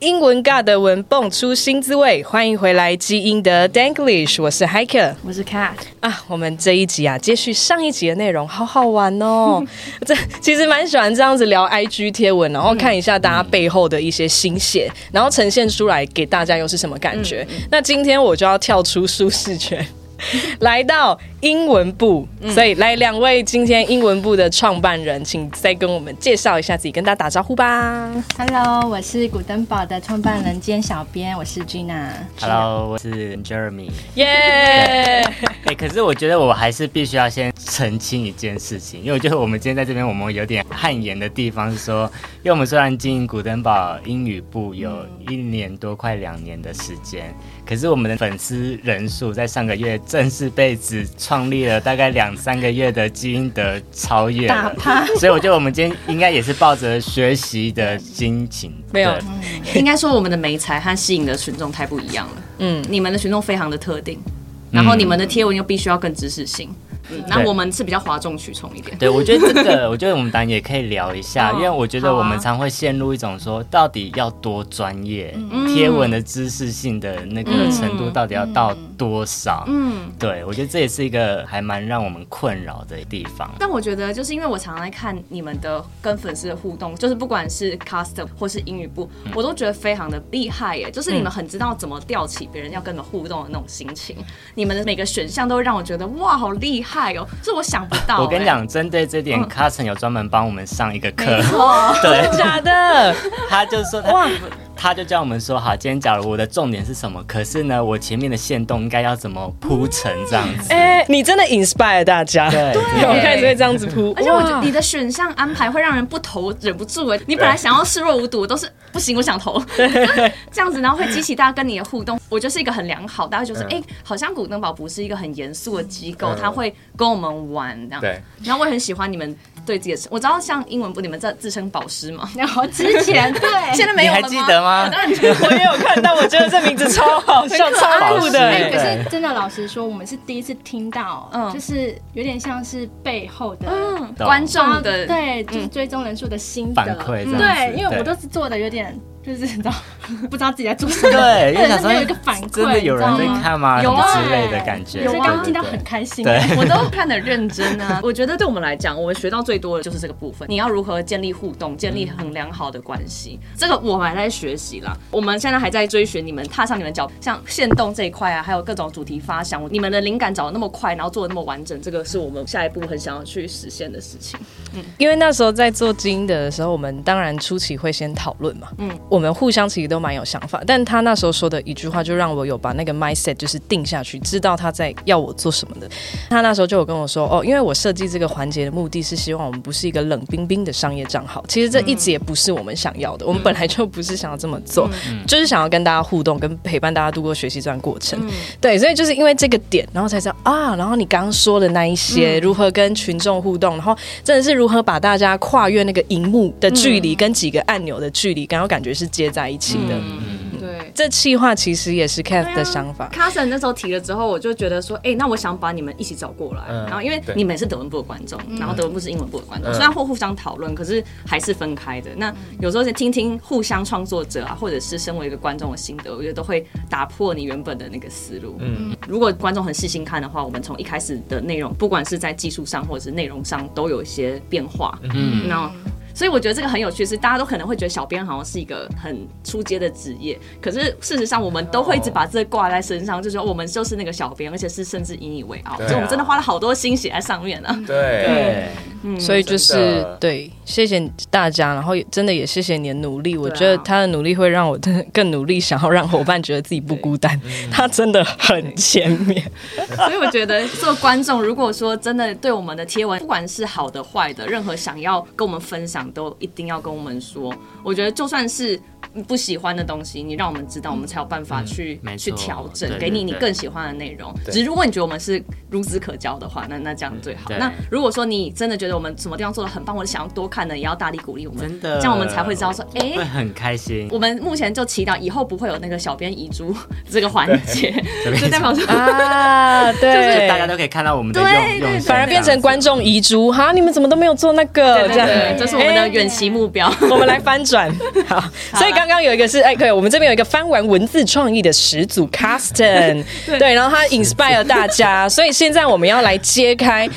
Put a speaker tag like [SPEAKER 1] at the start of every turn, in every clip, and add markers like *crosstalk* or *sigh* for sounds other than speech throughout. [SPEAKER 1] 英文尬的文蹦出新滋味，欢迎回来基因的 Danglish，我是 Hiker
[SPEAKER 2] 我是 Cat，
[SPEAKER 1] 啊。我们这一集啊，接续上一集的内容，好好玩哦。这其实蛮喜欢这样子聊 IG 贴文，然后看一下大家背后的一些心血，然后呈现出来给大家又是什么感觉。那今天我就要跳出舒适圈。 *laughs* 来到英文部，所以来两位今天英文部的创办人，请再跟我们介绍一下自己，跟大家打招呼吧。
[SPEAKER 2] Hello，我是古登堡的创办人兼小编，我是 Gina。
[SPEAKER 3] Hello，我是 Jeremy。 *laughs*
[SPEAKER 1] 耶、
[SPEAKER 3] 哎、可是我觉得我还是必须要先澄清一件事情，因为我觉得我们今天在这边，我们有点汗颜的地方是说，因为我们虽然经营古登堡英语部有一年多，快两年的时间，可是我们的粉丝人数在上个月正式被只创立了大概两三个月的基因德超越
[SPEAKER 2] 打
[SPEAKER 3] 了，
[SPEAKER 2] 趴，
[SPEAKER 3] 所以我觉得我们今天应该也是抱着学习的心情，
[SPEAKER 1] 没有
[SPEAKER 3] 对
[SPEAKER 4] *laughs* 应该说我们的美材和吸引的群众太不一样了。
[SPEAKER 1] 嗯
[SPEAKER 4] 嗯，你们的群众非常的特定，然后你们的贴文又必须要更知识性。嗯，那
[SPEAKER 3] 对
[SPEAKER 4] 我们是比较哗众取宠一点。
[SPEAKER 3] 对，我觉得这个，我觉得我们当然也可以聊一下，
[SPEAKER 4] 哦
[SPEAKER 3] 因为我觉得
[SPEAKER 4] 好啊
[SPEAKER 3] 我们常会陷入一种说，到底要多专业，
[SPEAKER 4] 嗯
[SPEAKER 3] 贴文的知识性的那个程度到底要到
[SPEAKER 4] 嗯
[SPEAKER 3] 多少？嗯，对，我觉得这也是一个还蛮让我们困扰的地方。
[SPEAKER 4] 但我觉得，就是因为我常常在看你们的跟粉丝的互动，就是不管是 custom 或是英语部，
[SPEAKER 3] 嗯
[SPEAKER 4] 我都觉得非常的厉害耶！就是你们很知道怎么吊起别人要跟你们互动的那种心情，你们的每个选项都会让我觉得哇，好厉害哦！这我想不到。
[SPEAKER 3] 我跟你，讲，针对这点
[SPEAKER 4] 嗯
[SPEAKER 3] c a r s o n 有专门帮我们上一个课，对，
[SPEAKER 1] 假的，
[SPEAKER 3] 他就说他他就叫我们说好，今天假如我的重点是什么，可是呢，我前面的线动应该要怎么铺成这样子？
[SPEAKER 1] 哎、你真的 inspire 大家，
[SPEAKER 3] 对
[SPEAKER 1] *laughs* 我开始会这样子铺，
[SPEAKER 4] 而且我觉得
[SPEAKER 1] 哇
[SPEAKER 4] 你的选项安排会让人不投忍不住哎，你本来想要视若无睹，都是不行，我想投， *laughs* 这样子，然后会激起大家跟你的互动，我觉得是一个很良好，大家就是哎、诶好像古登堡不是一个很严肃的机构，他会跟我们玩这样。
[SPEAKER 5] 对。
[SPEAKER 4] 然后我也很喜欢你们对自己的，我知道像英文部你们在自称保师嘛，
[SPEAKER 2] 然后之前 *laughs* 对，
[SPEAKER 4] 现在没
[SPEAKER 3] 你
[SPEAKER 4] 有
[SPEAKER 3] 还
[SPEAKER 4] 了吗？
[SPEAKER 3] 记得
[SPEAKER 4] *laughs*
[SPEAKER 3] 吗？
[SPEAKER 1] 我也有看到，我觉得这名字超好笑、
[SPEAKER 3] 啊
[SPEAKER 1] 超酷的、
[SPEAKER 2] 哎，可
[SPEAKER 1] 哎
[SPEAKER 2] 是真的老实说，我们是第一次听到，
[SPEAKER 4] 嗯
[SPEAKER 2] 就是有点像是背后的。啊
[SPEAKER 4] 嗯，观众的
[SPEAKER 2] 对，嗯就是追踪人数的心得
[SPEAKER 3] 反馈这样子
[SPEAKER 2] 对，因为
[SPEAKER 3] 对
[SPEAKER 2] 我都是做的有点，就是你知道， *laughs* 不知道自己在做什么。
[SPEAKER 3] 对，因为想
[SPEAKER 2] 但是
[SPEAKER 3] 说
[SPEAKER 2] 有一个反馈，
[SPEAKER 3] 真的有人在看吗？
[SPEAKER 4] 你知道吗
[SPEAKER 3] 什么
[SPEAKER 4] 有啊
[SPEAKER 3] 之类的感觉，
[SPEAKER 2] 你知道吗，所以
[SPEAKER 3] 对
[SPEAKER 2] 刚刚听到。
[SPEAKER 3] 对
[SPEAKER 2] 很
[SPEAKER 3] 对
[SPEAKER 2] 开心。
[SPEAKER 3] 对
[SPEAKER 4] *laughs* 我都看得认真啊。我觉得对我们来讲，我们学到最多的就是这个部分，你要如何建立互动，建立很良好的关系。这个我们还在学习啦，我们现在还在追寻你们踏上你们脚，像线动这一块啊，还有各种主题发想，你们的灵感找的那么快，然后做的那么完整，这个是我们下一步很想要去实现的事情。
[SPEAKER 1] 因为那时候在做基因的时候，我们当然初期会先讨论嘛，嗯，我们互相其实都蛮有想法，但他那时候说的一句话，就让我有把那个 mindset 就是定下去，知道他在要我做什么的。他那时候就有跟我说，哦，因为我设计这个环节的目的是希望我们不是一个冷冰冰的商业账号，其实这一直也不是我们想要的，我们本来就不是想要这么做，就是想要跟大家互动，跟陪伴大家度过学习这段过程。对，所以就是因为这个点，然后才知道啊，然后你刚刚说的那一些、如何跟群众互动，然后真的是如何把大家跨越那个荧幕的距离跟几个按钮的距离，刚刚感觉是接在一起的。
[SPEAKER 3] 嗯
[SPEAKER 4] 对。
[SPEAKER 1] 这气话其实也是 Cat 的想法，
[SPEAKER 4] Carson 那时候提了之后，我就觉得说，哎、那我想把你们一起找过来。然后因为
[SPEAKER 5] 对
[SPEAKER 4] 你们也是德文部的观众，然后德文部是英文部的观众，虽然会互相讨论，可是还是分开的。那有时候是听听互相创作者啊，或者是身为一个观众的心得，我觉得都会打破你原本的那个思路。嗯，如果观众很细心看的话，我们从一开始的内容，不管是在技术上或者是内容上，都有一些变化。嗯，那。所以我觉得这个很有趣，是大家都可能会觉得小编好像是一个很出街的职业，可是事实上我们都会一
[SPEAKER 5] 哦
[SPEAKER 4] 直把这挂在身上，就说我们就是那个小编，而且是甚至引以为傲，
[SPEAKER 5] 对啊
[SPEAKER 4] 所以我们真的花了好多心血在上面啊。
[SPEAKER 5] 对，
[SPEAKER 3] 对，
[SPEAKER 1] 所以就是
[SPEAKER 5] 真的
[SPEAKER 1] 对，谢谢大家，然后也真的也谢谢你的努力。我
[SPEAKER 4] 对啊
[SPEAKER 1] 觉得他的努力会让我真的 *laughs* 更努力，想要让伙伴觉得自己不孤单。他真的很前面，
[SPEAKER 4] 所以我觉得做观众，如果说真的对我们的贴文，不管是好的坏的，任何想要跟我们分享，都一定要跟我们说。我觉得就算是。不喜欢的东西，你让我们知道，我们才有办法去、
[SPEAKER 3] 嗯没错
[SPEAKER 4] 去调整，
[SPEAKER 3] 对
[SPEAKER 4] 给你
[SPEAKER 3] 对
[SPEAKER 4] 你
[SPEAKER 3] 对
[SPEAKER 4] 更喜欢的内容。只是如果你觉得我们是孺子可教的话，那那这样最好。
[SPEAKER 3] 对
[SPEAKER 4] 那如果说你真的觉得我们什么地方做的很棒，或者想要多看的，也要大力鼓励我们，
[SPEAKER 3] 真的，
[SPEAKER 4] 这样我们才会知道说，哎、
[SPEAKER 3] 会很开心。
[SPEAKER 4] 我们目前就祈祷以后不会有那个小编遗珠 *laughs* 这个环节， *laughs*
[SPEAKER 3] 对
[SPEAKER 4] 就代表说
[SPEAKER 1] *laughs* 啊，对，
[SPEAKER 3] 就是大家都可以看到我们的
[SPEAKER 4] 对
[SPEAKER 3] 用
[SPEAKER 4] 对
[SPEAKER 3] 用心，
[SPEAKER 1] 反而变成观众遗珠哈，你们怎么都没有做那个
[SPEAKER 4] 对
[SPEAKER 1] 这样
[SPEAKER 4] 对，对这是我们的
[SPEAKER 1] 哎 *laughs*
[SPEAKER 4] 远期目标。
[SPEAKER 1] 我们来翻转，好，所以刚刚刚有一个是哎，对，我们这边有一个翻玩文字创意的始祖 Casten，对，然后他 inspire 大 *laughs* 家，所以现在我们要来揭开。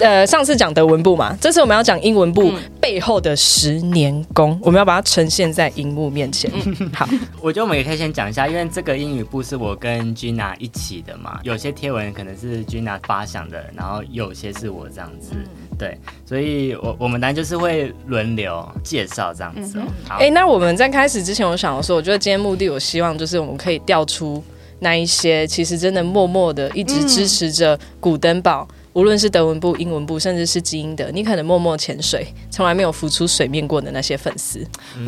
[SPEAKER 1] 呃，上次讲德文部嘛，这次我们要讲英文部背后的十年功，我们要把它呈现在荧幕面前。好，
[SPEAKER 3] 我觉得我们也可以先讲一下，因为这个英语部是我跟 Gina 一起的嘛，有些贴文可能是 Gina 发想的，然后有些是我这样子，对，所以我我们当然就是会轮流介绍这样子哦。好
[SPEAKER 1] 哎、，那我们在开始之前，我想说，我觉得今天目的，我希望就是我们可以调出那一些其实真的默默的一直支持着古登堡。无论是德文部、英文部，甚至是基因的，你可能默默潜水，从来没有浮出水面过的那些粉丝，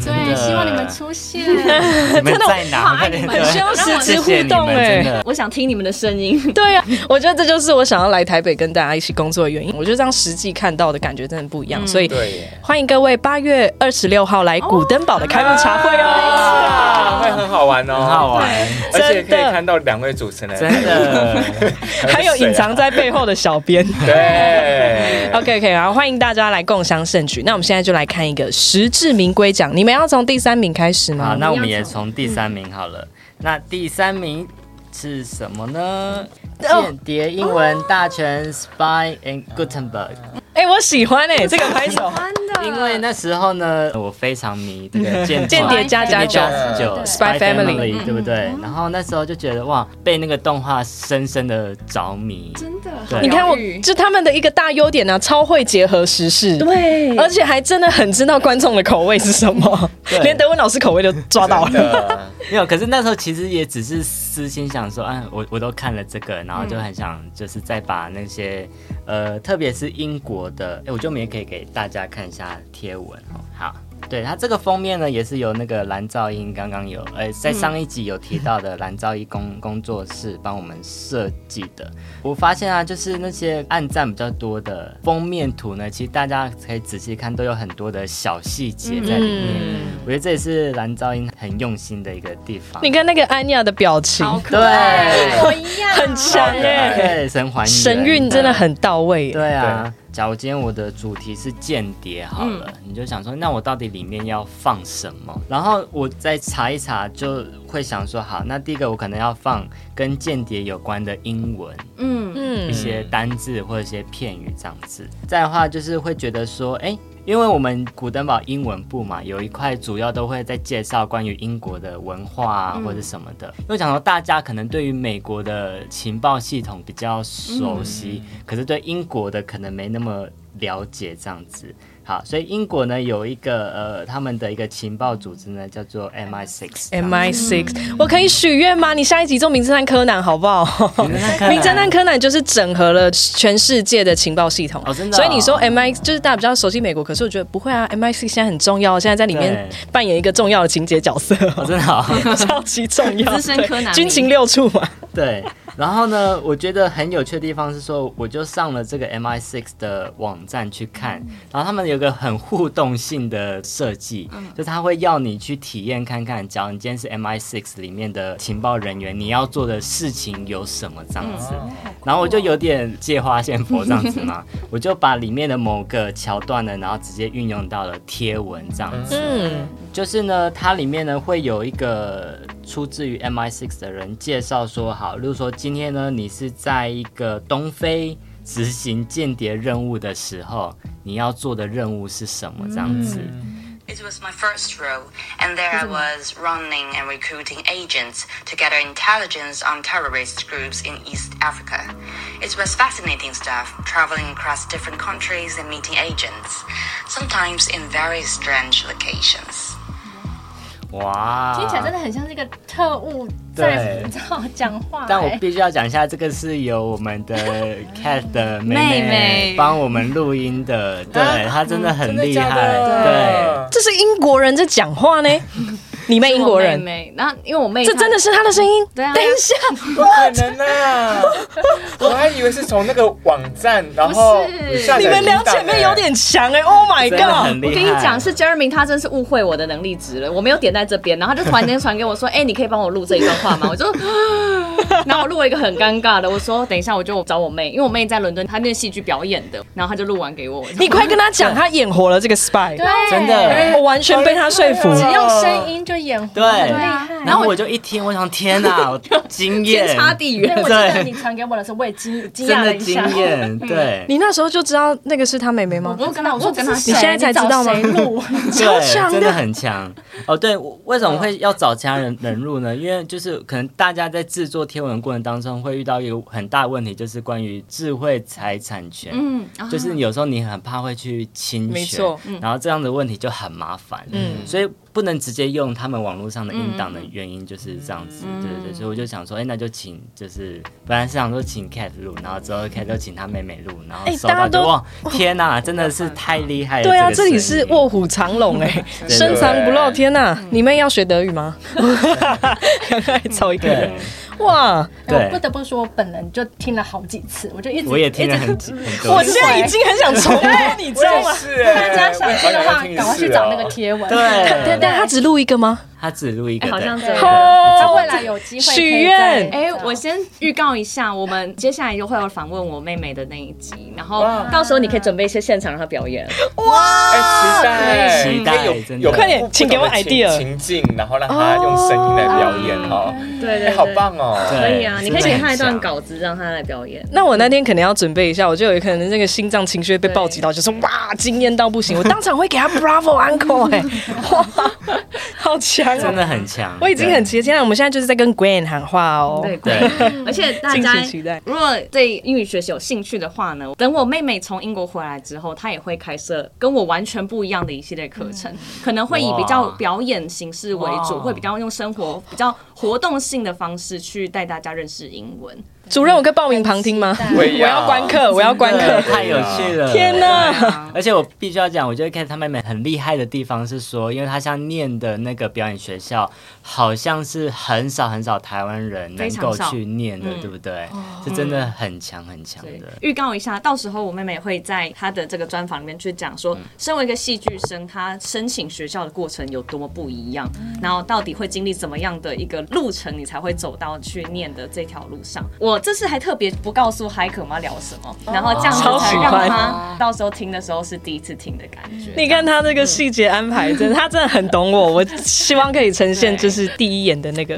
[SPEAKER 2] 对，希望你们出现。
[SPEAKER 3] 你们在哪？快点
[SPEAKER 1] 很需要实质
[SPEAKER 3] 谢
[SPEAKER 1] 互
[SPEAKER 3] 谢你
[SPEAKER 1] 动
[SPEAKER 3] 们，
[SPEAKER 1] 哎、
[SPEAKER 3] 真的。
[SPEAKER 4] *laughs* 我想听你们的声音，
[SPEAKER 1] *laughs* 对啊，我觉得这就是我想要来台北跟大家一起工作的原因。我觉得这样实际看到的感觉真的不一样，所以
[SPEAKER 5] 对耶，
[SPEAKER 1] 欢迎各位八月二十六号来古登堡的开幕茶会
[SPEAKER 5] 啊
[SPEAKER 1] 哦，
[SPEAKER 5] 会很好玩哦，
[SPEAKER 3] 很好，玩，
[SPEAKER 5] 而且
[SPEAKER 1] 真
[SPEAKER 5] 可以
[SPEAKER 1] 的
[SPEAKER 5] 看到两位主持人，
[SPEAKER 3] 真的。
[SPEAKER 1] *laughs* 还有隐藏在背后的小编。
[SPEAKER 5] 对，
[SPEAKER 1] OK OK，然后欢迎大家来共襄盛举。那我们现在就来看一个实至名归奖，你们要从第三名开始吗？
[SPEAKER 3] 好，那我们也从第三名好了。那第三名是什么呢？间谍英文大全 Spy and Gutenberg。
[SPEAKER 1] 哎、我喜欢哎、这个拍手。
[SPEAKER 3] 因为那时候呢，我非常迷这个间
[SPEAKER 1] 间谍加加九
[SPEAKER 3] 间谍九
[SPEAKER 2] 对
[SPEAKER 1] Spy
[SPEAKER 3] Spy
[SPEAKER 1] Family
[SPEAKER 3] Family，对不对？然后那时候就觉得哇，被那个动画深深的着迷。
[SPEAKER 2] 真的
[SPEAKER 3] 对
[SPEAKER 1] 你看我
[SPEAKER 4] 疗愈，
[SPEAKER 1] 就他们的一个大优点呢、啊，超会结合时事，
[SPEAKER 4] 对
[SPEAKER 1] 而且还真的很知道观众的口味是什么，
[SPEAKER 3] 对
[SPEAKER 1] 连德文老师口味都抓到
[SPEAKER 5] 真
[SPEAKER 1] 了。
[SPEAKER 5] 的
[SPEAKER 3] 没有，可是那时候其实也只是私心想说，哎，我我都看了这个，然后就很想就是再把那些，呃，特别是英国的，哎，我觉得我们也可以给大家看一下贴文哦。好，对它这个封面呢，也是由那个蓝噪音刚刚有，呃，在上一集有提到的蓝噪音工工作室帮我们设计的。我发现啊，就是那些暗赞比较多的封面图呢，其实大家可以仔细看，都有很多的小细节在里面。
[SPEAKER 1] 嗯，
[SPEAKER 3] 我觉得这也是蓝噪音很用心的一个地方。
[SPEAKER 1] 你看那个安雅的表情，
[SPEAKER 4] 好
[SPEAKER 3] 对
[SPEAKER 4] 可爱，
[SPEAKER 2] 我一样，
[SPEAKER 1] 很强哎、
[SPEAKER 3] 对神还原
[SPEAKER 1] 神韵真的很到位、欸。
[SPEAKER 3] 对啊。假如今天我的主题是间谍好了，
[SPEAKER 1] 嗯
[SPEAKER 3] 你就想说，那我到底里面要放什么？然后我再查一查，就会想说，好，那第一个我可能要放跟间谍有关的英文，
[SPEAKER 4] 嗯，
[SPEAKER 1] 嗯
[SPEAKER 3] 一，些单字或者一些片语这样子。再的话就是会觉得说，哎、因为我们古登堡英文部嘛，有一块主要都会在介绍关于英国的文化啊或者什么的。因为想说大家可能对于美国的情报系统比较熟悉，可是对英国的可能没那么了解这样子。好，所以英国呢有一个呃，他们的一个情报组织呢叫做 MI6。
[SPEAKER 1] MI six，、我可以许愿吗？你下一集做名侦探柯南好不好？
[SPEAKER 3] *laughs* MI
[SPEAKER 1] 名侦探柯南就是整合了全世界的情报系统，
[SPEAKER 3] 哦真的哦
[SPEAKER 1] 所以你说 M I 就是大家比较熟悉美国，可是我觉得不会啊，M I C 现在很重要，现在在里面
[SPEAKER 3] 对
[SPEAKER 1] 扮演一个重要的情节角
[SPEAKER 3] *laughs*
[SPEAKER 1] 色，
[SPEAKER 3] 哦，真的好。
[SPEAKER 1] 超级重要，
[SPEAKER 4] 资深
[SPEAKER 1] 对
[SPEAKER 4] 柯南迷
[SPEAKER 1] 军情六处嘛，
[SPEAKER 3] 对，然后呢，我觉得很有趣的地方是说，我就上了这个 MI6 的网站去看，然后他们有一个很互动性的设计，就是他会要你去体验看看，假如你今天是 MI6 里面的情报人员，你要做的事情有什么这样子。然后我就有点借花献佛这样子嘛，我就把里面的某个桥段呢，然后直接运用到了贴文这样子。
[SPEAKER 1] 嗯，
[SPEAKER 3] 就是呢，它里面呢会有一个出自于 MI6 的人介绍说，好，例如说今天呢你是在一个东非执行间谍任务的时候，你要做的任务是什么这样子？
[SPEAKER 6] It was my first role, and there I was running and recruiting agents to gather intelligence on terrorist groups in East Africa. It was fascinating stuff, traveling across different countries and meeting agents, sometimes in very strange locations.
[SPEAKER 3] 哇，
[SPEAKER 2] 听起来真的很像是一个特务
[SPEAKER 3] 对
[SPEAKER 2] 在你知道讲话、
[SPEAKER 3] 但我
[SPEAKER 2] 哎
[SPEAKER 3] 必须要讲一下，这个是由我们的 Cat 的妹妹
[SPEAKER 4] 妹妹
[SPEAKER 3] 帮我们录音的，对她真的很厉
[SPEAKER 5] 嗯
[SPEAKER 3] 害，
[SPEAKER 1] 这是英国人在讲话呢， *laughs* 你妹英国人，
[SPEAKER 4] 妹妹，然后因为我妹
[SPEAKER 1] 这真的是他的声音，
[SPEAKER 4] 对啊
[SPEAKER 1] 等一下，
[SPEAKER 5] 不可能啊！我还以为是从那个网站，然后
[SPEAKER 2] 不是
[SPEAKER 5] 下载
[SPEAKER 1] 你们聊
[SPEAKER 5] 音档
[SPEAKER 1] 前面有点强哎，Oh my
[SPEAKER 3] 对，真的
[SPEAKER 1] god！
[SPEAKER 3] 很厉
[SPEAKER 4] 我
[SPEAKER 3] 害。
[SPEAKER 4] 跟你讲，是 Jeremy，他真是误会我的能力值了。我没有点在这边，然后他就突然间传给我说：“哎、你可以帮我录这一段话吗？”我就， *laughs* 然后我录了一个很尴尬的，我说：“等一下，我就找我妹，因为我妹在伦敦，她练戏剧表演的。”然后她就录完给我。啊
[SPEAKER 1] 你快跟他讲，他演活了这个 spy，
[SPEAKER 2] 对，
[SPEAKER 3] 真的
[SPEAKER 1] 我完全被他说服。
[SPEAKER 2] 只用声音就眼活
[SPEAKER 3] 对，
[SPEAKER 2] 很厉害。
[SPEAKER 3] 然后我就一听，我想天哪，我惊艳，
[SPEAKER 4] 天差地
[SPEAKER 2] 因
[SPEAKER 4] 远
[SPEAKER 2] 为。我记
[SPEAKER 3] *laughs*
[SPEAKER 2] 得你
[SPEAKER 3] 对，
[SPEAKER 2] 传给我的时候，我也惊惊讶
[SPEAKER 3] *laughs* 真
[SPEAKER 2] 了
[SPEAKER 3] 的
[SPEAKER 2] 一
[SPEAKER 3] 惊
[SPEAKER 2] 下。嗯
[SPEAKER 3] 艳，
[SPEAKER 2] *laughs*
[SPEAKER 3] 对，
[SPEAKER 1] 你那时候就知道那个是他妹妹吗？
[SPEAKER 2] 我就跟他我说
[SPEAKER 4] 我跟他
[SPEAKER 2] 这是
[SPEAKER 1] 你
[SPEAKER 2] 谁
[SPEAKER 1] 现在才
[SPEAKER 2] 你找
[SPEAKER 1] 知道吗
[SPEAKER 2] 谁
[SPEAKER 1] *laughs*
[SPEAKER 2] 录
[SPEAKER 1] 超强
[SPEAKER 3] 对，真
[SPEAKER 1] 的
[SPEAKER 3] 的很强。哦，对，我为
[SPEAKER 2] 嗯
[SPEAKER 3] 什么会要找其他人人入呢？因为就是可能大家在制作贴文过程当中会遇到一个很大的问题，就是关于智慧财产权。
[SPEAKER 4] 嗯，啊
[SPEAKER 3] 就是有时候你很怕会去侵权，
[SPEAKER 1] 没错
[SPEAKER 3] 然后这样的问题就很麻烦，
[SPEAKER 1] 嗯
[SPEAKER 3] 所以不能直接用他们网络上的音档的原因就是这样子，
[SPEAKER 1] 嗯
[SPEAKER 3] 对对对，所以我就想说，哎、那就请就是本来是想说请 Cat 录，然后之后 Cat 就请他妹妹录，然后
[SPEAKER 1] 哎
[SPEAKER 3] 收到
[SPEAKER 1] 大家
[SPEAKER 3] 就
[SPEAKER 1] 都
[SPEAKER 3] 哇，天哪、真的是太厉害了，
[SPEAKER 1] 对啊，
[SPEAKER 3] 这
[SPEAKER 1] 这
[SPEAKER 3] 个
[SPEAKER 1] 里
[SPEAKER 3] 声音
[SPEAKER 1] 是卧虎藏龙哎、
[SPEAKER 3] 对
[SPEAKER 1] 深藏不露。天呐、你们要学德语吗？ *laughs* 赶快找一个人
[SPEAKER 3] 对，
[SPEAKER 1] 哇！
[SPEAKER 3] 对
[SPEAKER 2] 我不得不说，我本人就听了好几次，我就一直
[SPEAKER 3] 我也听了
[SPEAKER 2] 一直
[SPEAKER 3] 很几很多，
[SPEAKER 1] 哎我现在已经很想重 *laughs* 播，你知道吗？
[SPEAKER 5] 是哎，
[SPEAKER 2] 大家想听的话，赶快去找那
[SPEAKER 5] 哦
[SPEAKER 2] 个贴文。
[SPEAKER 3] 对
[SPEAKER 1] 但但他只录一个吗？
[SPEAKER 3] 他只录一个，
[SPEAKER 4] 哎好像
[SPEAKER 3] 对
[SPEAKER 4] 真的
[SPEAKER 2] 他
[SPEAKER 1] 哦
[SPEAKER 2] 未来有机会可以
[SPEAKER 1] 许愿
[SPEAKER 2] 再
[SPEAKER 4] *laughs* 哎、我先预告一下，我们接下来就会有访问我妹妹的那一集，然后
[SPEAKER 5] 哇
[SPEAKER 4] 到时候你可以准备一些现场让她表演。
[SPEAKER 5] 哎，期待，
[SPEAKER 3] 期待
[SPEAKER 5] 可以有
[SPEAKER 3] 真的
[SPEAKER 5] 有
[SPEAKER 3] 快
[SPEAKER 1] 点
[SPEAKER 5] 不同的
[SPEAKER 1] 请给我
[SPEAKER 5] 情
[SPEAKER 1] idea
[SPEAKER 5] 情境，然后让他用声音来表演哦，
[SPEAKER 4] *laughs* 对
[SPEAKER 5] 哎，好，棒哦，
[SPEAKER 3] 对
[SPEAKER 4] 可以啊，你可以
[SPEAKER 3] 真的
[SPEAKER 4] 给
[SPEAKER 3] 很
[SPEAKER 4] 她一段
[SPEAKER 3] 像
[SPEAKER 4] 稿子，让她来表演。
[SPEAKER 1] 那我那天可能要准备一下，我就有可能那个心脏情绪被暴击到，就是哇，惊艳到不行，我当场会给他 Bravo Uncle 哎、 *laughs* 哇，好强、
[SPEAKER 3] 真
[SPEAKER 1] 哦！
[SPEAKER 3] 的很强，
[SPEAKER 1] 我已经很
[SPEAKER 3] 对
[SPEAKER 1] 期待，现在我们现在就是在跟 Gwen 喊话哦。
[SPEAKER 4] 对，
[SPEAKER 3] 对
[SPEAKER 4] 而且大家
[SPEAKER 1] 敬请期待
[SPEAKER 4] 如果对英语学习有兴趣的话呢，等我妹妹从英国回来之后，她也会开设跟我完全不一样的一系列课程，可能会以比较
[SPEAKER 3] 哇
[SPEAKER 4] 表演形式为主，
[SPEAKER 3] 哇
[SPEAKER 4] 会比较用生活比较活动性的方式去带大家认识英文。
[SPEAKER 1] 主任，我可以报名旁听吗？
[SPEAKER 5] 我
[SPEAKER 1] 我
[SPEAKER 5] 也要
[SPEAKER 1] 要关课，我要关
[SPEAKER 3] 对
[SPEAKER 1] 课。
[SPEAKER 3] 太有趣了，啊
[SPEAKER 1] 天哪！
[SPEAKER 3] 而且我必须要讲，我觉得看他妹妹很厉害的地方是说，因为她像念的那个表演学校，好像是很少很少台湾人能
[SPEAKER 4] 非常
[SPEAKER 3] 够
[SPEAKER 4] 少哦
[SPEAKER 3] 去念的，对不对？是真的很强很强
[SPEAKER 4] 对
[SPEAKER 3] 的。，
[SPEAKER 4] 预告一下，到时候我妹妹会在她的这个专访里面去讲说，身为一个戏剧生，她申请学校的过程有多么不一样，然后到底会经历怎么样的一个路程，你才会走到去念的这条路上。我这次还特别不告诉海可妈聊什么，然后这样
[SPEAKER 1] 超
[SPEAKER 4] 子才
[SPEAKER 1] 喜
[SPEAKER 4] 让
[SPEAKER 1] 欢
[SPEAKER 4] 她到时候听的时候是第一次听的感觉。
[SPEAKER 1] 你看他这个细节安排，真的，他真的很懂我。我希望可以呈现就是第一眼的那个。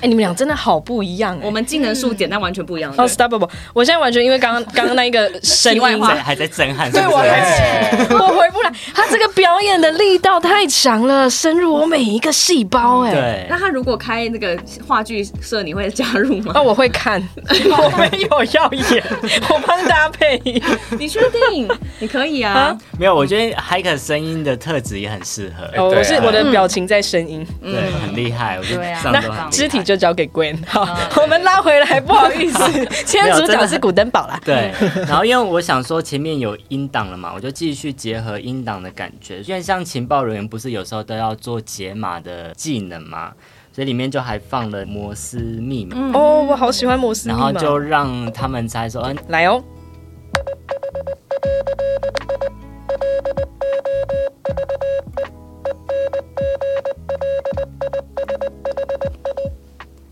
[SPEAKER 1] 哎、你们俩真的好不一样、哎
[SPEAKER 4] 我们技能数简单完全不一样。
[SPEAKER 1] 哦 s t o p p a b l e 我现在完全因为刚刚刚刚那一个声音，
[SPEAKER 4] 题外话
[SPEAKER 3] 在还在震撼，对
[SPEAKER 1] 我还是我回不来。他这个表演的力道太强了，深入我每一个细胞、哎。。
[SPEAKER 3] 对
[SPEAKER 4] 那，她如果开那个话剧社，你会加入吗？
[SPEAKER 1] 那、哦我会看， *laughs* 我没有要演，我帮大家配音。
[SPEAKER 4] 哦你确定？你可以啊
[SPEAKER 1] 啊。
[SPEAKER 3] 没有，我觉得海可声音的特质也很适合，
[SPEAKER 1] 哦，我是
[SPEAKER 5] 对啊
[SPEAKER 1] 我的表情在声音。
[SPEAKER 3] 对，很厉害，我觉得
[SPEAKER 4] 嗯对啊
[SPEAKER 3] 这样都很厉
[SPEAKER 1] 那
[SPEAKER 3] 害
[SPEAKER 1] 肢体就交给 Gwen。好， *laughs* 我们拉回来，不好意 *laughs* 思，今天主角是古登堡啦。
[SPEAKER 3] 对，
[SPEAKER 1] 嗯
[SPEAKER 3] 然后因为我想说前面有音档了嘛，我就继续结合音档的感觉，因为像情报人员不是有时候都要做解码的技能嘛，所以里面就还放了摩斯密码，
[SPEAKER 1] 哦，我好喜欢摩斯密
[SPEAKER 3] 然
[SPEAKER 1] 码
[SPEAKER 3] 后。就让他们猜说，嗯、
[SPEAKER 1] 来哦，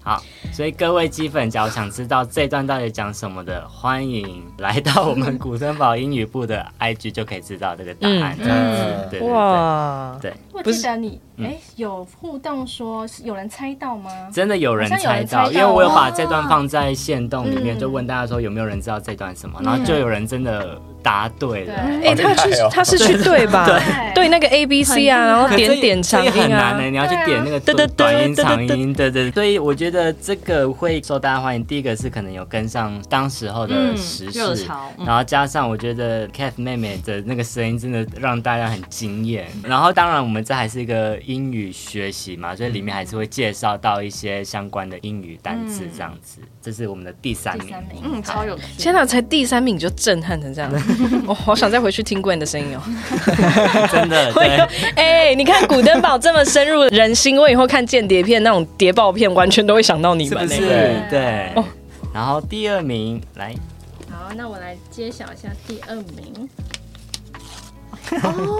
[SPEAKER 3] 好，所以各位基粉，假如想知道这段到底讲什么的，欢迎来到我们 *laughs* 古森堡英语部的 IG 就可以知道这个答案，这样子，
[SPEAKER 5] 嗯
[SPEAKER 3] 对对对。
[SPEAKER 1] 哇，
[SPEAKER 3] 对，
[SPEAKER 2] 我
[SPEAKER 1] 不
[SPEAKER 2] 记
[SPEAKER 1] 是
[SPEAKER 2] 得你哎有互动说是有人猜到吗？
[SPEAKER 3] 真的有人
[SPEAKER 2] 好像有
[SPEAKER 3] 猜
[SPEAKER 2] 人
[SPEAKER 3] 到，
[SPEAKER 2] 猜
[SPEAKER 3] 因为
[SPEAKER 2] 到
[SPEAKER 3] 我有
[SPEAKER 2] 哦嗯
[SPEAKER 3] 把这段放在线动里面，就问大家说有没有人知道这段什么，然后就有人真的答对了。
[SPEAKER 2] 对
[SPEAKER 1] 哎，他去
[SPEAKER 5] 厉害哦
[SPEAKER 1] 他是去对吧？ *laughs* 对，那个 A B C 啊，然后
[SPEAKER 3] 可
[SPEAKER 1] 点
[SPEAKER 3] 这
[SPEAKER 1] 点长
[SPEAKER 3] 这也很
[SPEAKER 1] 音
[SPEAKER 3] 难
[SPEAKER 1] 啊
[SPEAKER 3] 呢、。你要去点那个
[SPEAKER 1] 对啊对对
[SPEAKER 3] 短短音、
[SPEAKER 1] 对
[SPEAKER 3] 长
[SPEAKER 1] 对
[SPEAKER 3] 音，对对。所以我觉得这个会受大家欢迎。第一个是可能有跟上当时候的
[SPEAKER 4] 嗯
[SPEAKER 3] 时
[SPEAKER 4] 热
[SPEAKER 3] 事
[SPEAKER 4] 潮，嗯
[SPEAKER 3] 然后加上我觉得 Cat 妹妹的那个声音真的让大家很惊艳。然后当然我们这还是一个英语学习嘛，所以里面还是会介绍到一些相关的英语单词这样子。这是我们的第三
[SPEAKER 2] 第
[SPEAKER 3] 名
[SPEAKER 2] 三，名，
[SPEAKER 4] *laughs* 嗯，超有趣。
[SPEAKER 1] 天哪，才第三名你就震撼成这 *laughs* 样，我哦好想再回去听 Gwen 的声音 *laughs* 哦。
[SPEAKER 3] *laughs* 真的
[SPEAKER 1] 我以后
[SPEAKER 3] 对。
[SPEAKER 1] 哎，你看古登堡这么深入人心，我以后看间谍片那种谍报片，完全都会想到你
[SPEAKER 3] 是不
[SPEAKER 1] 们。
[SPEAKER 3] 是
[SPEAKER 1] 哎
[SPEAKER 5] 对？
[SPEAKER 3] 对
[SPEAKER 1] 哦。
[SPEAKER 3] 然后第二名来，
[SPEAKER 2] 好，那我来揭晓一下第二名。哦，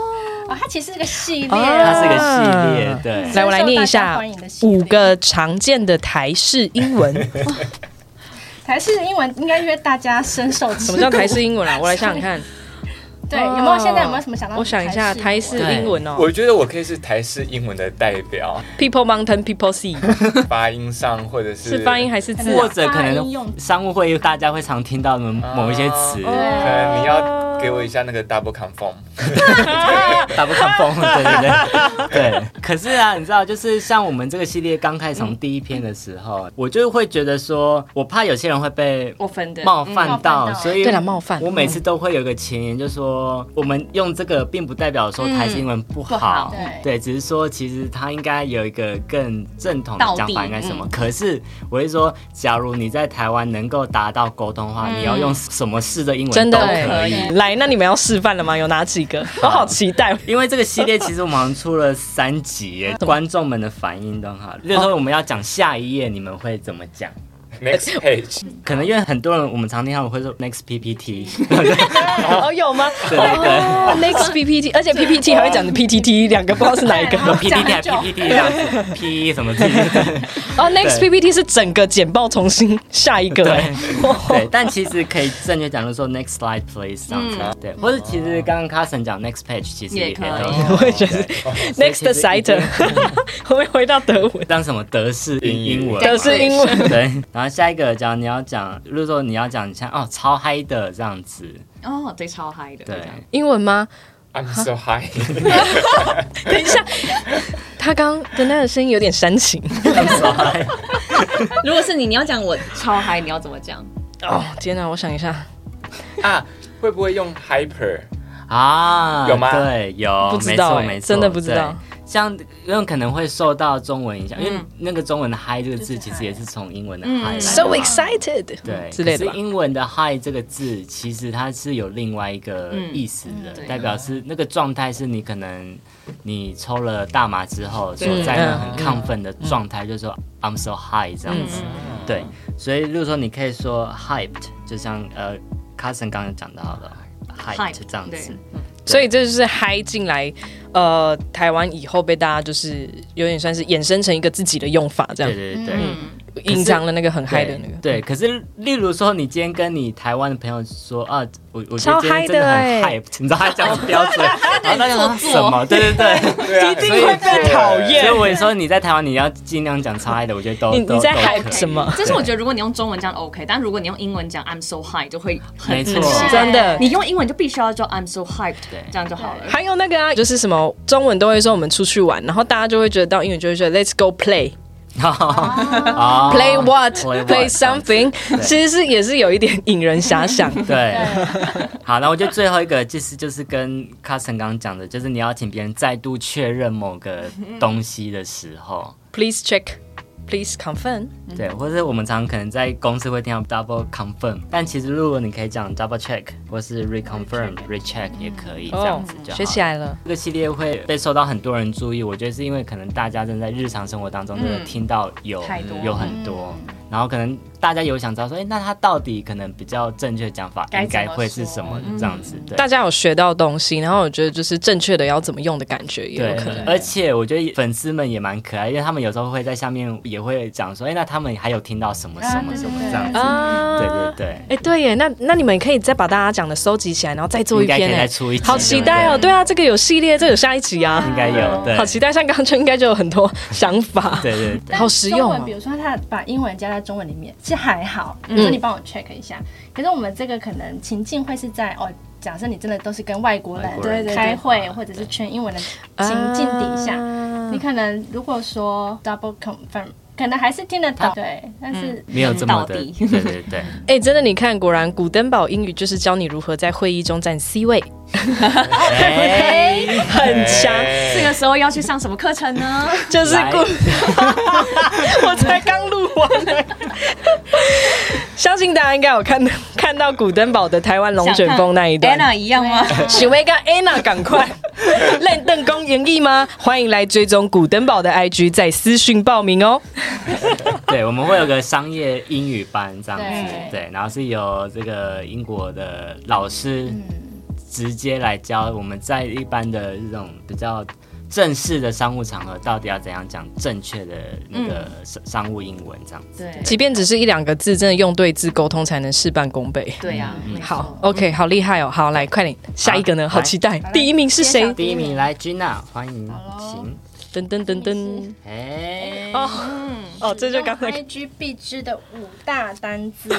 [SPEAKER 2] 它其实是个系列
[SPEAKER 3] 它
[SPEAKER 2] 啊，
[SPEAKER 3] 是一个系列
[SPEAKER 1] 啊，
[SPEAKER 3] 对。
[SPEAKER 1] 来，我来念一
[SPEAKER 2] 深受大家
[SPEAKER 1] 下
[SPEAKER 2] 欢迎的系列
[SPEAKER 1] 五个常见的台式英文。
[SPEAKER 2] 台式英文应该约大家深受。
[SPEAKER 1] *laughs* 什么叫台式英文啊？我来想想看。
[SPEAKER 2] 对，有没有现在有没有什么想到？
[SPEAKER 1] 我想一下，台式英文哦
[SPEAKER 5] 我觉得我可以是台式英文的代
[SPEAKER 1] *laughs*
[SPEAKER 5] 表，
[SPEAKER 1] ，People Mountain People Sea
[SPEAKER 5] 发音上或者是
[SPEAKER 1] 是发音还是字
[SPEAKER 3] 或
[SPEAKER 1] 啊？
[SPEAKER 3] 者可
[SPEAKER 2] 发音用
[SPEAKER 3] 能商务会议大家会常听到的某一些词，
[SPEAKER 1] 哦
[SPEAKER 5] 可能你要给我一下那个 double confirm，
[SPEAKER 3] 打不看风，对对对，对。可是啊，你知道，就是像我们这个系列刚开始从第一篇的时候，我就会觉得说，我怕有些人会被
[SPEAKER 4] 我分的
[SPEAKER 3] 冒
[SPEAKER 4] 嗯
[SPEAKER 3] 犯
[SPEAKER 2] 冒
[SPEAKER 3] 到，
[SPEAKER 2] 犯到
[SPEAKER 3] 所以
[SPEAKER 1] 对啦冒犯
[SPEAKER 3] 我每次都会有一个前言，就说我们用这个，并不代表说台式英文不
[SPEAKER 4] 不
[SPEAKER 3] 好
[SPEAKER 4] 好，
[SPEAKER 3] 对，只是说其实它应该有一个更正统的
[SPEAKER 4] 道
[SPEAKER 3] 讲法，
[SPEAKER 4] 地
[SPEAKER 3] 应该什么？
[SPEAKER 4] 嗯
[SPEAKER 3] 可是我会说，假如你在台湾能够达到沟通的话，你要用什么式的英文
[SPEAKER 1] 真的
[SPEAKER 3] 都
[SPEAKER 1] 欸
[SPEAKER 3] 可以。
[SPEAKER 1] 来，那你们要示范了吗？有哪几个？我好期待。
[SPEAKER 3] 因为这个系列其实我们好像出了三集耶，观众们的反应都很好。例如说我们要讲下一页，你们会怎么讲？
[SPEAKER 5] next
[SPEAKER 1] *laughs*
[SPEAKER 5] page，
[SPEAKER 3] 可能因为很多人我们常听他们会说 next PPT，对
[SPEAKER 1] 哦，有吗？
[SPEAKER 3] 对对。
[SPEAKER 1] 哦，Next PPT，而且 *laughs* PPT 还会讲的 PTT，两个不知道是哪一 *laughs* 个。
[SPEAKER 3] 有 PPT 还 PPT 这样子，P 什么字？ *laughs*
[SPEAKER 1] 哦，Next
[SPEAKER 3] 对
[SPEAKER 1] PPT 是整个简报重新下一个。*laughs*
[SPEAKER 3] 对
[SPEAKER 1] 哎
[SPEAKER 3] 对，但其实可以正确讲，就是说 next slide please 这样子，对，或者其实刚刚 Carson 讲 next page，其实
[SPEAKER 4] 也
[SPEAKER 3] 也
[SPEAKER 4] 可以
[SPEAKER 3] 都
[SPEAKER 1] 我嗯也觉得
[SPEAKER 3] 所以其
[SPEAKER 1] Next
[SPEAKER 3] 实已经
[SPEAKER 1] Site，我 *laughs* 们回到德文，
[SPEAKER 3] 当什么德式英英文嘛，
[SPEAKER 1] 德式英文。
[SPEAKER 3] 对，然后下一个讲你要讲，如果说你要讲像哦超嗨的这样子，
[SPEAKER 4] 哦，对，超嗨的，
[SPEAKER 3] 对
[SPEAKER 4] 这，样
[SPEAKER 1] 英文吗？
[SPEAKER 5] I'm so high，
[SPEAKER 1] *laughs* 等一下，他刚的那个声音有点煽情。
[SPEAKER 4] 如果是你，你要讲我超嗨，你要怎么讲？
[SPEAKER 1] 哦，天哪，我想一下，
[SPEAKER 5] 啊，会不会用 hyper？
[SPEAKER 3] 啊，
[SPEAKER 5] *laughs* 有吗
[SPEAKER 3] 对，有，
[SPEAKER 1] 不知道
[SPEAKER 3] 哦
[SPEAKER 1] 欸
[SPEAKER 3] 没错，没错，
[SPEAKER 1] 真的不知道
[SPEAKER 3] 对。像因为可能会受到中文影响，因为
[SPEAKER 4] 嗯
[SPEAKER 3] 那个中文的嗨这个字其实也是从英文的嗨来的
[SPEAKER 1] 嗯 So
[SPEAKER 3] 嘛
[SPEAKER 1] excited，
[SPEAKER 3] 对，
[SPEAKER 1] 嗯之类的
[SPEAKER 3] 可
[SPEAKER 1] 吧
[SPEAKER 3] 是。英文的 high 这个字，其实它是有另外一个
[SPEAKER 4] 嗯
[SPEAKER 3] 意思的，
[SPEAKER 4] 对
[SPEAKER 3] 代表是那个状态是你可能你抽了大麻之后所
[SPEAKER 4] 对嗯
[SPEAKER 3] 在那
[SPEAKER 1] 嗯
[SPEAKER 3] 很亢奋的状态，就是说 I'm so high 这样子。对，所以如果说你可以说 hyped，就像呃 Carson 刚刚讲到的 hyped
[SPEAKER 4] Hyped，
[SPEAKER 3] 这样子
[SPEAKER 4] 对。
[SPEAKER 1] 所以这就是嗨进来，呃，台湾以后被大家就是有点算是衍生成一个自己的用法，这
[SPEAKER 3] 对
[SPEAKER 1] 样
[SPEAKER 3] 对对
[SPEAKER 4] 嗯
[SPEAKER 3] 对。
[SPEAKER 1] 隐藏了那个很嗨的
[SPEAKER 3] 对
[SPEAKER 1] 那个。
[SPEAKER 3] 对，可是例如说，你今天跟你台湾的朋友说啊，我我觉
[SPEAKER 1] 超
[SPEAKER 3] 得今天真
[SPEAKER 1] 嗨的
[SPEAKER 3] 的很
[SPEAKER 1] 欸
[SPEAKER 3] hype，你知道他讲的标
[SPEAKER 4] *laughs*
[SPEAKER 3] 准，然后大家说
[SPEAKER 4] 做作
[SPEAKER 3] 什么？对对对。
[SPEAKER 5] 对啊，
[SPEAKER 1] 一定会被讨厌
[SPEAKER 3] 所以我也说你在台湾你要尽量讲超嗨的，我觉得都
[SPEAKER 1] 你
[SPEAKER 3] 都
[SPEAKER 1] 你在
[SPEAKER 3] 都
[SPEAKER 1] hype
[SPEAKER 3] 可以
[SPEAKER 1] 什
[SPEAKER 3] *laughs*
[SPEAKER 1] 么？
[SPEAKER 4] 这是我觉得，如果你用中文讲 OK，但如果你用英文讲 I'm so high，就会很
[SPEAKER 3] 没错
[SPEAKER 4] 很奇怪
[SPEAKER 1] 真的
[SPEAKER 4] 你用英文就必须要叫 I'm so hyped，
[SPEAKER 3] 对
[SPEAKER 4] 这样就好了。
[SPEAKER 1] 还有那个啊，就是什么中文都会说我们出去玩，然后大家就会觉得到英语就会说 Let's go play。哦
[SPEAKER 3] 啊
[SPEAKER 1] Play what? Play
[SPEAKER 3] Play what，这样
[SPEAKER 1] something？其实是也是有一点引人遐想。
[SPEAKER 3] 对，好，那我觉得最后一个就是就是跟 Carson 刚刚讲的，就是你要请别人再度确认某个东西的时候，
[SPEAKER 1] Please check. Please confirm.
[SPEAKER 3] 对，或者是我们常常可能在公司会听到 double confirm，但其实如果你可以讲 double check 或是 reconfirm、recheck 也可以，这样子就好。
[SPEAKER 1] 哦学起。来了。
[SPEAKER 3] 这个系列会被受到很多人注意，我觉得是因为可能大家正在日常生活当中真的听到有、
[SPEAKER 4] 太多
[SPEAKER 3] 有很多，
[SPEAKER 1] 嗯
[SPEAKER 3] 然后可能大家有想知道说，哎，那它到底可能比较正确的讲法
[SPEAKER 2] 该
[SPEAKER 3] 应该
[SPEAKER 2] 怎么
[SPEAKER 3] 会是
[SPEAKER 2] 说
[SPEAKER 3] 什么这样子？对。
[SPEAKER 1] 大家有学到东西，然后我觉得就是正确的要怎么用的感觉也
[SPEAKER 3] 对
[SPEAKER 1] 有可能。，
[SPEAKER 3] 而且我觉得粉丝们也蛮可爱，因为他们有时候会在下面也会讲说，哎、那他们还有听到什么什么什么这样子，
[SPEAKER 1] 啊
[SPEAKER 3] 嗯对对对，
[SPEAKER 1] 哎、对耶，那那你们可以再把大家讲的收集起来，然后再做一
[SPEAKER 3] 应该可以
[SPEAKER 1] 篇哎
[SPEAKER 3] 再，出一集，
[SPEAKER 1] 好期待哦！对
[SPEAKER 3] 对
[SPEAKER 1] 啊，这个有系列，这个有下一集啊，
[SPEAKER 3] 不对，应该有，对，
[SPEAKER 1] 好期待。像刚刚就应该就有很多想法，
[SPEAKER 3] *laughs* 对对对，
[SPEAKER 1] 好实用
[SPEAKER 2] 中文，
[SPEAKER 1] 哦嗯
[SPEAKER 2] 比。如说他把英文加在中文里面，是还好，比如说你帮我 check 一下。可是我们这个可能情境会是在哦，假设你真的都是跟外国
[SPEAKER 3] 外国人
[SPEAKER 2] 人开会，或者是全英文的情境底下，
[SPEAKER 1] 啊
[SPEAKER 2] 你可能如果说 double confirm，可能还是听得
[SPEAKER 1] 啊
[SPEAKER 2] 懂，对，但是
[SPEAKER 1] 嗯
[SPEAKER 3] 没有这
[SPEAKER 1] *laughs*
[SPEAKER 3] 么的，
[SPEAKER 4] 到底
[SPEAKER 3] 对对对，
[SPEAKER 1] 哎、真的，你看，果然古登堡英语就是教你如何在会议中占 C 位，
[SPEAKER 3] 哎
[SPEAKER 1] 很强，
[SPEAKER 4] 这个时候要去上什么课
[SPEAKER 3] *laughs*
[SPEAKER 4] 程呢？
[SPEAKER 1] 就是
[SPEAKER 3] 来
[SPEAKER 1] 古，我才刚录完呢、 *laughs* 相信大家应该有看看到古登堡的台湾龙卷风那一段。
[SPEAKER 4] Anna 一样吗？
[SPEAKER 1] 许巍跟 Anna 赶快练邓公演绎吗？欢迎来追踪古登堡的 IG，在私讯报名哦。
[SPEAKER 3] *laughs* 对，我们会有个商业英语班这样子，
[SPEAKER 2] 对
[SPEAKER 3] 对，然后是由这个英国的老师直接来教我们在一般的这种比较正式的商务场合到底要怎样讲正确的那个商商务英文这样子。
[SPEAKER 4] 对
[SPEAKER 1] 即便只是一两个字，真的用对字沟通才能事半功倍。
[SPEAKER 4] 对
[SPEAKER 3] 啊
[SPEAKER 4] 呀、没错
[SPEAKER 1] 好，，OK，好厉害哦！好，来快点，下一个呢？
[SPEAKER 3] 好
[SPEAKER 1] 好期待，第一名是
[SPEAKER 2] 揭
[SPEAKER 1] 谁
[SPEAKER 2] 晓？
[SPEAKER 3] 第一名来 Gina，欢迎，
[SPEAKER 2] 好咯
[SPEAKER 1] 噔
[SPEAKER 3] 请，
[SPEAKER 1] 噔噔噔，
[SPEAKER 3] 哎，
[SPEAKER 1] 哦哦，这就
[SPEAKER 2] 用
[SPEAKER 1] 刚才
[SPEAKER 2] IG 必知的五大单
[SPEAKER 1] *laughs*
[SPEAKER 2] 字，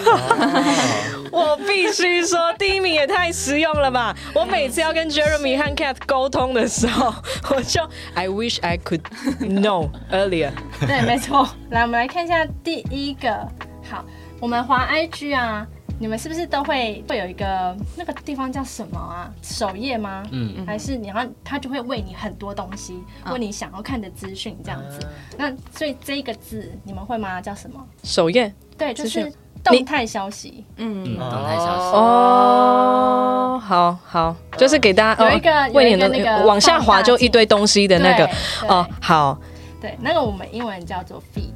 [SPEAKER 1] 我必须说，第一名也太实用了
[SPEAKER 2] *laughs*
[SPEAKER 1] 吧！我每次要跟 Jeremy 和 Cat 沟通的时候，我就 I wish I could know earlier。
[SPEAKER 3] *laughs*
[SPEAKER 2] 对，没错。来，我们来看一下第一个。好，我们滑 IG 啊，你们是不是都会会有一个那个地方叫什么啊？首页吗？
[SPEAKER 3] 嗯，
[SPEAKER 2] 还是你要他就会喂你很多东西，问你想要看的资讯这样子。
[SPEAKER 3] 啊
[SPEAKER 2] 那所以这一个字你们会吗？叫什么？
[SPEAKER 1] 首页
[SPEAKER 2] 对，就
[SPEAKER 1] 资讯
[SPEAKER 2] 是动态消息。
[SPEAKER 3] 嗯，
[SPEAKER 4] 嗯，
[SPEAKER 5] 哦
[SPEAKER 3] 动态消
[SPEAKER 2] 哦
[SPEAKER 3] 息。
[SPEAKER 1] 哦，好好，就是给大家
[SPEAKER 2] 有一个
[SPEAKER 1] 哦
[SPEAKER 2] 有一个
[SPEAKER 1] 为你的
[SPEAKER 2] 那个
[SPEAKER 1] 往下滑就一堆东西的那个
[SPEAKER 2] 对
[SPEAKER 1] 哦，好
[SPEAKER 2] 对，那个我们英文叫做 feed，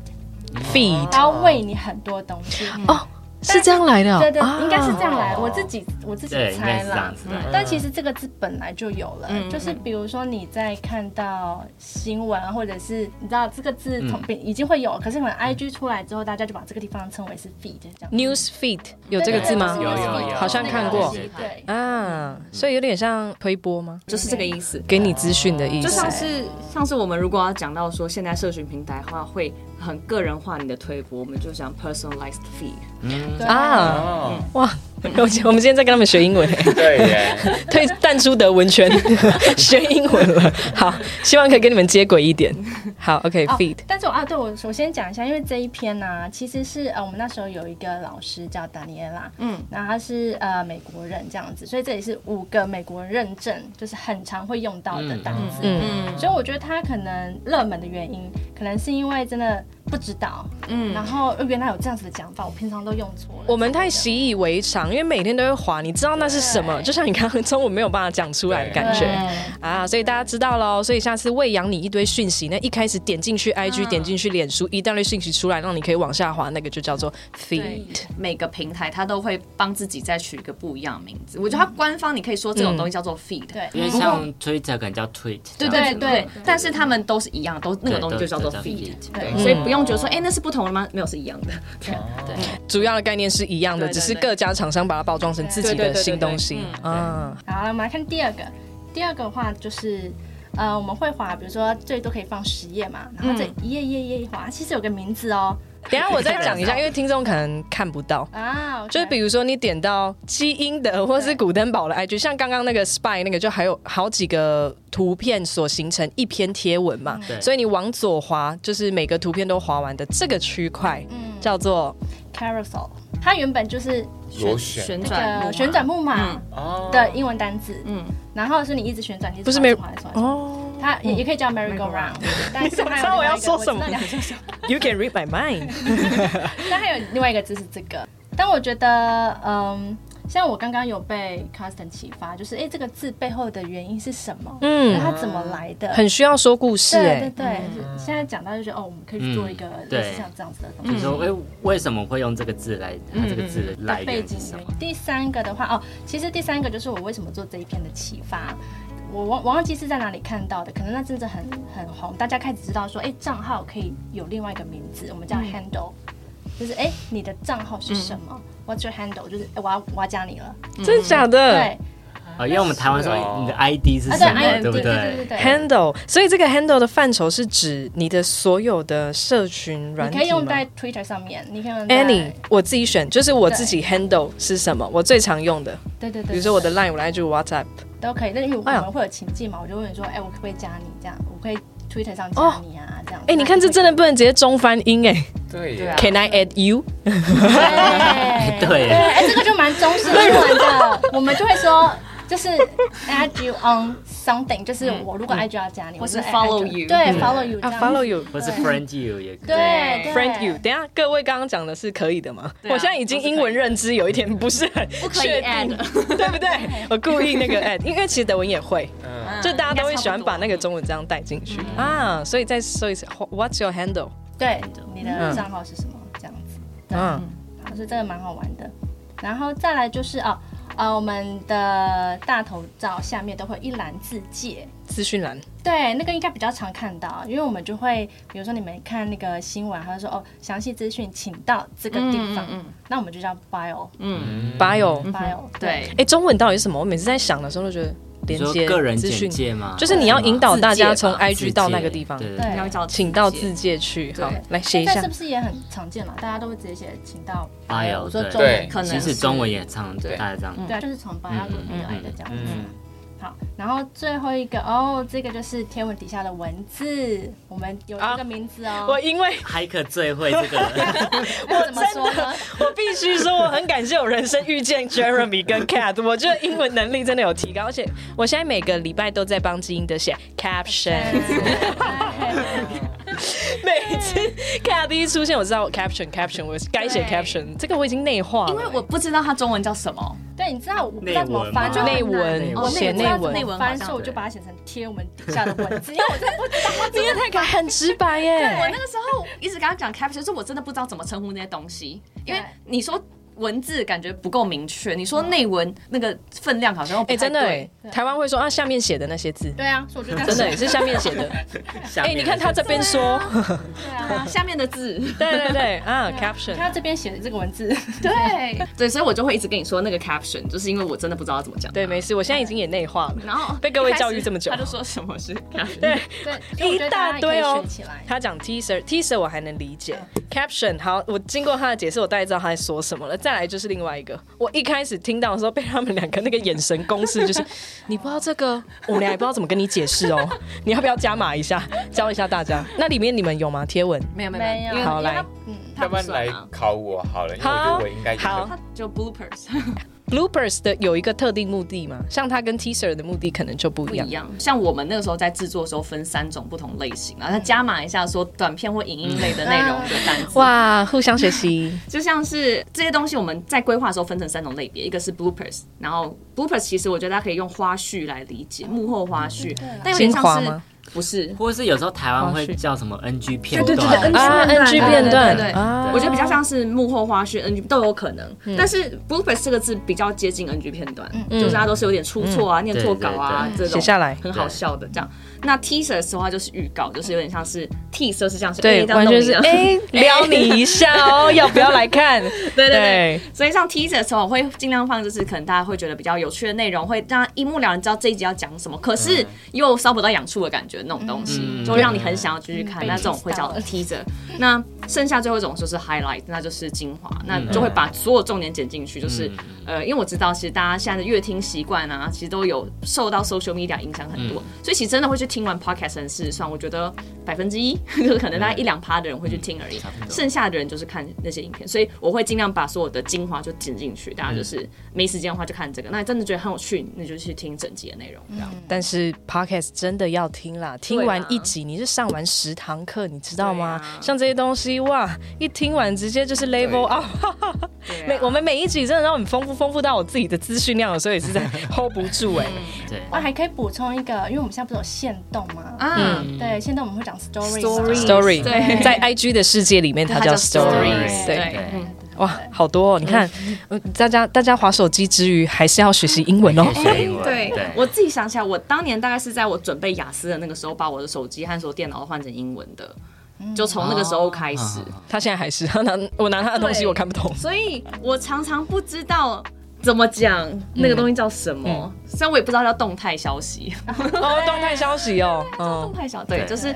[SPEAKER 3] 哦
[SPEAKER 1] feed
[SPEAKER 2] 它要喂你很多东西。
[SPEAKER 3] 嗯
[SPEAKER 1] 哦，是这样来的哦，
[SPEAKER 2] 对对，
[SPEAKER 1] 啊
[SPEAKER 2] 应该是这样来，我自己我自己
[SPEAKER 3] 哦对，应该
[SPEAKER 2] 猜
[SPEAKER 3] 是
[SPEAKER 2] 啦
[SPEAKER 3] 这样。子
[SPEAKER 1] 嗯
[SPEAKER 3] 的。
[SPEAKER 2] 但其实这个字本来就有了，就是比如说你在看到新闻，或者是你知道这个字从
[SPEAKER 1] 嗯
[SPEAKER 2] 已经会有了，可是可能 I G 出来之后，大家就把这个地方称为是 feed 这样。
[SPEAKER 1] news feed 有这个字吗
[SPEAKER 2] 对？
[SPEAKER 3] 有有有
[SPEAKER 1] 好像看
[SPEAKER 2] 那个
[SPEAKER 1] 过
[SPEAKER 2] 东西对，
[SPEAKER 1] 啊，所以有点像推播吗？
[SPEAKER 4] 就是这个意思。
[SPEAKER 1] 给你资讯的意
[SPEAKER 4] 就
[SPEAKER 1] 思
[SPEAKER 4] 像是像是我们如果要讲到说现在社群平台的话，会很个人化你的推播，我们就讲 personalized feed。
[SPEAKER 2] 对
[SPEAKER 1] 啊，
[SPEAKER 5] 哦，
[SPEAKER 1] 哇！我们我们今天在跟他们学英
[SPEAKER 4] *laughs*
[SPEAKER 1] 文，
[SPEAKER 5] 对耶，
[SPEAKER 1] *laughs* 退淡出德文圈，学英文了。好，希望可以跟你们接轨一点。好
[SPEAKER 2] 哦
[SPEAKER 1] ，OK，feed，
[SPEAKER 2] 但是我啊，对我首先讲一下，因为这一篇呢、其实是呃，我们那时候有一个老师叫达尼埃拉，嗯，那他是呃美国人这样子，所以这里是五个美国人认证，就是很常会用到的单词，
[SPEAKER 1] 嗯
[SPEAKER 2] 嗯，所以我觉得他可能热门的原因，可能是因为真的不知道，嗯，然后呃原来有这样子的讲法，我平常都用错了，
[SPEAKER 1] 我们太习以为常，因为每天都会滑，你知道那是什么？就像你刚刚中文没有办法讲出来的感觉啊，所以大家知道喽。所以下次喂养你一堆讯息，那一开始点进去
[SPEAKER 4] 啊
[SPEAKER 1] IG，点进去脸书，一大堆讯息出来，让你可以往下滑，那个就叫做 feed。
[SPEAKER 4] 每个平台它都会帮自己再取一个不一样的名字。我觉
[SPEAKER 3] 嗯
[SPEAKER 4] 得它官方你可以说这种东西叫做 feed，、
[SPEAKER 2] 对
[SPEAKER 3] 因为像 Twitter 可能叫 tweet，
[SPEAKER 4] 对
[SPEAKER 3] 这样
[SPEAKER 4] 对
[SPEAKER 3] 子
[SPEAKER 4] 对
[SPEAKER 3] 嘛
[SPEAKER 4] 对，但是他们都是一样，都那个东西就叫做
[SPEAKER 3] 对都
[SPEAKER 4] feed，
[SPEAKER 3] 都
[SPEAKER 4] 对，所以不用觉得说，哎、那是不同的吗？没有，是一样的。
[SPEAKER 1] 主要的概念是一样的，
[SPEAKER 4] 对对
[SPEAKER 1] 只是
[SPEAKER 4] 对
[SPEAKER 1] 各家厂商把它包装成自己
[SPEAKER 4] 对
[SPEAKER 1] 的
[SPEAKER 4] 对对对
[SPEAKER 1] 新东西
[SPEAKER 4] 对。
[SPEAKER 1] 嗯，
[SPEAKER 2] 好，我们来看第二个。第二个的话就是，呃，我们会划，比如说最多可以放十页嘛，然后这一页一页一页一划，其实有个名字哦。
[SPEAKER 1] 等一下我再讲一
[SPEAKER 2] *laughs*
[SPEAKER 1] 下，因为听众可能看不到。
[SPEAKER 2] 啊，OK，
[SPEAKER 1] 就是比如说你点到基因的或是古登堡的 IG，像刚刚那个 Spy 那个，就还有好几个图片所形成一篇贴文嘛，
[SPEAKER 2] 嗯
[SPEAKER 3] 对
[SPEAKER 1] 所以你往左滑，就是每个图片都滑完的这个区块，
[SPEAKER 2] 嗯
[SPEAKER 1] 叫做
[SPEAKER 2] carousel，它原本就是
[SPEAKER 5] 螺旋
[SPEAKER 4] 旋转木
[SPEAKER 2] 呃
[SPEAKER 4] 马
[SPEAKER 2] 旋啊转木马
[SPEAKER 5] 哦，
[SPEAKER 2] 的英文单字，嗯，然后是你一直旋转，你一直
[SPEAKER 1] 不是
[SPEAKER 2] 滑一直
[SPEAKER 1] merry-
[SPEAKER 2] 滑一直滑一直滑
[SPEAKER 1] 哦
[SPEAKER 2] 它也也可以叫 merry go
[SPEAKER 1] *laughs*
[SPEAKER 2] round，但是
[SPEAKER 1] 你怎
[SPEAKER 2] 还有
[SPEAKER 1] 么知道我
[SPEAKER 2] 另外一个
[SPEAKER 1] 要说什么
[SPEAKER 2] 我知道你要说什么
[SPEAKER 1] ，You can read my
[SPEAKER 2] *laughs*
[SPEAKER 1] mind，
[SPEAKER 2] 但还有另外一个字是这个，但我觉得，嗯，像我刚刚有被 Constant 启发，就是哎、诶这个字背后的原因是什么？嗯，它怎么来的？
[SPEAKER 1] 很需要说故事
[SPEAKER 2] 对对
[SPEAKER 1] 哎、
[SPEAKER 2] 对，现在讲到就觉得哦，我们可以去做一个类似像这样子的东
[SPEAKER 3] 就是
[SPEAKER 2] 西。
[SPEAKER 3] 说，哎，为什么会用这个字来？它这个字的来
[SPEAKER 2] 背
[SPEAKER 3] 源
[SPEAKER 2] 景
[SPEAKER 3] 是什
[SPEAKER 2] 原
[SPEAKER 3] 么
[SPEAKER 2] 因？。第三个的话，哦，其实第三个就是我为什么做这一篇的启发。我忘忘记是在哪里看到的，可能那真的很很红，大家开始知道说，哎、账号可以有另外一个名字，我们
[SPEAKER 1] 嗯
[SPEAKER 2] 叫 handle，、就是哎、诶你的账号是什么、w
[SPEAKER 1] 嗯
[SPEAKER 2] h a t s your handle？就是、哎诶我要我要加你了，
[SPEAKER 1] 真的假的？
[SPEAKER 2] 嗯对，
[SPEAKER 3] 啊，因为我们台湾说
[SPEAKER 5] 哦
[SPEAKER 3] 你的 ID 是
[SPEAKER 2] 啊
[SPEAKER 3] 什
[SPEAKER 2] 对
[SPEAKER 3] 么，
[SPEAKER 2] ，I
[SPEAKER 3] 对
[SPEAKER 2] D，
[SPEAKER 3] 不
[SPEAKER 2] 对对对对
[SPEAKER 1] Handle，所以这个 handle 的范畴是指你的所有的社群软
[SPEAKER 2] 你
[SPEAKER 1] 体
[SPEAKER 2] 可以用
[SPEAKER 1] 吗
[SPEAKER 2] 在 Twitter 上面，你可以用在
[SPEAKER 1] Any，我
[SPEAKER 4] 欸
[SPEAKER 1] 自己选，就是我自己 handle 是什么，我最常用的，
[SPEAKER 2] 对对对，
[SPEAKER 1] 比如说我的 Line，我的 IG 我的 WhatsApp，
[SPEAKER 2] 都可以，但因为我
[SPEAKER 1] 哎呦
[SPEAKER 2] 们会有情境嘛，我就问你说，哎、我可不可以加你这样？我可以 Twitter 上
[SPEAKER 1] 哦
[SPEAKER 2] 加你啊，这样。
[SPEAKER 1] 哎、你看这真的不能直接中翻英哎、
[SPEAKER 5] 对
[SPEAKER 4] 对
[SPEAKER 5] 耶
[SPEAKER 4] 啊，
[SPEAKER 1] Can I add you？
[SPEAKER 2] 对
[SPEAKER 3] 对
[SPEAKER 2] 哎、这个就蛮中式英文的，我们就会说。就是 add you on something，就是我如果 IG 要加你，我
[SPEAKER 4] 或是
[SPEAKER 2] 就 add
[SPEAKER 4] follow
[SPEAKER 2] you
[SPEAKER 4] you
[SPEAKER 2] 对
[SPEAKER 4] 嗯
[SPEAKER 2] follow you 这
[SPEAKER 1] 啊
[SPEAKER 2] 样
[SPEAKER 1] ，follow you。
[SPEAKER 3] 或是 friend you 也可以。
[SPEAKER 2] 对对
[SPEAKER 1] Friend you，等一下各位刚刚讲的是可以的吗？我
[SPEAKER 4] 啊
[SPEAKER 1] 现在已经英文认知有一点不是很
[SPEAKER 4] 不可以
[SPEAKER 1] 确定
[SPEAKER 4] add
[SPEAKER 1] *laughs* 对不对？我故意
[SPEAKER 4] *laughs*
[SPEAKER 1] 那个 add，因为其实德文也会，
[SPEAKER 4] 嗯
[SPEAKER 1] 就大家都会喜欢把那个中文这样带进去啊。所以再说一次，What's your handle？
[SPEAKER 2] 对，你的账号是什么？这样子，
[SPEAKER 1] 嗯，
[SPEAKER 2] 所以这个蛮好玩的。然后再来就是哦，呃，我们的大头照下面都会有一栏字界。
[SPEAKER 1] 资讯栏，
[SPEAKER 2] 对，那个应该比较常看到，因为我们就会，比如说你们看那个新闻，他就说哦，详细资讯请到这个地方，
[SPEAKER 4] 嗯
[SPEAKER 2] 那我们就叫 bio
[SPEAKER 5] 嗯
[SPEAKER 1] 八有
[SPEAKER 2] bio，对，
[SPEAKER 4] 对，
[SPEAKER 1] 哎，中文到底是什么？我每次在想的时候都觉得
[SPEAKER 3] 你
[SPEAKER 1] 连
[SPEAKER 3] 说
[SPEAKER 1] 接
[SPEAKER 3] 个人
[SPEAKER 1] 资
[SPEAKER 3] 简
[SPEAKER 1] 讯，
[SPEAKER 3] 介吗？
[SPEAKER 1] 就是你要引导大家从
[SPEAKER 4] 自
[SPEAKER 3] 啊自介
[SPEAKER 1] IG 到那个地方，
[SPEAKER 3] 对对哎
[SPEAKER 2] 对
[SPEAKER 3] 对
[SPEAKER 4] 你要找
[SPEAKER 1] 请到
[SPEAKER 4] 自
[SPEAKER 1] 自
[SPEAKER 4] 己。
[SPEAKER 1] 介去。好
[SPEAKER 4] 对，
[SPEAKER 1] 来写
[SPEAKER 2] 现
[SPEAKER 1] 一
[SPEAKER 2] 在
[SPEAKER 1] 下
[SPEAKER 2] 是。不是也很常见嘛？大家都会直接写请到
[SPEAKER 3] bio，
[SPEAKER 2] 我说
[SPEAKER 3] 对
[SPEAKER 2] 中文啊
[SPEAKER 5] 对
[SPEAKER 4] 可能
[SPEAKER 3] 其实
[SPEAKER 4] 是
[SPEAKER 3] 中文也唱
[SPEAKER 4] 对
[SPEAKER 3] 大家这样。
[SPEAKER 2] 对啊，就是从 bio 来的这样子。
[SPEAKER 5] 嗯，
[SPEAKER 2] 好，然后最后一个哦，这个就是天文底下的文字，我们有这个名字 *laughs* 哦。
[SPEAKER 1] 我因为
[SPEAKER 3] 嗨客最会这个，
[SPEAKER 2] 我怎么说呢？
[SPEAKER 1] 我必须说，我很感谢我人生遇见 Jeremy 跟 Cat，我觉得英文能力真的有提高，而且我现在每个礼拜都在帮基因的写 caption，每次 Cat 一出现，我知道我 caption caption，我该写
[SPEAKER 2] 对
[SPEAKER 1] caption，这个我已经内化了，
[SPEAKER 4] 因为我不知道它中文叫什么，
[SPEAKER 2] *laughs* 对，你知道我不知道怎么翻，就
[SPEAKER 1] 内文
[SPEAKER 3] 内
[SPEAKER 4] 文
[SPEAKER 1] 写
[SPEAKER 4] 内
[SPEAKER 1] 内
[SPEAKER 4] 文
[SPEAKER 1] 文
[SPEAKER 4] 内，文
[SPEAKER 2] 翻，所以我就把它写成贴文底下的文字，因为我真的不知道它怎
[SPEAKER 1] 你 *laughs* 也
[SPEAKER 2] 么。
[SPEAKER 1] 太敢很直白
[SPEAKER 4] 我
[SPEAKER 1] 耶，哎
[SPEAKER 4] 那个时候一直跟他讲 caption，就是我真的不知道怎么称呼那些东西，因为
[SPEAKER 2] 对
[SPEAKER 4] 你说文字感觉不够明确，你说内文那个分量好像又不
[SPEAKER 1] 哎，
[SPEAKER 4] 太
[SPEAKER 1] 真的
[SPEAKER 4] 对
[SPEAKER 1] 哎，，台湾会说啊，下面写的那些字，
[SPEAKER 2] 对啊，所以我就
[SPEAKER 1] 真的耶是下面写
[SPEAKER 4] *laughs*
[SPEAKER 1] 的，哎，你看他这边说，
[SPEAKER 2] 对啊。
[SPEAKER 4] 下面的字
[SPEAKER 1] 对对对啊，caption，
[SPEAKER 2] 他这边写的这个文字，
[SPEAKER 4] 对对，所以我就会一直跟你说那个 caption，就是因为我真的不知道怎么讲。
[SPEAKER 1] 对，没事，我现在已经也内化了，
[SPEAKER 4] 然后
[SPEAKER 1] 被各位
[SPEAKER 4] 一开始
[SPEAKER 1] 教育这么久
[SPEAKER 4] 他就说什么是
[SPEAKER 1] *laughs*
[SPEAKER 4] caption，
[SPEAKER 1] 对。啊
[SPEAKER 2] 对，所以我
[SPEAKER 1] 一
[SPEAKER 2] 觉得
[SPEAKER 1] 大
[SPEAKER 2] 大家
[SPEAKER 1] 堆
[SPEAKER 2] 也可以
[SPEAKER 1] 哦
[SPEAKER 2] 学起来。。
[SPEAKER 1] 他讲 teaser teaser 我还能理解，caption 好，我经过他的解释，我大概知道他在说什么了。再来就是另外一个，我一开始听到的时候被他们两个那个眼神攻势，就是你不知道这个，我们俩也不知道怎么跟你解释哦。你要不要加码一下，教一下大家？那里面你们有吗？贴文
[SPEAKER 4] 没有没有
[SPEAKER 2] 没
[SPEAKER 4] 没
[SPEAKER 2] 有，
[SPEAKER 4] 有，
[SPEAKER 2] 因为
[SPEAKER 1] 好来
[SPEAKER 2] 它嗯，
[SPEAKER 5] 要不然来考我好了，因为我觉得我应该也会
[SPEAKER 1] 好
[SPEAKER 4] 啊他就 bloopers。 *laughs*
[SPEAKER 1] bloopers 的有一个特定目的吗？像他跟 teaser 的目的可能就不
[SPEAKER 4] 不
[SPEAKER 1] 一样
[SPEAKER 4] 一。样。像我们那个时候在制作的时候，分三种不同类型，然后再加码一下说短片或影音类的内容的单子。哇，
[SPEAKER 1] 哇，互相学习，
[SPEAKER 4] 就像是这些东西，我们在规划的时候分成三种类别，一个是 bloopers，然后 bloopers 其实我觉得大家可以用花絮来理解，幕后花絮，
[SPEAKER 2] 嗯啊
[SPEAKER 4] 但有点
[SPEAKER 1] 精华
[SPEAKER 4] 像是
[SPEAKER 1] 吗？
[SPEAKER 4] 不是。
[SPEAKER 3] 或是有时候台湾会
[SPEAKER 1] 花絮
[SPEAKER 3] 叫什么 NG 片
[SPEAKER 4] 对对对
[SPEAKER 3] 段
[SPEAKER 4] 对
[SPEAKER 1] 啊，NG 片段，
[SPEAKER 4] 对对对对
[SPEAKER 1] 啊
[SPEAKER 4] 我觉得比较像是幕后花絮，NG 都有可能，
[SPEAKER 1] 嗯
[SPEAKER 4] 但是 bloopers 这个字比较接近 NG 片段，就是大家都是有点出错
[SPEAKER 1] 嗯
[SPEAKER 4] 啊、念错稿啊
[SPEAKER 3] 对
[SPEAKER 4] 这种
[SPEAKER 1] 写下来
[SPEAKER 4] 很好笑的这样。那 teaser 的话就是预告，就是有点像是 teaser 是像是
[SPEAKER 1] 对
[SPEAKER 4] 哎，这样
[SPEAKER 1] 完全
[SPEAKER 4] 弄一
[SPEAKER 1] 是
[SPEAKER 4] 下
[SPEAKER 1] 哎，撩你一下哦，要不要来
[SPEAKER 4] *laughs*
[SPEAKER 1] 看？
[SPEAKER 4] 对对
[SPEAKER 1] 对
[SPEAKER 4] 对， *laughs* 所以像 teaser 的时候，我会尽量放，就是可能大家会觉得比较有趣的内容，会让一目了然知道这一集要讲什么，可
[SPEAKER 1] 嗯
[SPEAKER 4] 是又烧不到痒处的感觉那种东西，
[SPEAKER 3] 嗯
[SPEAKER 4] 就会让你很想要继续看。
[SPEAKER 2] 嗯
[SPEAKER 4] 那这种会叫
[SPEAKER 2] 被
[SPEAKER 4] teaser。那剩下最后一种就是 highlight，那就是精华，那就会把所有重点剪进去。就是呃，因为我知道其实大家现在的乐听习惯啊，其实都有受到 social media 影响很多，所以其实真的会去听完 podcast 的人，事实上我觉得百分之一， *laughs* 就是可能大概一两趴的人会去听而已。
[SPEAKER 3] 不多
[SPEAKER 4] 剩下的人就是看那些影片，所以我会尽量把所有的精华就剪进去。大家就是没时间的话就看这个，那真的觉得很有趣，那就去听整集的内容。
[SPEAKER 2] 嗯
[SPEAKER 4] 这样
[SPEAKER 1] 但是 podcast 真的要听
[SPEAKER 4] 啊
[SPEAKER 1] 啦，听完一集你是上完十堂课，你知道吗
[SPEAKER 4] 对啊？
[SPEAKER 1] 像这些东西哇，一听完直接就是 level up。每 *laughs*
[SPEAKER 2] 啊
[SPEAKER 4] 啊
[SPEAKER 1] 我们每一集真的都很丰富，丰富到我自己的资讯量，有时候也是在
[SPEAKER 4] *laughs*
[SPEAKER 1] hold 不住哎。
[SPEAKER 3] 对，
[SPEAKER 2] 我还可以补充一个，因为我们现在不是有限动吗？
[SPEAKER 4] 啊，
[SPEAKER 2] 对，限动我们会讲 story。
[SPEAKER 4] Stories
[SPEAKER 1] Story
[SPEAKER 4] 嗯对
[SPEAKER 1] 在 IG 的世界里面，它
[SPEAKER 4] 它
[SPEAKER 1] 叫
[SPEAKER 4] 叫
[SPEAKER 1] stories。
[SPEAKER 4] stories，
[SPEAKER 1] 对
[SPEAKER 4] 对，
[SPEAKER 3] 对，
[SPEAKER 1] 哇，好多哦！你看，呃大家大家划手机之余，还是要学习英文哦。
[SPEAKER 3] 学英文，
[SPEAKER 4] 对
[SPEAKER 3] 对，
[SPEAKER 4] 我自己想起来，我当年大概是在我准备雅思的那个时候，把我的手机和所有电脑都换成英文的，就从那个时候开始。
[SPEAKER 1] *laughs* 他现在还是他拿我拿他的东西，
[SPEAKER 4] 对
[SPEAKER 1] 我看不懂。
[SPEAKER 4] 所以我常常不知道怎么讲那个东西叫什么，
[SPEAKER 1] 嗯
[SPEAKER 4] 虽然我也不知道叫动态消息，
[SPEAKER 1] 哦，动态消息哦，
[SPEAKER 4] 嗯动
[SPEAKER 1] 嗯，
[SPEAKER 4] 态消对，
[SPEAKER 3] 对
[SPEAKER 4] 就是。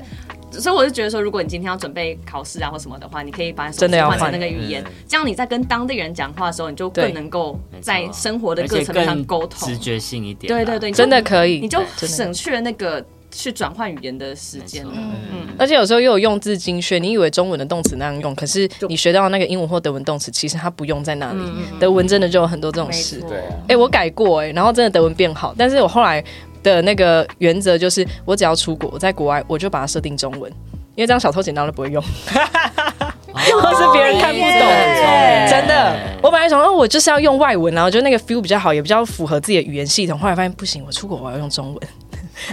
[SPEAKER 4] 所以我就觉得说，如果你今天要准备考试啊或什么的话，你可以把你手
[SPEAKER 1] 真的
[SPEAKER 4] 机
[SPEAKER 1] 要
[SPEAKER 4] 换成
[SPEAKER 1] 换嗯
[SPEAKER 4] 那个语言
[SPEAKER 3] 对，
[SPEAKER 4] 这样你在跟当地人讲话的时候，你就
[SPEAKER 1] 对
[SPEAKER 4] 更能够
[SPEAKER 3] 没错
[SPEAKER 4] 在生活的
[SPEAKER 3] 而
[SPEAKER 4] 各
[SPEAKER 3] 且
[SPEAKER 4] 层面上
[SPEAKER 3] 更
[SPEAKER 4] 沟通
[SPEAKER 3] 直。觉性一点，
[SPEAKER 4] 对对对，，你就
[SPEAKER 1] 真的可以，
[SPEAKER 4] 你就
[SPEAKER 1] 真的
[SPEAKER 4] 省去了那个去转换语言的时
[SPEAKER 3] 没
[SPEAKER 4] 间
[SPEAKER 3] 错
[SPEAKER 4] 了。
[SPEAKER 3] 嗯，
[SPEAKER 1] 而且有时候又有用字精确，你以为中文的动词那样用，可是你学到那个英文或德文动词，其实它不用在那里。德文真的就有很多这种
[SPEAKER 4] 嗯没
[SPEAKER 1] 事
[SPEAKER 4] 错。。
[SPEAKER 5] 对啊
[SPEAKER 1] 哎、我改过哎、然后真的德文变好，但是我后来的那个原则就是，我只要出国，我在国外我就把它设定中文，因为这样小偷剪刀都不会用， *laughs* 或
[SPEAKER 3] 哦
[SPEAKER 1] 是别人看不懂。真的，我本来想说，我就是要用外文，然后就那个 feel 比较好，也比较符合自己的语言系统。后来发现不行，我出国我要用中文，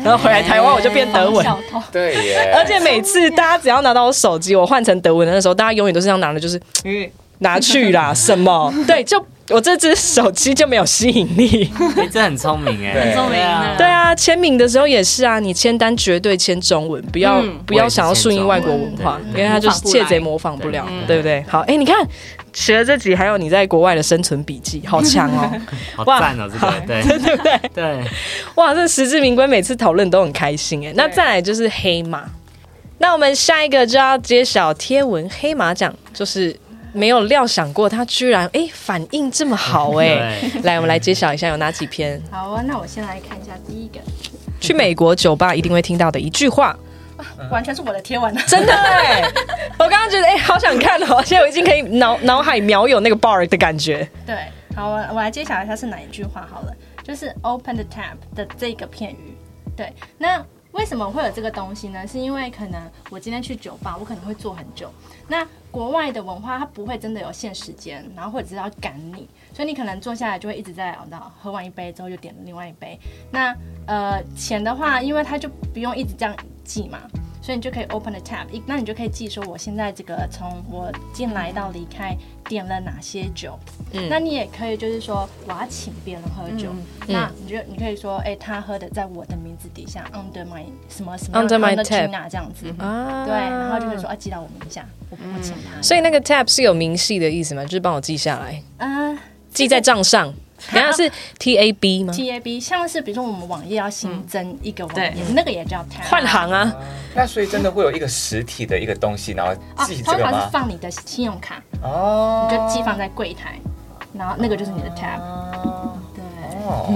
[SPEAKER 1] 然后回来台湾我就变德文。
[SPEAKER 2] 小偷，
[SPEAKER 5] 对耶，
[SPEAKER 1] *laughs* 而且每次大家只要拿到我手机，我换成德文的时候，大家永远都是这样拿的，就是
[SPEAKER 4] 因为
[SPEAKER 1] 拿去啦，什么？对，就 *laughs* 我这只手机就没有吸引力。
[SPEAKER 3] 哎，这很聪明哎，
[SPEAKER 5] 对很
[SPEAKER 4] 聪明啊
[SPEAKER 1] 对啊，签名的时候也是啊，你签单绝对签中文，不要、
[SPEAKER 4] 嗯
[SPEAKER 1] 不要想要顺应外国文化，
[SPEAKER 3] 我
[SPEAKER 1] 因
[SPEAKER 3] 也是签中文
[SPEAKER 1] 为它就是窃贼模仿不了，对不对？好，哎、你看学了这集，还有你在国外的生存笔记，好强 *laughs* 哦，
[SPEAKER 3] 好
[SPEAKER 1] 哇
[SPEAKER 3] 赞哦，这个对
[SPEAKER 1] 对不对？
[SPEAKER 3] 对，
[SPEAKER 1] 哇，这实至名归，每次讨论都很开心哎。那再来就是黑马，那我们下一个就要揭晓贴文黑马奖，就是没有料想过它居然哎反应这么好哎。
[SPEAKER 3] 对
[SPEAKER 1] 来，我们来揭晓一下有哪几篇。
[SPEAKER 2] 好啊，那我先来看一下第一个，
[SPEAKER 1] 去美国酒吧一定会听到的一句话，
[SPEAKER 2] 完全是我的贴文啊，
[SPEAKER 1] 真的哎、 *laughs* 我刚刚觉得哎、好想看哦，现在我已经可以脑脑海秒有那个 bar 的感觉。
[SPEAKER 2] *laughs* 对，好，我啊我来揭晓一下是哪一句话好了，就是 open the tab 的这个片语。对，那为什么会有这个东西呢？是因为可能我今天去酒吧，我可能会坐很久。那国外的文化它不会真的有限时间，然后或者是要赶你，所以你可能坐下来就会一直在，哦你知道，喝完一杯之后就点另外一杯。那呃钱的话，因为它就不用一直这样记嘛，所以你就可以 open the tab，一那你就可以记说我现在这个从我进来到离开点了哪些酒，
[SPEAKER 1] 嗯
[SPEAKER 2] 那你也可以就是说我要请别人喝酒，那你就你可以说，哎、他喝的在我的名字底下，under my 什么什么
[SPEAKER 1] Under my tab
[SPEAKER 2] Gina 这样子，
[SPEAKER 1] 啊
[SPEAKER 2] 对，然后就会说，啊，记到我名下，我我请他，
[SPEAKER 1] 所以那个 tab 是有明细的意思吗？就是帮我记下来，
[SPEAKER 2] 嗯、
[SPEAKER 1] 记在账
[SPEAKER 2] *laughs*
[SPEAKER 1] 上。等一下是 T A B 吗？
[SPEAKER 2] t a b 像是比如说我们网页要新增一个网页，
[SPEAKER 4] 对
[SPEAKER 2] 那个也叫 tab，
[SPEAKER 1] 换行啊，
[SPEAKER 5] 那所以真的会有一个实体的一个东西，然后
[SPEAKER 2] 啊，
[SPEAKER 5] 记这
[SPEAKER 2] 通
[SPEAKER 5] 个
[SPEAKER 2] 常
[SPEAKER 5] 吗
[SPEAKER 2] 是？放你的信用卡，
[SPEAKER 5] 哦
[SPEAKER 2] 你就寄放在柜台，然后那个就是你的 tab，对，
[SPEAKER 5] 哦，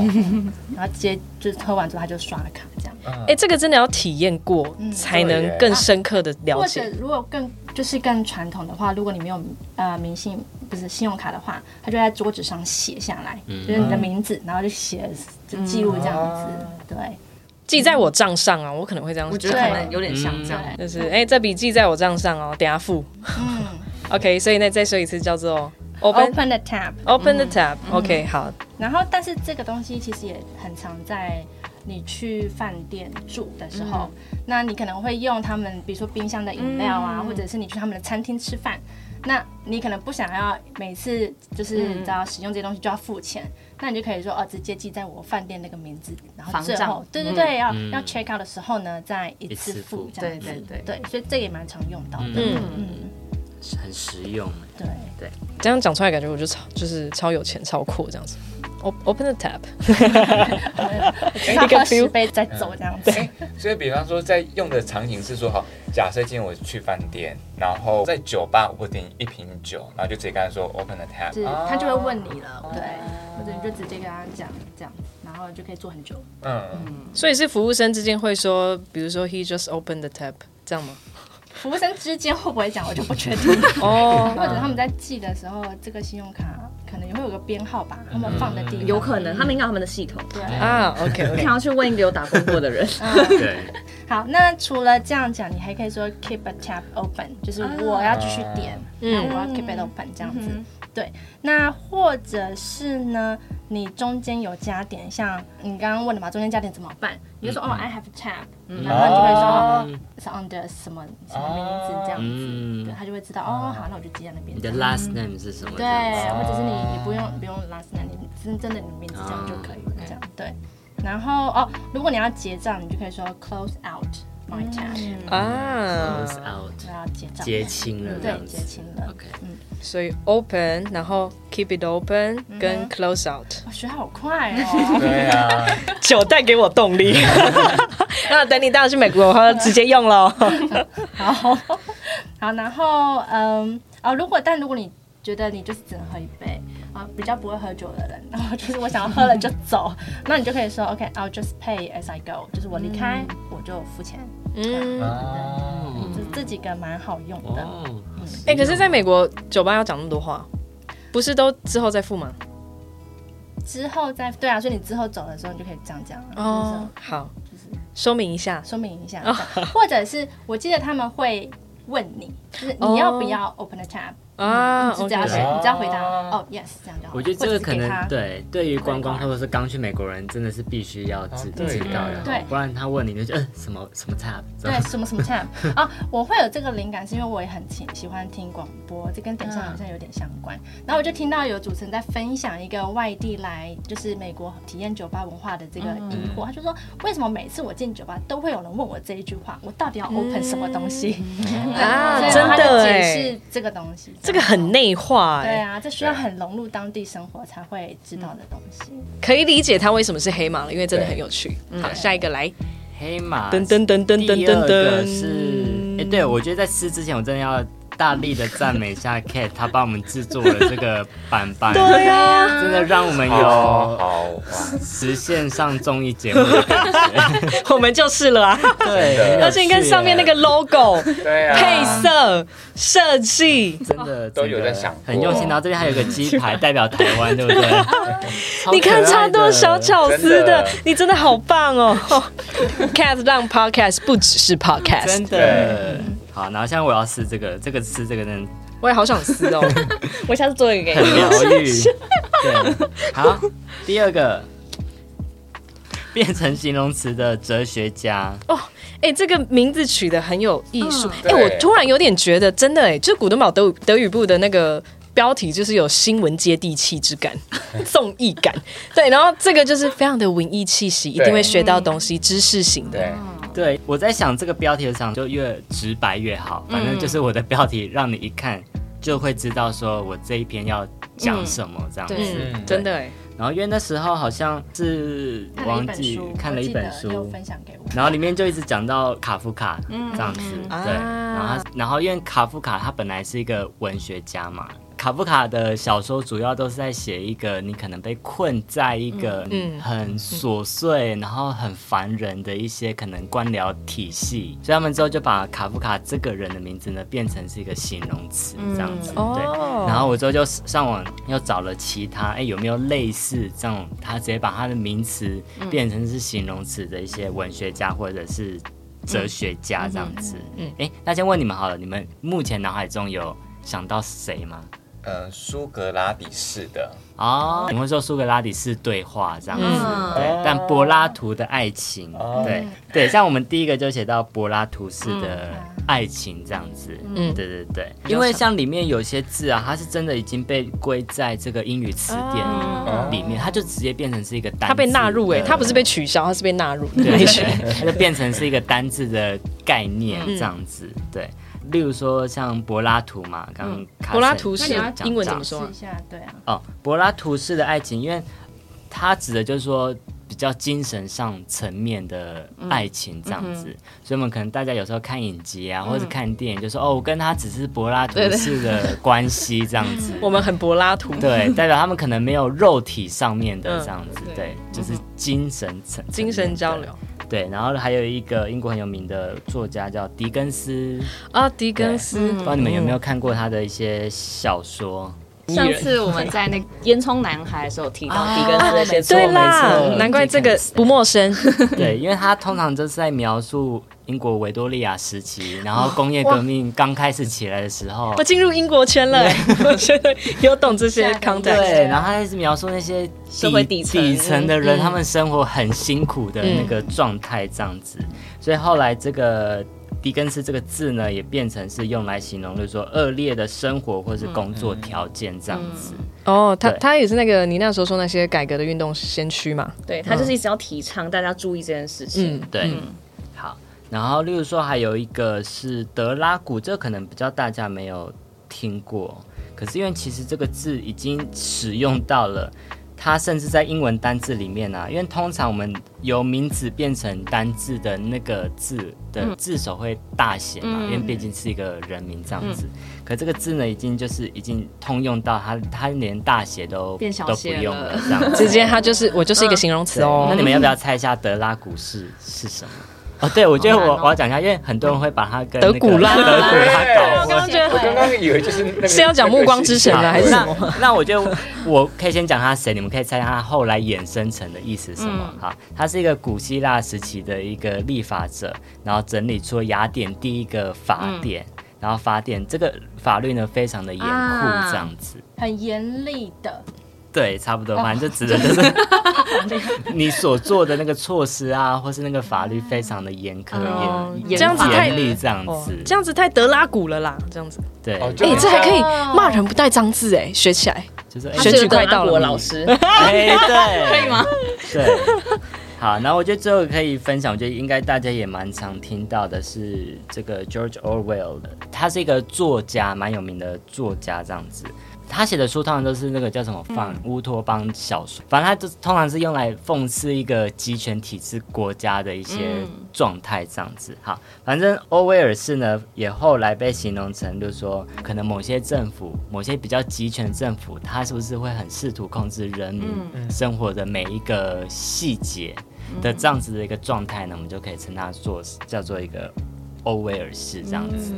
[SPEAKER 2] 然后直接就是喝完之后他就刷了卡这样。
[SPEAKER 1] 哎、这个真的要体验过、才能更深刻的了
[SPEAKER 2] 嗯或
[SPEAKER 1] 解
[SPEAKER 2] 者。如果更就是更传统的话，如果你没有呃明信不是信用卡的话，他就在桌子上写下来，
[SPEAKER 5] 嗯
[SPEAKER 2] 就是你的名字，然后就写就记录这样子，对。
[SPEAKER 1] 记在我账上啊，我可能会这样
[SPEAKER 4] 我觉
[SPEAKER 1] 想
[SPEAKER 4] 得
[SPEAKER 2] 对
[SPEAKER 4] 可能有点像这样。
[SPEAKER 1] 就是哎、这笔记在我账上哦，等一下付。OK，所以 *laughs* 那再说一次叫做 open
[SPEAKER 2] 嗯 Open 嗯 the tab，
[SPEAKER 1] open the tab、OK，好，
[SPEAKER 2] 然后但是这个东西其实也很常在你去饭店住的时候，那你可能会用他们，比如说冰箱的饮料啊，或者是你去他们的餐厅吃饭，那你可能不想要每次就是你知道使用这些东西就要付钱，那你就可以说哦，直接记在我饭店那个名字，然后
[SPEAKER 4] 房
[SPEAKER 2] 最后
[SPEAKER 4] 账
[SPEAKER 2] 对对对，要要 check out 的时候呢，再一次
[SPEAKER 3] 次
[SPEAKER 2] 付
[SPEAKER 3] 付
[SPEAKER 2] 这样子，
[SPEAKER 4] 对对
[SPEAKER 2] 对所以这也蛮常用到的，
[SPEAKER 1] 嗯
[SPEAKER 3] 很实用哎。
[SPEAKER 2] 对。
[SPEAKER 1] 这样讲出来感觉我就超就是超有钱超阔这样子。O- Open the tab，
[SPEAKER 2] 然后 *laughs* 喝十杯再走这样子，
[SPEAKER 5] 哎所以比方说在用的场景是说，好，假设今天我去饭店，然后在酒吧我点一瓶酒，然后就直接跟他说 open the
[SPEAKER 2] 就是
[SPEAKER 5] tab，啊
[SPEAKER 2] 他就会问你了，对，或者你就直接跟他讲这样，然后就可以做很久。
[SPEAKER 5] 嗯，
[SPEAKER 1] *laughs* 所以是服务生之间会说，比如说 he just opened the tab 这样吗？
[SPEAKER 2] 服务生之间会不会讲，我就不确 *laughs* 定。
[SPEAKER 1] 哦、
[SPEAKER 2] 或者他们在寄的时候，这个信用卡可能也会有个编号吧，他们放的地方
[SPEAKER 4] 有可能他们应该有他们的系统，
[SPEAKER 2] 对。
[SPEAKER 1] 啊，OK
[SPEAKER 4] 想
[SPEAKER 1] OK，
[SPEAKER 4] 要去问一个有打工过的人，
[SPEAKER 3] 对，
[SPEAKER 2] 好，那除了这样讲，你还可以说 keep a tab open，就是我要继续点，那我要 keep it open 这样子。对，那或者是呢，你中间有加点，像你刚刚问的嘛，中间加点怎么办？你就说哦，I have a tab，然后你就会说哦，it's under 什么什么名字这样子，
[SPEAKER 3] 嗯
[SPEAKER 2] 对，他就会知道哦，好，那我就记在那边
[SPEAKER 3] 你。的 last name 是什么？
[SPEAKER 2] 对，或者是你你不用不用 last name，你真真的你的名字这样就可以了，这
[SPEAKER 3] 嗯
[SPEAKER 2] 样对。然后哦，如果你要结账，你就可以说 close out my tab，、
[SPEAKER 1] 啊，
[SPEAKER 3] Close out，
[SPEAKER 2] 然后结账
[SPEAKER 3] 嗯结清了这
[SPEAKER 2] 嗯对
[SPEAKER 3] 样
[SPEAKER 2] 结
[SPEAKER 3] 子。
[SPEAKER 2] 清了。
[SPEAKER 3] OK，
[SPEAKER 1] 所以 open，然后 keep it open 跟 close out，
[SPEAKER 2] 我、学好快
[SPEAKER 3] *laughs*
[SPEAKER 2] 哦！
[SPEAKER 5] 对啊，
[SPEAKER 1] 酒带给我动力。 *laughs* 那等你到去美国，我会直接用 *laughs* 喽。
[SPEAKER 2] *laughs* 好好，然后嗯哦，如果但如果你觉得你就是只能喝一杯啊，比较不会喝酒的人，然后就是我想要喝了就走， *laughs* 那你就可以说 OK，I'll、just pay as I go，就是我离开、我就付钱，
[SPEAKER 1] 嗯，
[SPEAKER 5] 哦
[SPEAKER 2] 就是这几个蛮好用的。
[SPEAKER 3] 哦，
[SPEAKER 1] 哎、可是在美国酒吧要讲那么多话，不是都之后再付吗？
[SPEAKER 2] 之后再对啊，所以你之后走的时候，你就可以这样讲了，
[SPEAKER 1] 哦，好，说明一下
[SPEAKER 2] 就是说明一下，
[SPEAKER 3] 哦哦
[SPEAKER 2] 这样或者是我记得他们会问你，就是你要不要 open the tab，、
[SPEAKER 3] 嗯
[SPEAKER 1] 啊
[SPEAKER 2] 就只要
[SPEAKER 1] ，OK
[SPEAKER 2] 写，你只要回答哦 yes 这样就好。
[SPEAKER 3] 我觉得这
[SPEAKER 2] 或者是
[SPEAKER 3] 个可
[SPEAKER 2] 给他
[SPEAKER 3] 能对，对于观光
[SPEAKER 2] 对
[SPEAKER 3] 客或是刚去美国人，真的是必须要知
[SPEAKER 5] 哦对
[SPEAKER 3] 知道
[SPEAKER 2] 嗯
[SPEAKER 3] 的，
[SPEAKER 2] 对
[SPEAKER 3] 不然他问你就觉得呃什么什么差，
[SPEAKER 1] *laughs*
[SPEAKER 2] 对，什么什么 time 啊，我会有这个灵感，是因为我也很喜喜欢听广播，这跟等一下好像有点相关。然后我就听到有主持人在分享一个外地来就是美国体验酒吧文化的这个
[SPEAKER 1] 嗯
[SPEAKER 2] 疑惑，他就说为什么每次我进酒吧都会有人问我这一句话，我到底要 open 什么
[SPEAKER 1] *laughs*
[SPEAKER 2] 东西？
[SPEAKER 1] 嗯啊，
[SPEAKER 2] 所以
[SPEAKER 1] 真
[SPEAKER 2] 他就
[SPEAKER 1] 的
[SPEAKER 2] 解
[SPEAKER 1] 哎，
[SPEAKER 2] 释这个东西，
[SPEAKER 1] 这个很内化
[SPEAKER 2] 对
[SPEAKER 1] 哎，
[SPEAKER 2] 啊，这需要很融入当地生活才会知道的东西。
[SPEAKER 1] 可以理解他为什么是黑马了，因为真的
[SPEAKER 5] 对
[SPEAKER 1] 很有趣。好，下一个来，
[SPEAKER 3] 黑马
[SPEAKER 1] 噔噔噔噔噔
[SPEAKER 3] 第二
[SPEAKER 1] 噔
[SPEAKER 3] 个
[SPEAKER 1] 噔，
[SPEAKER 3] 是，哎、对我觉得在吃之前，我真的要大力的赞美一下 Kate，她帮我们制作了这个板板，
[SPEAKER 1] *laughs* 对啊，
[SPEAKER 3] 真的让我们
[SPEAKER 5] 哦好
[SPEAKER 3] 有
[SPEAKER 5] 好哇，
[SPEAKER 3] 实现上综艺节目的感觉。
[SPEAKER 1] 我们就是了啊。
[SPEAKER 5] *laughs*
[SPEAKER 3] 对
[SPEAKER 5] 真，的
[SPEAKER 1] 而且你看上面那个 logo、
[SPEAKER 5] 对啊，
[SPEAKER 1] 配色、设计，
[SPEAKER 3] 真的
[SPEAKER 5] *laughs* 都有在想
[SPEAKER 3] 真
[SPEAKER 5] 过
[SPEAKER 3] 的很用心。然后这边还有个
[SPEAKER 1] *laughs*
[SPEAKER 3] 鸡排代表台湾，对不对？超
[SPEAKER 1] 你看
[SPEAKER 3] 可爱
[SPEAKER 1] 超多
[SPEAKER 3] 的
[SPEAKER 1] 小巧思
[SPEAKER 5] 真
[SPEAKER 1] 的
[SPEAKER 5] 的，
[SPEAKER 1] 你真的好棒哦 *laughs* ！Cat 让 podcast 不只是 podcast，
[SPEAKER 3] 真的。好，然后现在我要吃这个，这个吃这个真的
[SPEAKER 1] 我也好想撕哦。
[SPEAKER 4] *laughs* 我下次做一个给
[SPEAKER 3] 很
[SPEAKER 4] 你。
[SPEAKER 3] 疗
[SPEAKER 2] *laughs*
[SPEAKER 3] 愈。对，好，第二个变成形容词的哲学家，
[SPEAKER 1] 哦，哎、这个名字取得很有艺术。哎、
[SPEAKER 5] 对
[SPEAKER 1] 我突然有点觉得，真的哎、就古登堡德语德语部的那个。标题就是有新闻接地气之
[SPEAKER 3] *laughs*
[SPEAKER 1] 感、综艺感，对，然后这个就是非常的文艺气息，一定会学到东西，知识型的。
[SPEAKER 5] 对，
[SPEAKER 3] 对我在想这个标题的想就越直白越好，反正
[SPEAKER 2] 嗯
[SPEAKER 3] 就是我的标题让你一看就会知道说我这一篇要
[SPEAKER 2] 嗯
[SPEAKER 3] 讲什么这样子。
[SPEAKER 4] 对
[SPEAKER 5] 嗯
[SPEAKER 1] 真的哎、
[SPEAKER 3] 然后因为那时候好像是
[SPEAKER 2] 看了一
[SPEAKER 3] 忘
[SPEAKER 2] 本
[SPEAKER 3] 记
[SPEAKER 2] 书，
[SPEAKER 3] 看了
[SPEAKER 2] 我
[SPEAKER 3] 一
[SPEAKER 2] 记得
[SPEAKER 3] 本
[SPEAKER 2] 又
[SPEAKER 3] 书，
[SPEAKER 2] 分享给我。
[SPEAKER 3] 然后里面就一直讲到卡夫卡这样子，
[SPEAKER 1] 嗯
[SPEAKER 3] 对。
[SPEAKER 1] 啊
[SPEAKER 3] 然后他然后因为卡夫卡他本来是一个文学家嘛，卡夫卡的小说主要都是在写一个你可能被困在一个
[SPEAKER 1] 嗯嗯
[SPEAKER 3] 很琐碎，然后很烦人的一些可能官僚体系，所以他们之后就把卡夫卡这个人的名字呢变成是一个形容词
[SPEAKER 1] 嗯
[SPEAKER 3] 这样子，对。
[SPEAKER 1] 哦
[SPEAKER 3] 然后我之后就上网又找了其他，哎，有没有类似这种，他直接把他的名词变成是形容词的一些文学家或者是哲学家这样子。嗯，哎，那先问你们好了，你们目前脑海中有想到谁吗？
[SPEAKER 5] 嗯，苏格拉底式的，
[SPEAKER 3] 哦，你会说苏格拉底式对话这样子，
[SPEAKER 4] 嗯
[SPEAKER 3] 对，但柏拉图的爱情，
[SPEAKER 5] 哦
[SPEAKER 3] 对对，像我们第一个就写到柏拉图式的爱情这样子，嗯，对对对，因为像里面有些字啊，它是真的已经被归在这个英语词
[SPEAKER 1] 哦
[SPEAKER 3] 典里面，它就直接变成是一个单字，
[SPEAKER 1] 它被纳入哎、
[SPEAKER 3] 对
[SPEAKER 1] 它不是被取消，它是被纳入的那
[SPEAKER 3] 对
[SPEAKER 1] 一群。
[SPEAKER 3] *laughs* 它就变成是一个单字的概念这样子，对。例如说像柏拉图嘛，刚刚卡
[SPEAKER 1] 柏拉
[SPEAKER 3] 森
[SPEAKER 1] 图
[SPEAKER 3] 有
[SPEAKER 1] 式
[SPEAKER 3] 讲
[SPEAKER 1] 英文怎
[SPEAKER 3] 到
[SPEAKER 1] 么说
[SPEAKER 2] 试
[SPEAKER 1] 啊
[SPEAKER 2] 一？下，对啊，
[SPEAKER 3] 哦，柏拉图式的爱情，因为它指的就是说比较精神上层面的
[SPEAKER 1] 嗯
[SPEAKER 3] 爱情这样子，所以我们可能大家有时候看影集啊，
[SPEAKER 1] 嗯
[SPEAKER 3] 或者是看电影，就说哦，我跟他只是柏拉图式的 *laughs* 关系这样
[SPEAKER 1] *laughs*
[SPEAKER 3] 子。
[SPEAKER 1] *laughs* 我们很柏拉图，
[SPEAKER 3] 对，代表他们可能没有肉体上面的
[SPEAKER 1] 嗯
[SPEAKER 3] 这样子，对，就是精神层
[SPEAKER 1] 精神交流。
[SPEAKER 3] 对，然后还有一个英国很有名的作家叫狄更斯，
[SPEAKER 1] 啊，狄更
[SPEAKER 3] 对
[SPEAKER 1] 斯
[SPEAKER 3] 不知道你们有
[SPEAKER 1] 嗯
[SPEAKER 3] 没有看过他的一些小说？
[SPEAKER 4] 上次我们在那个烟囱男孩的时候提到狄更斯那些作
[SPEAKER 1] 对
[SPEAKER 4] 品，
[SPEAKER 1] 啦
[SPEAKER 3] 没错，
[SPEAKER 1] 难怪这个不陌生。
[SPEAKER 3] 对，因为他通常就是在描述英国维多利亚时期，然后工业革命刚开始起来的时候
[SPEAKER 1] 我，进入英国圈了，我觉得有懂这
[SPEAKER 3] *laughs*
[SPEAKER 1] 些 context。
[SPEAKER 3] 对，然后他是描述那些
[SPEAKER 4] 社会底层嗯
[SPEAKER 3] 底层的人，他们生活很辛苦的那个状态，这样子。所以后来这个狄更斯这个字呢，也变成是用来形容，就是说恶劣的生活或是工作条件这样子。
[SPEAKER 1] 哦，他
[SPEAKER 3] 对
[SPEAKER 1] 他也是那个你那时候说那些改革的运动先驱嘛。
[SPEAKER 4] 对他就是一直要提倡大家注意这件事情
[SPEAKER 1] 嗯。，
[SPEAKER 3] 对，好。然后，例如说还有一个是德拉古，这个可能比较大家没有听过，可是因为其实这个字已经使用到了。它甚至在英文单字里面啊，因为通常我们由名词变成单字的那个字的字首会大写嘛，因为毕竟是一个人名这样子。可这个字呢，已经就是已经通用到它，它连大写都
[SPEAKER 4] 变小
[SPEAKER 3] 都不
[SPEAKER 4] 写
[SPEAKER 3] 用
[SPEAKER 4] 了
[SPEAKER 3] 了这样
[SPEAKER 1] *laughs*
[SPEAKER 3] 子。
[SPEAKER 1] 直接他就是我
[SPEAKER 3] 嗯
[SPEAKER 1] 就是一个形容词哦
[SPEAKER 3] 那。你们要不要猜一下德拉古是是什么？哦，对，我觉得我、
[SPEAKER 4] 好难哦
[SPEAKER 3] 我要讲一下，因为很多人会把它跟、那
[SPEAKER 1] 德
[SPEAKER 3] 个
[SPEAKER 1] 古拉
[SPEAKER 3] *laughs* 德古拉搞混。
[SPEAKER 1] 觉
[SPEAKER 5] 我刚刚以为就是那个
[SPEAKER 1] 是要讲暮光之城啊了还是什么？
[SPEAKER 3] 那那我觉得我可以先讲他谁，你们可以猜他后来衍生成的意思是什么？哈、他是一个古希腊时期的一个立法者，然后整理出雅典第一个法典。然后发电，这个法律呢非常的严酷，
[SPEAKER 2] 啊
[SPEAKER 3] 这样子。
[SPEAKER 2] 很严厉的，
[SPEAKER 3] 对，差不多，
[SPEAKER 1] 哦
[SPEAKER 3] 反正就指的就是
[SPEAKER 1] *laughs*
[SPEAKER 3] 你所做的那个措施啊，或是那个法律非常的严苛、
[SPEAKER 4] 哦
[SPEAKER 3] 严
[SPEAKER 4] 严
[SPEAKER 1] 这样子太
[SPEAKER 3] 严厉这样
[SPEAKER 1] 哦
[SPEAKER 3] 子，，
[SPEAKER 1] 这样子太德拉古了啦，这样子。
[SPEAKER 3] 嗯对，啊
[SPEAKER 5] 哦就
[SPEAKER 1] 哎、
[SPEAKER 5] 是
[SPEAKER 1] 这还可以
[SPEAKER 2] 哦
[SPEAKER 1] 骂人不带脏字哎，学起来。
[SPEAKER 3] 就是
[SPEAKER 1] 他选举快到了
[SPEAKER 4] 我
[SPEAKER 1] 吗
[SPEAKER 4] 老 *laughs* 师，
[SPEAKER 3] 哎，对，
[SPEAKER 1] *laughs*
[SPEAKER 4] 可以吗？
[SPEAKER 3] 对，好，然后我觉得最后可以分享，我觉得应该大家也蛮常听到的是这个 George Orwell 的，他是一个作家，蛮有名的作家这样子。他写的书通常都是那个叫什么反乌托邦小说，反正他就通常是用来讽刺一个集权体制国家的一些状态这样子。好，反正欧威尔士呢，也后来被形容成，就是说，可能某些政府，某些比较集权的政府，他是不是会很试图控制人民生活的每一个细节的这样子的一个状态呢？我们就可以称它做叫做一个欧威尔士这样子。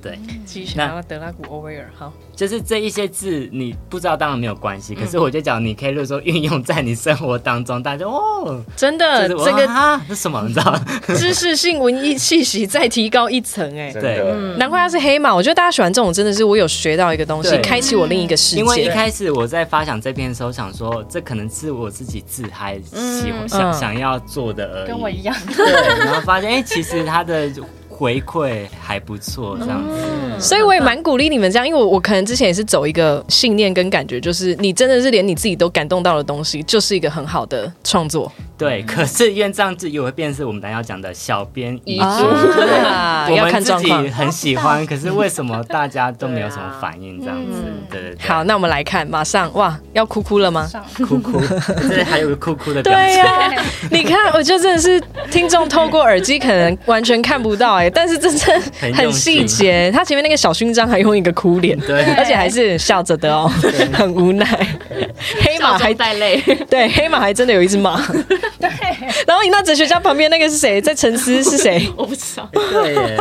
[SPEAKER 3] 对，
[SPEAKER 1] 继续
[SPEAKER 3] 那
[SPEAKER 1] 德拉古欧威尔，好，
[SPEAKER 3] 就是这一些字你不知道，当然没有关
[SPEAKER 1] 嗯
[SPEAKER 3] 系。可是我就讲，你可以如果说运用在你生活当中，大家就哦，
[SPEAKER 1] 真的
[SPEAKER 3] 就
[SPEAKER 1] 呃
[SPEAKER 3] 是
[SPEAKER 1] 这个嗯
[SPEAKER 3] 啊是什么？你知道？
[SPEAKER 1] 知识性文艺气息再提高一层哎、
[SPEAKER 5] 真
[SPEAKER 3] 对
[SPEAKER 5] 的，
[SPEAKER 1] 难怪他是黑马，我觉得大家喜欢这种，真的是我有学到一个东西，
[SPEAKER 3] 对
[SPEAKER 1] 开启我另一个世界。
[SPEAKER 3] *laughs* 因为一开始我在发想这篇的时候，想说这可能是我自己自嗨喜欢、
[SPEAKER 1] 嗯
[SPEAKER 3] 想想要做的而已，
[SPEAKER 2] 跟我一样。
[SPEAKER 3] 对，然后发现哎、其实他的回馈还不错，这样子。
[SPEAKER 1] 所以我也蛮鼓励你们这样，因为我我可能之前也是走一个信念跟感觉，就是你真的是连你自己都感动到的东西，就是一个很好的创作。
[SPEAKER 3] 对，可是因为这样子也会变成是我们等下要讲的小编遗嘱。
[SPEAKER 1] *laughs* 啊
[SPEAKER 3] 我
[SPEAKER 1] 要
[SPEAKER 3] 们
[SPEAKER 1] 看
[SPEAKER 3] 自
[SPEAKER 1] 状
[SPEAKER 3] 己
[SPEAKER 1] 况。
[SPEAKER 3] 很喜欢，可是为什么大家都没有什么反应？这样子，对对对，
[SPEAKER 1] 嗯好，那我们来看，马上哇，要哭哭了吗？
[SPEAKER 2] 上
[SPEAKER 3] 哭哭， *laughs* 这还有个哭哭的表
[SPEAKER 1] 对
[SPEAKER 3] 情。 *laughs*
[SPEAKER 1] 呀、你看，我觉得真的是听众透过耳机可能完全看不到哎、但是真的很细节。他前面那个小勋章还用一个哭脸，
[SPEAKER 3] 对
[SPEAKER 1] 而且还是笑着的哦， *laughs* 很无奈。黑马还
[SPEAKER 4] 带泪，
[SPEAKER 1] 对，黑马还真的有一只马。对， *laughs* 然后你那哲学家旁边那个是谁？在沉思是谁？
[SPEAKER 4] *laughs* 我不知道。
[SPEAKER 3] 对耶，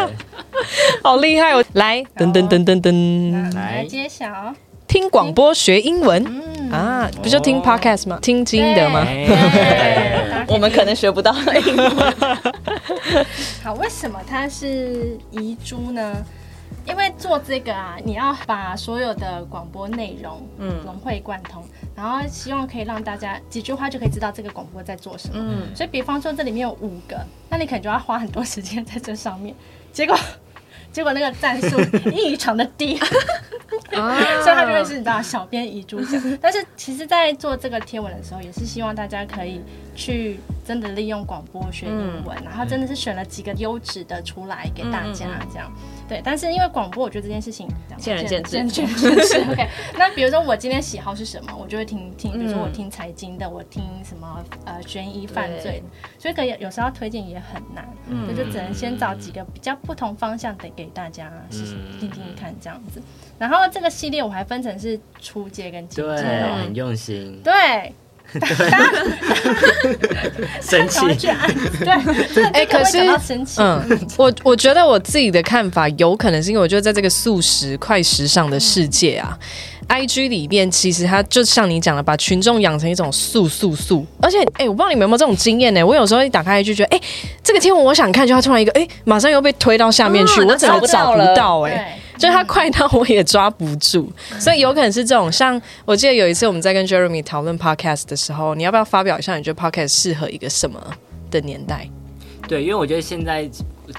[SPEAKER 1] 好厉害哦！来，噔噔噔噔噔，
[SPEAKER 2] 来
[SPEAKER 3] 来
[SPEAKER 2] 揭晓，
[SPEAKER 1] 听广播学英文、啊，不就听 podcast 吗？听金德吗？
[SPEAKER 3] 哎
[SPEAKER 2] 大家以
[SPEAKER 4] 我们可能学不到英文，
[SPEAKER 2] 好，为什么它是遗珠呢？因为做这个啊，你要把所有的广播内容，嗯，融会贯通，然后希望可以让大家几句话就可以知道这个广播在做什么。嗯，所以比方说这里面有五个，那你可能就要花很多时间在这上面，结果。 *laughs* 结果那个赞
[SPEAKER 4] *laughs*
[SPEAKER 2] 数异常的低，
[SPEAKER 4] 哦
[SPEAKER 2] *laughs* 所以他就会是你知道小编遗珠奖。但是其实，在做这个贴文的时候，也是希望大家可以去真的利用广播学英
[SPEAKER 4] 嗯
[SPEAKER 2] 文，然后真的是选了几个优质的出来给大家这样。对，但是因为广播，我觉得这件事情
[SPEAKER 4] 嗯见仁见智
[SPEAKER 2] 见仁见智。OK，那
[SPEAKER 4] *laughs*
[SPEAKER 2] *laughs* 比如说我今天喜好是什么，我就会听听，比如
[SPEAKER 4] 嗯
[SPEAKER 2] 说我听财经的，我听什么呃悬疑犯罪
[SPEAKER 4] 对
[SPEAKER 2] 所以可能有时候要推荐也很难，那、就只能先找几个比较不同方向的给大家试试听听看这样子。然后这个系列我还分成是初阶跟进
[SPEAKER 3] 对，
[SPEAKER 2] 阶，哦
[SPEAKER 3] 很用心，
[SPEAKER 2] 对，赶
[SPEAKER 3] 生
[SPEAKER 2] 快
[SPEAKER 3] 气
[SPEAKER 2] 去。按，对，这
[SPEAKER 1] 哎可是
[SPEAKER 2] 这个会感到生气，
[SPEAKER 1] 嗯，我我觉得我自己的看法，有可能是因为我觉得在这个速食、快时尚的世界啊。I G 里面其实它就像你讲的，把群众养成一种速速速，而且哎、我不知道你们有没有这种经验呢、我有时候一打开 I G 觉得哎、这个天文我想看，就它突然一个哎、马上又被推到下面去，
[SPEAKER 4] 嗯
[SPEAKER 1] 我整个啊找不
[SPEAKER 4] 找不到了
[SPEAKER 1] 到哎、
[SPEAKER 2] 对。
[SPEAKER 1] 就是他快到我也抓不住，
[SPEAKER 3] 嗯
[SPEAKER 1] 所以有可能是这种。像我记得有一次我们在跟 Jeremy 讨论 podcast 的时候，你要不要发表一下你觉得 podcast 适合一个什么的年代？
[SPEAKER 3] 对，因为我觉得现在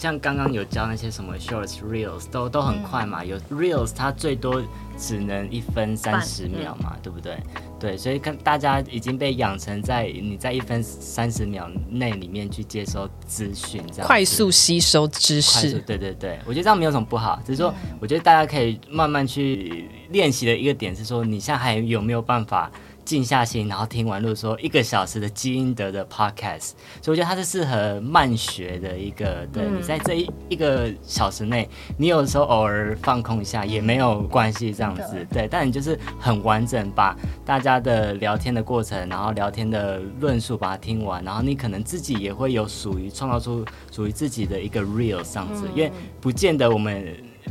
[SPEAKER 3] 像刚刚有教那些什么 shorts、reels 都都很快
[SPEAKER 1] 嗯
[SPEAKER 3] 嘛，有 reels 它最多只能一分三十秒嘛，对不对？对，所以看大家已经被养成在你在一分三十秒内里面去接收资讯，这样
[SPEAKER 1] 快
[SPEAKER 3] 子
[SPEAKER 1] 速吸收知
[SPEAKER 3] 快速
[SPEAKER 1] 识，嗯
[SPEAKER 3] 对对对，我觉得这样没有什么不好，只是说我觉得大家可以慢慢去练习的一个点是说，你现在还有没有办法静下心，然后听完，如果说一个小时的基因德的 podcast，所以我觉得它是适合慢学的一个，
[SPEAKER 1] 嗯
[SPEAKER 3] 对、你在这一一个小时内，你有时候偶尔放空一下也没有关系，这样子，对，但你就是很完整把大家的聊天的过程，然后聊天的论述把它听完，然后你可能自己也会有属于创造出属于自己的一个 real 这样子，
[SPEAKER 4] 嗯
[SPEAKER 3] 因为不见得我们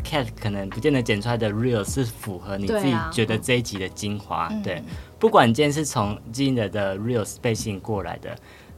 [SPEAKER 3] cat 可能不见得剪出来的 real 是符合你自己
[SPEAKER 4] 对啊
[SPEAKER 3] 觉得这一集的精华，对。不管你今天是从基因的的 real 被吸引过来的，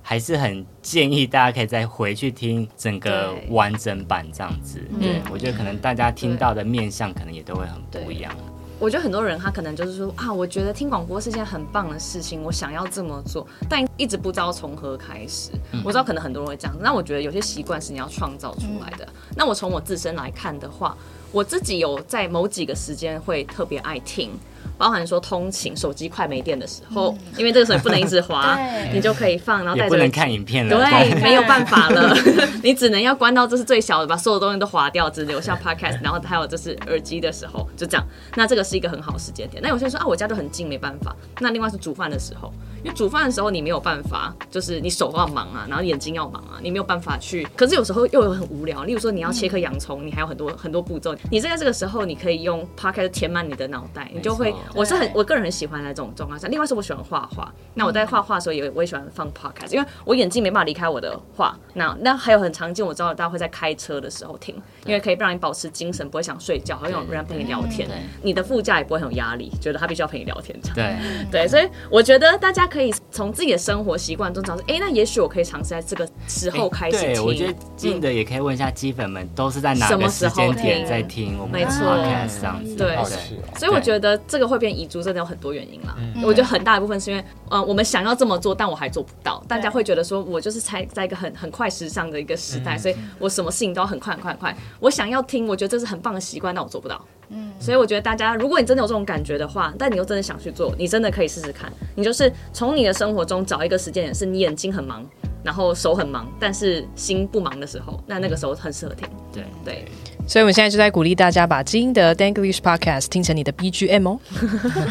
[SPEAKER 3] 还是很建议大家可以再回去听整个
[SPEAKER 4] 对嗯
[SPEAKER 3] 完整版这样子。对，我觉得可能大家听到的面向可能也都会很不一样。
[SPEAKER 4] 我觉得很多人他可能就是说啊，我觉得听广播是件很棒的事情，我想要这么做，但一直不知道从何开始。
[SPEAKER 3] 嗯
[SPEAKER 4] 我知道可能很多人会这样，那我觉得有些习惯是你要创造出来的。那我从我自身来看的话，我自己有在某几个时间会特别爱听。包含说通勤，手机快没电的时候，因为这个时候你不能一直
[SPEAKER 3] *laughs*
[SPEAKER 4] 滑
[SPEAKER 2] 对，
[SPEAKER 4] 你就可以放，然后
[SPEAKER 3] 嗯也
[SPEAKER 4] 带
[SPEAKER 3] 不
[SPEAKER 4] 着
[SPEAKER 3] 能看影片了，
[SPEAKER 4] 对，没有办法
[SPEAKER 3] *laughs*
[SPEAKER 4] 了， *laughs* 你只能要关到这是最小的，把所有东西都划掉，
[SPEAKER 3] *laughs*
[SPEAKER 4] 只留下 podcast，然后还有就是耳机的时候，就这样。那这个是一个很好的时间点。那有些人说啊，我家就很近，没办法。那另外是煮饭的时候，因为煮饭的时候你没有办法，就是你手要忙啊，然后眼睛要忙啊，你没有办法去。可是有时候又有很无聊，例如说你要切颗洋葱，你还有很多很多步骤。你在这个时候，你可以用 podcast 填满你的脑袋，你就会
[SPEAKER 3] 没错。
[SPEAKER 4] 我是很我个人很喜欢在这种状况下。另外是我喜欢画画，那我在画画的时候也我也喜欢放 podcast，因为我眼睛没办法离开我的画。那那还有很常见，我知道大家会在开车的时候听，因为可以让你保持精神，不会想睡觉，还会有人陪你聊天
[SPEAKER 2] 对，
[SPEAKER 4] 你的副驾也不会很有压力，觉得他必须要陪你聊天这样。
[SPEAKER 3] 对，
[SPEAKER 4] 对，所以我觉得大家可以从自己的生活习惯中找出，哎，那也许我可以尝试在这个时候开始听。
[SPEAKER 3] 哎对，我觉得进的也可以问一下基粉们都是在哪个时间点在听我们的
[SPEAKER 4] 没错
[SPEAKER 3] podcast 这样子。
[SPEAKER 4] 对
[SPEAKER 5] 好奇哦
[SPEAKER 4] 所以我觉得这个会变遗珠，真的有很多原因啦。我觉得很大一部分是因为，呃，我们想要这么做，但我还做不到。大家会觉得说，我就是才在一个很很快时尚的一个时代，所以我什么事情都要很快很快很快。我想要听，我觉得这是很棒的习惯，但我做不到。嗯，所以我觉得大家，如果你真的有这种感觉的话，但你又真的想去做，你真的可以试试看。你就是从你的生活中找一个时间点，是你眼睛很忙，然后手很忙，但是心不忙的时候，那那个时候很适合听。
[SPEAKER 3] 对
[SPEAKER 4] 对，
[SPEAKER 1] 所以我们现在就在鼓励大家把基因的 Danglish Podcast 听成你的 BGM 哦。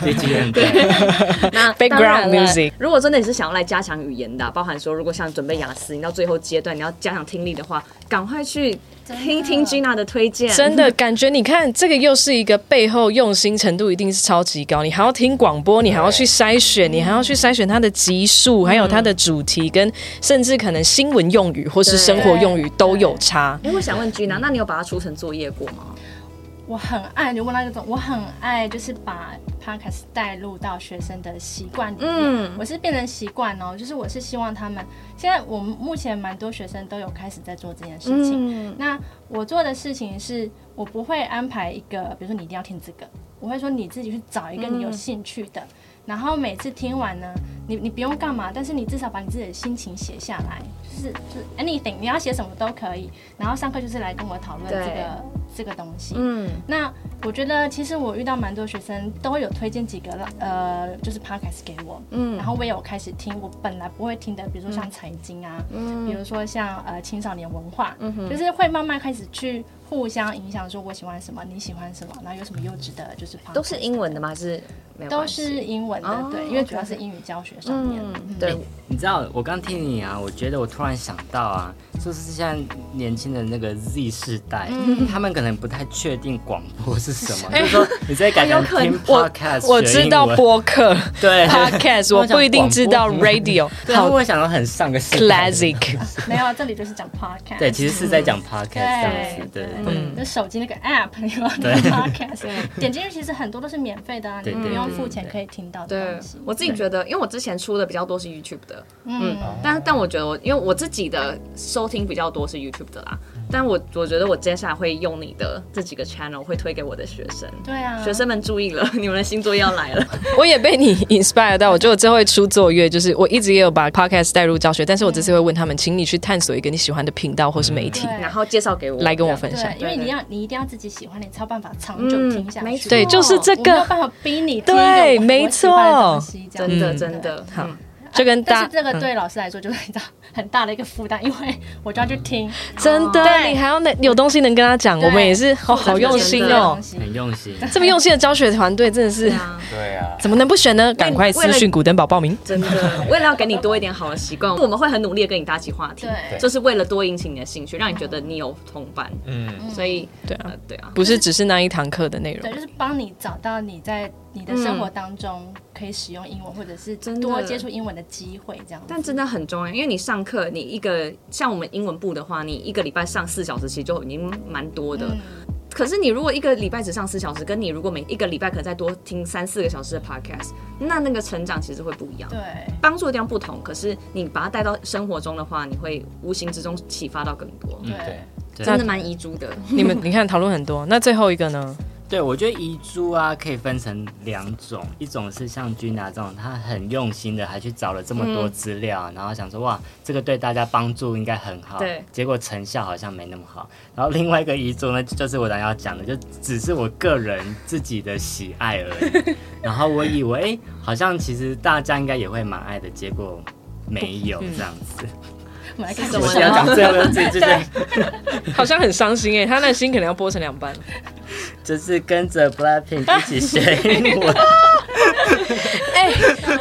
[SPEAKER 3] 对，基本对，
[SPEAKER 4] 那
[SPEAKER 1] Background
[SPEAKER 4] 当然了
[SPEAKER 1] music
[SPEAKER 4] 如果真的你是想要来加强语言的啊、包含说如果像准备雅思，你到最后阶段你要加强听力的话，赶快去听听 Gina 的推荐。
[SPEAKER 1] 真的感觉，你看这个又是一个背后用心程度一定是超级高，你还要听广播，你还要去筛选，你还要去筛选它的集数，还有它
[SPEAKER 3] 嗯
[SPEAKER 1] 的主题，跟甚至可能新闻用语或是生活用语都有差。
[SPEAKER 4] 哎，我想问 Gina，那你有把它出成作业过吗？
[SPEAKER 2] 我很爱你问到一个种，我很爱就是把 podcast 带入到学生的习惯里面。
[SPEAKER 4] 嗯
[SPEAKER 2] 我是变成习惯哦，就是我是希望他们现在我们目前蛮多学生都有开始在做这件事情。
[SPEAKER 4] 嗯，
[SPEAKER 2] 那我做的事情是我不会安排一个，比如说你一定要听这个，我会说你自己去找一个你有兴趣
[SPEAKER 4] 嗯
[SPEAKER 2] 的。然后每次听完呢，你你不用干嘛，但是你至少把你自己的心情写下来，就是就是 anything，你要写什么都可以。然后上课就是来跟我讨论这
[SPEAKER 4] 对
[SPEAKER 2] 个这个东西。
[SPEAKER 4] 嗯，
[SPEAKER 2] 那我觉得，其实我遇到蛮多学生都会有推荐几个呃，就是 podcast 给我，嗯，然后我也有开始听我本来不会听的，比如说像财经啊，嗯，比如说像呃青少年文化，嗯就是会慢慢开始去互相影响，说我喜欢什么，你喜欢什么，然后有什么优质的，就是 podcast
[SPEAKER 4] 都是英文的吗？还是没有
[SPEAKER 2] 都
[SPEAKER 4] 关系？
[SPEAKER 2] 是英文的，
[SPEAKER 4] 哦
[SPEAKER 2] 对，因为主要是
[SPEAKER 4] OK
[SPEAKER 2] 英语教学上面，
[SPEAKER 4] 嗯，对，
[SPEAKER 3] 你知道我刚听你啊，我觉得我突然想到啊，就是现在年轻的那个 Z 世代，他们可能不太确定广播是什么，就是说你在改成听 podcast，
[SPEAKER 1] 我知道
[SPEAKER 3] 学英文
[SPEAKER 1] 播
[SPEAKER 2] *laughs*
[SPEAKER 1] 客
[SPEAKER 3] 对
[SPEAKER 1] *laughs* podcast，我不一定知道 radio，
[SPEAKER 3] 对， *laughs*
[SPEAKER 2] 啊
[SPEAKER 3] 他们
[SPEAKER 1] 好
[SPEAKER 3] 会想到很上个世代的
[SPEAKER 1] classic。
[SPEAKER 2] 没有，啊这里就是讲 podcast，
[SPEAKER 3] 对，其实是在讲 podcast
[SPEAKER 2] 对
[SPEAKER 3] 这样子，对对对。
[SPEAKER 2] 就手机那个 app *laughs* 你有
[SPEAKER 3] 对
[SPEAKER 2] podcast，点进去其实很多都是免费的啊，你
[SPEAKER 3] 对
[SPEAKER 2] 不
[SPEAKER 3] 对
[SPEAKER 2] 用
[SPEAKER 3] 对
[SPEAKER 2] 付
[SPEAKER 3] 对
[SPEAKER 2] 钱
[SPEAKER 3] 对
[SPEAKER 2] 可以听到的
[SPEAKER 4] 对
[SPEAKER 2] 东西。
[SPEAKER 4] 我自己觉得，因为我之前出的比较多是 YouTube 的，
[SPEAKER 2] 嗯，
[SPEAKER 4] 嗯但但我觉得我因为我自己的收听比较多是 YouTube 的啦，但我我觉得我接下来会用你的这几个 channel 会推给我的学生，
[SPEAKER 2] 对啊，
[SPEAKER 4] 学生们注意了， *laughs* 你们的新作业要来了。
[SPEAKER 1] 我也被你 inspire 到，我觉得我这会出作业，就是我一直也有把 podcast 带入教学，但是我这次会问他们，请你去探索一个你喜欢的频道或是媒体，
[SPEAKER 2] 对啊
[SPEAKER 4] 然后介绍给我，
[SPEAKER 1] 来跟我分享
[SPEAKER 2] 对，。因啊为
[SPEAKER 4] 对
[SPEAKER 2] 你
[SPEAKER 4] 对
[SPEAKER 2] 要你一定要自己喜欢，你才有办法长久
[SPEAKER 4] 嗯
[SPEAKER 2] 听下
[SPEAKER 4] 没
[SPEAKER 2] 去。
[SPEAKER 4] 错
[SPEAKER 1] 对，就是这
[SPEAKER 2] 啊我没有
[SPEAKER 1] 个，
[SPEAKER 2] 办法逼你听一个
[SPEAKER 1] 对
[SPEAKER 2] 我
[SPEAKER 1] 没
[SPEAKER 2] 我喜欢的东西这样
[SPEAKER 4] 真的
[SPEAKER 2] 子
[SPEAKER 4] 真。的
[SPEAKER 2] 对
[SPEAKER 1] 好
[SPEAKER 4] 嗯
[SPEAKER 1] 就跟
[SPEAKER 2] 但
[SPEAKER 1] 大嗯
[SPEAKER 2] 是这个对老师来说就是你知道很大的一个负担，因为我就要去听，
[SPEAKER 1] 真的，
[SPEAKER 2] 对
[SPEAKER 1] 你还要能有东西能跟他讲，我们也是好好用心哦。
[SPEAKER 2] 真的
[SPEAKER 3] 很用心，
[SPEAKER 1] 这么用心的教学团队，真的是
[SPEAKER 4] 对啊，
[SPEAKER 5] 对啊，
[SPEAKER 1] 怎么能不选呢？赶快私
[SPEAKER 4] 为
[SPEAKER 1] 讯古登堡报名。
[SPEAKER 4] 真的，
[SPEAKER 2] *laughs*
[SPEAKER 4] 为了要给你多一点好的习惯，我们会很努力的跟你搭起话题，
[SPEAKER 2] 对
[SPEAKER 4] 就是为了多引起你的兴趣，让你觉得你有同伴，
[SPEAKER 5] 嗯，
[SPEAKER 4] 所以
[SPEAKER 1] 对啊
[SPEAKER 4] 呃，对啊，
[SPEAKER 1] 不是只是那一堂课的内容
[SPEAKER 2] 对，，就是帮你找到你在你的生活当中可以使用英文，或者是
[SPEAKER 4] 真的
[SPEAKER 2] 多接触英文的机会这样子。
[SPEAKER 4] 但真的很重要，因为你上
[SPEAKER 2] 嗯
[SPEAKER 4] 课，你一个像我们英文部的话，你一个礼拜上四小时，其实就已经蛮多的。可是你如果一个礼拜只上四小时，跟你如果每一个礼拜可能再多听三四个小时的 podcast，那那个成长其实会不一样。
[SPEAKER 2] 对，
[SPEAKER 4] 帮助的地方不同，可是你把它带到生活中的话，你会无形之中启发到更多，
[SPEAKER 5] 嗯，
[SPEAKER 2] 对
[SPEAKER 5] 对。
[SPEAKER 4] 真的蛮遗珠的。
[SPEAKER 1] 你们你看讨论很多，那最后一个呢？
[SPEAKER 3] 对，我觉得遗珠啊可以分成两种，一种是像君啊这种，他很用心的还去找了这么
[SPEAKER 4] 嗯
[SPEAKER 3] 多资料，然后想说哇，这个对大家帮助应该很好，
[SPEAKER 4] 对
[SPEAKER 3] 结果成效好像没那么好。然后另外一个遗珠呢，就是我等下要讲的，就只是我个人自己的喜爱而已。然后我以为哎、好像其实大家应该也会蛮爱的，结果没有这样子。
[SPEAKER 2] 我们来看
[SPEAKER 4] 是
[SPEAKER 2] 什
[SPEAKER 4] 什
[SPEAKER 2] 么
[SPEAKER 4] 嗯么
[SPEAKER 3] 我？要讲最后
[SPEAKER 4] *laughs*
[SPEAKER 3] 自己就是。
[SPEAKER 1] *laughs* 好像很伤心哎、他那心可能要剥成两半。
[SPEAKER 3] 就是跟着 Blackpink 一起学英文，
[SPEAKER 1] 哎、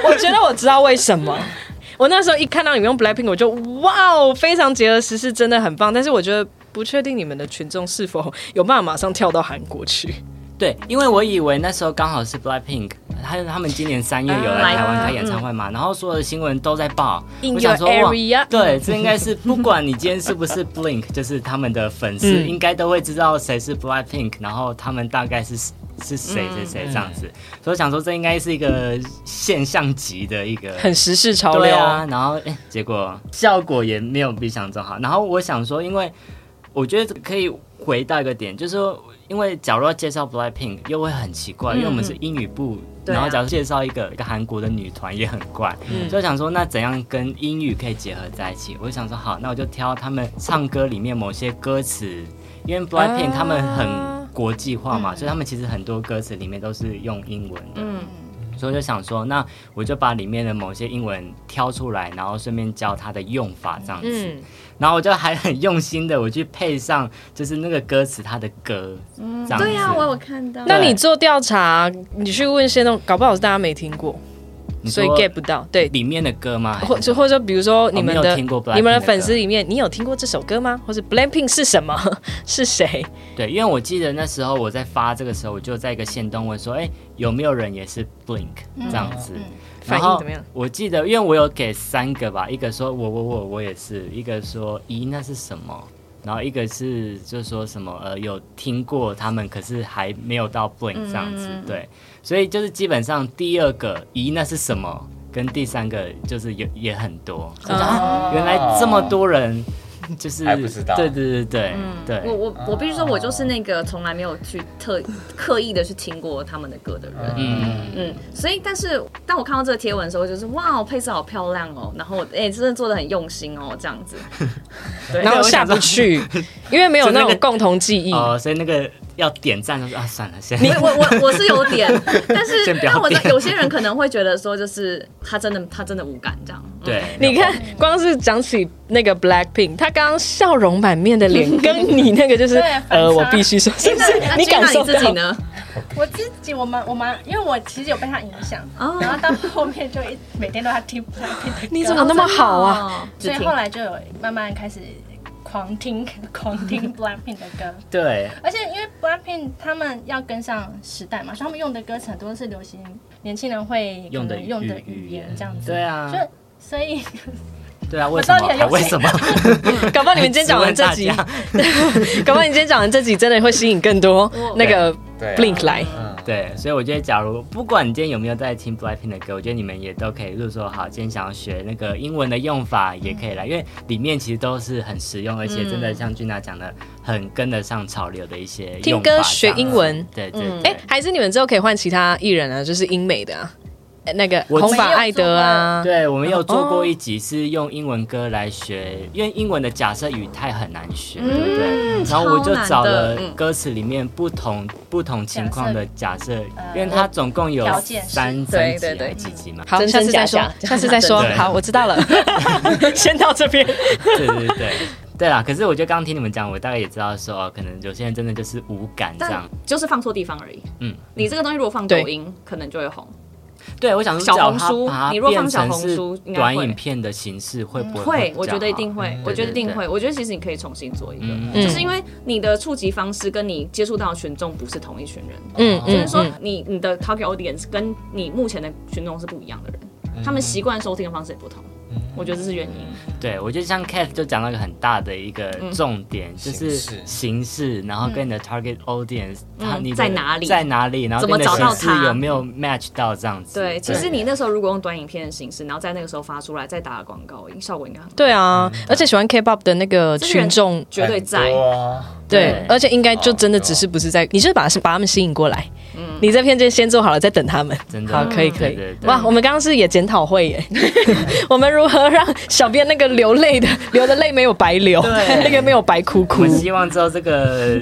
[SPEAKER 1] 我觉得我知道为什么。我那时候一看到你们用 Blackpink，我就哇哦，非常结合时事，真的很棒。但是我觉得不确定你们的群众是否有办法马上跳到韩国去。
[SPEAKER 3] 对，因为我以为那时候刚好是 Blackpink，他他们今年三月有来台湾开演唱会嘛，然后所有的新闻都在报，
[SPEAKER 1] 啊嗯 In
[SPEAKER 3] 我想说
[SPEAKER 1] your
[SPEAKER 3] 哇
[SPEAKER 1] area，
[SPEAKER 3] 对，这应该是不管你今天是不是 Blink，就是 *laughs* 他们的粉丝
[SPEAKER 1] 嗯
[SPEAKER 3] 应该都会知道谁是 Blackpink，然后他们大概是是谁
[SPEAKER 1] 嗯
[SPEAKER 3] 谁谁这样子，所以我想说这应该是一个现象级的一个
[SPEAKER 1] 很时事潮
[SPEAKER 3] 对
[SPEAKER 1] 流。
[SPEAKER 3] 啊，然后、诶结果效果也没有比想中好。然后我想说，因为我觉得可以回到一个点，就是说，因为假如要介绍 Blackpink 又会很奇怪，因为我们是英语部。
[SPEAKER 4] 对啊
[SPEAKER 3] 然后，假如介绍一个一个韩国的女团也很怪，
[SPEAKER 1] 嗯
[SPEAKER 3] 所以我想说，那怎样跟英语可以结合在一起？我就想说，好，那我就挑他们唱歌里面某些歌词，因为 Blackpink 他们很国际化嘛，所以他们其实很多歌词里面都是用英文的。所以我就想说，那我就把里面的某些英文挑出来，然后顺便教它的用法这样子。
[SPEAKER 1] 嗯，
[SPEAKER 3] 然后我就还很用心的，我去配上就是那个歌词它的歌，这样子。
[SPEAKER 4] 嗯对呀、我有看到。
[SPEAKER 1] 那你做调查，你去问一些东，搞不好是大家没听过，
[SPEAKER 3] 你
[SPEAKER 1] 所
[SPEAKER 3] 说
[SPEAKER 1] 以 get 不到。对，
[SPEAKER 3] 里面的歌吗？
[SPEAKER 1] 或就或者说，比如说你们
[SPEAKER 3] 没
[SPEAKER 1] 的、
[SPEAKER 3] 有听过 Blackpink
[SPEAKER 1] 你们的
[SPEAKER 3] 的
[SPEAKER 1] 粉丝里面，你有听过这首歌吗？或者 Blackpink 是什么？ *laughs* 是谁？
[SPEAKER 3] 对，因为我记得那时候我在发这个时候，我就在一个线动问说，哎、有没有人也是 Blink 这样子？然
[SPEAKER 1] 嗯反
[SPEAKER 3] 后
[SPEAKER 1] 应怎么样？
[SPEAKER 3] 我记得，因为我有给三个吧，一个说我我我我也是，一个说咦那是什么，然后一个是就说什么呃有听过他们，可是还没有到 Blink
[SPEAKER 1] 嗯
[SPEAKER 3] 这样子，对，所以就是基本上第二个咦那是什么，跟第三个就是有也很多，
[SPEAKER 5] 哦
[SPEAKER 3] 原来这么多人就是
[SPEAKER 5] 还不知道
[SPEAKER 3] 对对对对、
[SPEAKER 1] 嗯
[SPEAKER 3] 对，
[SPEAKER 4] *laughs* 我我我必须说，我就是那个从来没有去特刻意的去听过他们的歌的人。
[SPEAKER 3] 嗯，
[SPEAKER 4] 嗯，所以但是当我看到这个贴文的时候，我就是哇，配色好漂亮哦，然后哎、真的做的很用心哦，这样子。对
[SPEAKER 1] 然后下不去，因为没有
[SPEAKER 3] 就那
[SPEAKER 1] 那
[SPEAKER 3] 个
[SPEAKER 1] 种共同记忆。
[SPEAKER 3] 哦、所以那个要点赞的时候啊，算了，先
[SPEAKER 1] *laughs*
[SPEAKER 4] 我我我我是有点， *laughs* 但是
[SPEAKER 3] 先不要
[SPEAKER 4] 但我知道
[SPEAKER 3] 点
[SPEAKER 4] 有些人可能会觉得说，就是他真的他真的无感这样。
[SPEAKER 3] 对，
[SPEAKER 1] 你看，
[SPEAKER 3] 哦
[SPEAKER 1] 光是讲起那个 Blackpink，他刚刚笑容满面的脸，跟你那个就是
[SPEAKER 2] 对反，差
[SPEAKER 1] 呃，我必须说，是不
[SPEAKER 4] 哎那
[SPEAKER 1] 是？你感受
[SPEAKER 4] 那自己
[SPEAKER 1] 到？
[SPEAKER 4] 呢？
[SPEAKER 2] 我自己，我们我们，因为我其实有被他影响，
[SPEAKER 4] 哦
[SPEAKER 2] 然后到后面就一每天都在听 Blackpink 的歌
[SPEAKER 1] 你怎么那么好啊？
[SPEAKER 4] 哦，
[SPEAKER 2] 所
[SPEAKER 4] 只
[SPEAKER 2] 以
[SPEAKER 4] 听
[SPEAKER 2] 后来就有慢慢开始狂听狂
[SPEAKER 4] *laughs*
[SPEAKER 2] 听 Blackpink 的歌，
[SPEAKER 3] 对，
[SPEAKER 2] 而且因为 Blackpink 他们要跟上时代嘛，所以他们用的歌词很多是流行年轻人会
[SPEAKER 3] 用的
[SPEAKER 2] 可能嗯用的
[SPEAKER 3] 语
[SPEAKER 2] 语
[SPEAKER 3] 语言
[SPEAKER 2] 言这样子，
[SPEAKER 3] 对啊
[SPEAKER 2] 就所以
[SPEAKER 3] 对啊，为什
[SPEAKER 2] 知道
[SPEAKER 3] 么
[SPEAKER 2] 你很？用
[SPEAKER 3] 为
[SPEAKER 2] 心 *laughs*
[SPEAKER 3] 什么？
[SPEAKER 1] 搞不好你们今天讲完
[SPEAKER 3] *laughs* 哎
[SPEAKER 1] 这集，搞不好你今天讲完这集，真的会吸引更多那个
[SPEAKER 5] 对啊
[SPEAKER 1] Blink 来。
[SPEAKER 5] 嗯，
[SPEAKER 3] 对，所以我觉得，假如不管你今天有没有在听 Blackpink 的歌，我觉得你们也都可以，例如说，好，今天想要学那个英文的用法，也可以来，因为里面其实都是很实用，而且真的像君娜讲的，很跟得上潮流的一些用法
[SPEAKER 1] 听歌学英文
[SPEAKER 3] 这样子，对对
[SPEAKER 1] 哎、
[SPEAKER 3] 对。
[SPEAKER 1] 还是你们之后可以换其他艺人啊，就是英美的啊，呃那个
[SPEAKER 3] 我
[SPEAKER 1] 红发艾德啊，
[SPEAKER 3] 对，我们有做过一集是用英文歌来学，因为英文的假设语态很难学，对不对？然后我就找
[SPEAKER 4] 嗯超难
[SPEAKER 3] 了
[SPEAKER 4] 的嗯
[SPEAKER 3] 歌词里面不同不同情况的假设，
[SPEAKER 4] 嗯
[SPEAKER 2] 呃
[SPEAKER 3] 因为它总共有
[SPEAKER 2] 条件是
[SPEAKER 3] 三三
[SPEAKER 4] 对
[SPEAKER 3] 集
[SPEAKER 4] 对对
[SPEAKER 3] 还几集嘛，
[SPEAKER 1] 好，
[SPEAKER 4] 真
[SPEAKER 1] 下
[SPEAKER 4] 真
[SPEAKER 1] 次再
[SPEAKER 4] 假
[SPEAKER 1] 说
[SPEAKER 4] 假，
[SPEAKER 1] 下次再说
[SPEAKER 3] 真。真
[SPEAKER 1] 好，我知道了，先到这边。
[SPEAKER 3] 对对对。对啦，可是我就刚听你们讲，我大概也知道说，哦可能有些人真的就是无感这
[SPEAKER 4] 但
[SPEAKER 3] 样。
[SPEAKER 4] 就是放错地方而已。
[SPEAKER 3] 嗯
[SPEAKER 4] 嗯，你这个东西如果放抖音，可能就会红。
[SPEAKER 3] 对，我想说，
[SPEAKER 4] 小
[SPEAKER 3] 假如
[SPEAKER 4] 红
[SPEAKER 3] 它
[SPEAKER 4] 书
[SPEAKER 3] 把它
[SPEAKER 4] 你若放
[SPEAKER 3] 变
[SPEAKER 4] 小
[SPEAKER 3] 成
[SPEAKER 4] 红
[SPEAKER 3] 是
[SPEAKER 4] 书应该
[SPEAKER 3] 短
[SPEAKER 4] 会嗯
[SPEAKER 3] 影片的形式会不会
[SPEAKER 4] 会
[SPEAKER 3] 比，
[SPEAKER 4] 我
[SPEAKER 3] 较
[SPEAKER 4] 觉得一
[SPEAKER 3] 好
[SPEAKER 4] 定会，
[SPEAKER 5] 嗯
[SPEAKER 4] 我觉得一定
[SPEAKER 3] 对
[SPEAKER 4] 会。我觉得其实你可以重新做一个，
[SPEAKER 3] 嗯
[SPEAKER 4] 就是因为你的触及方式跟你接触到的群众不是同一群人，
[SPEAKER 1] 嗯
[SPEAKER 4] 就是
[SPEAKER 1] 嗯
[SPEAKER 4] 说
[SPEAKER 1] 嗯，
[SPEAKER 4] 你你的 target audience 跟你目前的群众是不一样的人，他们习惯收听的方式也不同。
[SPEAKER 5] 嗯
[SPEAKER 4] 我觉得这是原因。
[SPEAKER 3] 对，我觉得像 Cat 就讲到一个很大的一个
[SPEAKER 4] 嗯
[SPEAKER 3] 重点，就
[SPEAKER 5] 形
[SPEAKER 3] 是
[SPEAKER 5] 式
[SPEAKER 3] 形式，然后跟你的 target audience，、
[SPEAKER 4] 嗯
[SPEAKER 3] 它你的
[SPEAKER 4] 在哪里
[SPEAKER 3] 在哪里，然后
[SPEAKER 4] 怎么
[SPEAKER 3] 跟你的
[SPEAKER 4] 找到
[SPEAKER 3] 形式
[SPEAKER 4] 它
[SPEAKER 3] 有没有 match 到这样子？
[SPEAKER 4] 对，其实你那时候如果用短影片的形式，然后在那个时候发出来，再打广告，效果应该很好。
[SPEAKER 1] 对啊，而且喜欢 K-pop 的那个
[SPEAKER 4] 这些人
[SPEAKER 1] 群众，
[SPEAKER 4] 绝对在
[SPEAKER 5] 很。多啊
[SPEAKER 1] 对，而且应该就真的只是不是在，
[SPEAKER 3] 哦
[SPEAKER 1] 你就是把把他们吸引过来。你这片就先做好了，再等他们。
[SPEAKER 3] 嗯真的
[SPEAKER 1] 好，可以
[SPEAKER 3] 嗯
[SPEAKER 1] 可以
[SPEAKER 3] 对对。对
[SPEAKER 1] 哇，我们刚刚是也检讨会
[SPEAKER 3] *laughs*
[SPEAKER 1] 耶，我们如何让小编那个流泪的流的泪没有白流，*laughs*
[SPEAKER 3] 对
[SPEAKER 1] 那个没有白哭
[SPEAKER 3] 我
[SPEAKER 1] 哭
[SPEAKER 3] 们。希望之后这
[SPEAKER 4] *laughs*
[SPEAKER 3] 个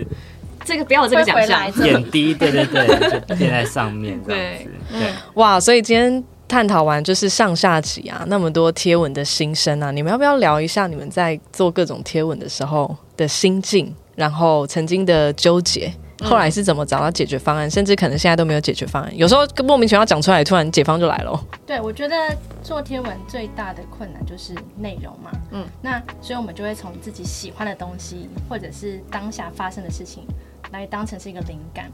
[SPEAKER 4] 这个不要有这个奖
[SPEAKER 2] 会回来
[SPEAKER 4] 项
[SPEAKER 2] 这，里
[SPEAKER 3] 眼低，对对对，就垫在上面这样子。对，
[SPEAKER 1] 哇，所以今天探讨完就是上下集啊，那么多贴文的心声啊，你们要不要聊一下你们在做各种贴文的时候的心境，然后曾经的纠结？后来是怎么找到解决方案，甚至可能现在都没有解决方案。有时候莫名其妙讲出来，突然解方就来了。
[SPEAKER 2] 对，我觉得做贴文最大的困难就是内容嘛，嗯，那所以我们就会从自己喜欢的东西，或者是当下发生的事情，来当成是一个灵感。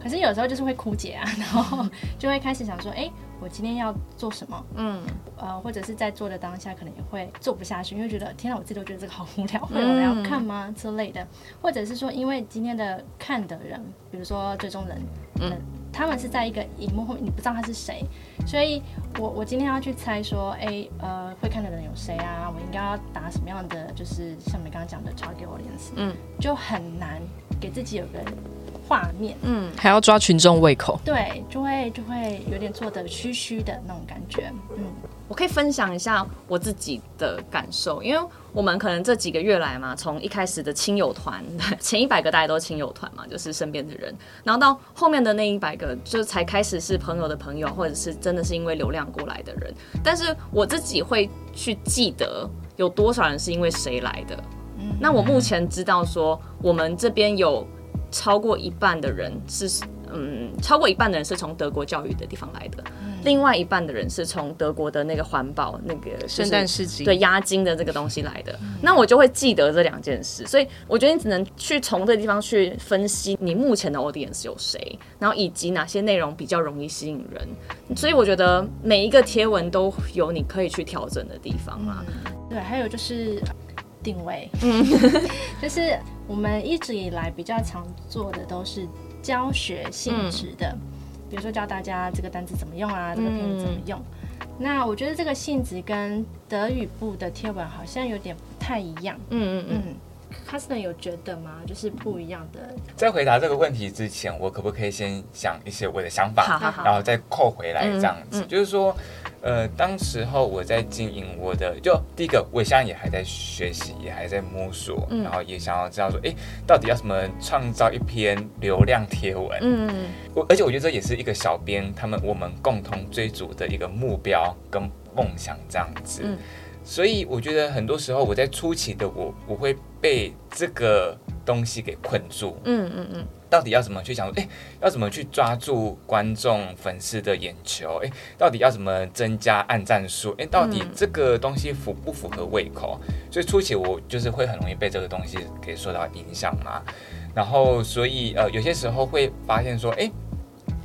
[SPEAKER 2] 可是有时候就是会枯竭啊， *laughs* 然后就会开始想说，哎、我今天要做什么？
[SPEAKER 4] 嗯，
[SPEAKER 2] 呃，或者是在做的当下，可能也会做不下去，因为觉得天啊，我自己都觉得这个好无聊，会有人要看吗之类的，或者是说，因为今天的看的人，比如说追踪人，嗯、他们是在一个荧幕后面，你不知道他是谁，所以我我今天要去猜说，哎、呃，会看的人有谁啊？我应该要打什么样的，就是像你刚刚讲的 target audience，嗯，就很难给自己有个画面，
[SPEAKER 1] 还要抓群众胃口。
[SPEAKER 2] 对，就会就会有点做的虚虚的那种感觉，嗯。
[SPEAKER 4] 我可以分享一下我自己的感受，因为我们可能这几个月来嘛，从一开始的亲友团， *laughs* 前一百个大家都是亲友团嘛，就是身边的人，然后到后面的那一百个，就才开始是朋友的朋友，或者是真的是因为流量过来的人。但是我自己会去记得有多少人是因为谁来的。那我目前知道说，我们这边有超过一半的人是，嗯，超过一半的人是从德国教育的地方来的，
[SPEAKER 1] 嗯
[SPEAKER 4] 另外一半的人是从德国的那个环保那个就是
[SPEAKER 1] 圣诞市集
[SPEAKER 4] 对押金的这个东西来的。那我就会记得这两件事，所以我觉得你只能去从这个地方去分析你目前的 audience 有谁，然后以及哪些内容比较容易吸引人。所以我觉得每一个贴文都有你可以去调整的地方啊。
[SPEAKER 2] 对，还有就是定位，
[SPEAKER 4] 嗯
[SPEAKER 2] *laughs* 就是我们一直以来比较常做的都是教学
[SPEAKER 4] 嗯
[SPEAKER 2] 性质的，比如说教大家这个单词怎么用啊，这个片语
[SPEAKER 4] 嗯
[SPEAKER 2] 怎么用。那我觉得这个性质跟德语部的贴文好像有点不太一样。
[SPEAKER 4] 嗯嗯嗯。
[SPEAKER 2] 嗯 c u s t o m 有觉得吗？就是不一样的。
[SPEAKER 5] 在回答这个问题之前，我可不可以先想一些我的想法？
[SPEAKER 4] 好好嗯好
[SPEAKER 5] 然后再扣回来这样子。就是说，呃，当时候我在经营我的，就第一个，我现在也还在学习，也还在摸索，
[SPEAKER 4] 嗯
[SPEAKER 5] 然后也想要知道说，诶，到底要怎么创造一篇流量贴文？
[SPEAKER 4] 嗯，
[SPEAKER 5] 我而且我觉得这也是一个小编他们我们共同追逐的一个目标跟梦想这样子。
[SPEAKER 4] 嗯
[SPEAKER 5] 所以我觉得很多时候我在初期的我，我会被这个东西给困住。
[SPEAKER 4] 嗯嗯嗯，
[SPEAKER 5] 到底要怎么去想？哎，要怎么去抓住观众粉丝的眼球？哎，到底要怎么增加按赞数？哎，到底这个东西符不符合胃口？所以初期我就是会很容易被这个东西给受到影响嘛。然后，所以呃，有些时候会发现说，哎，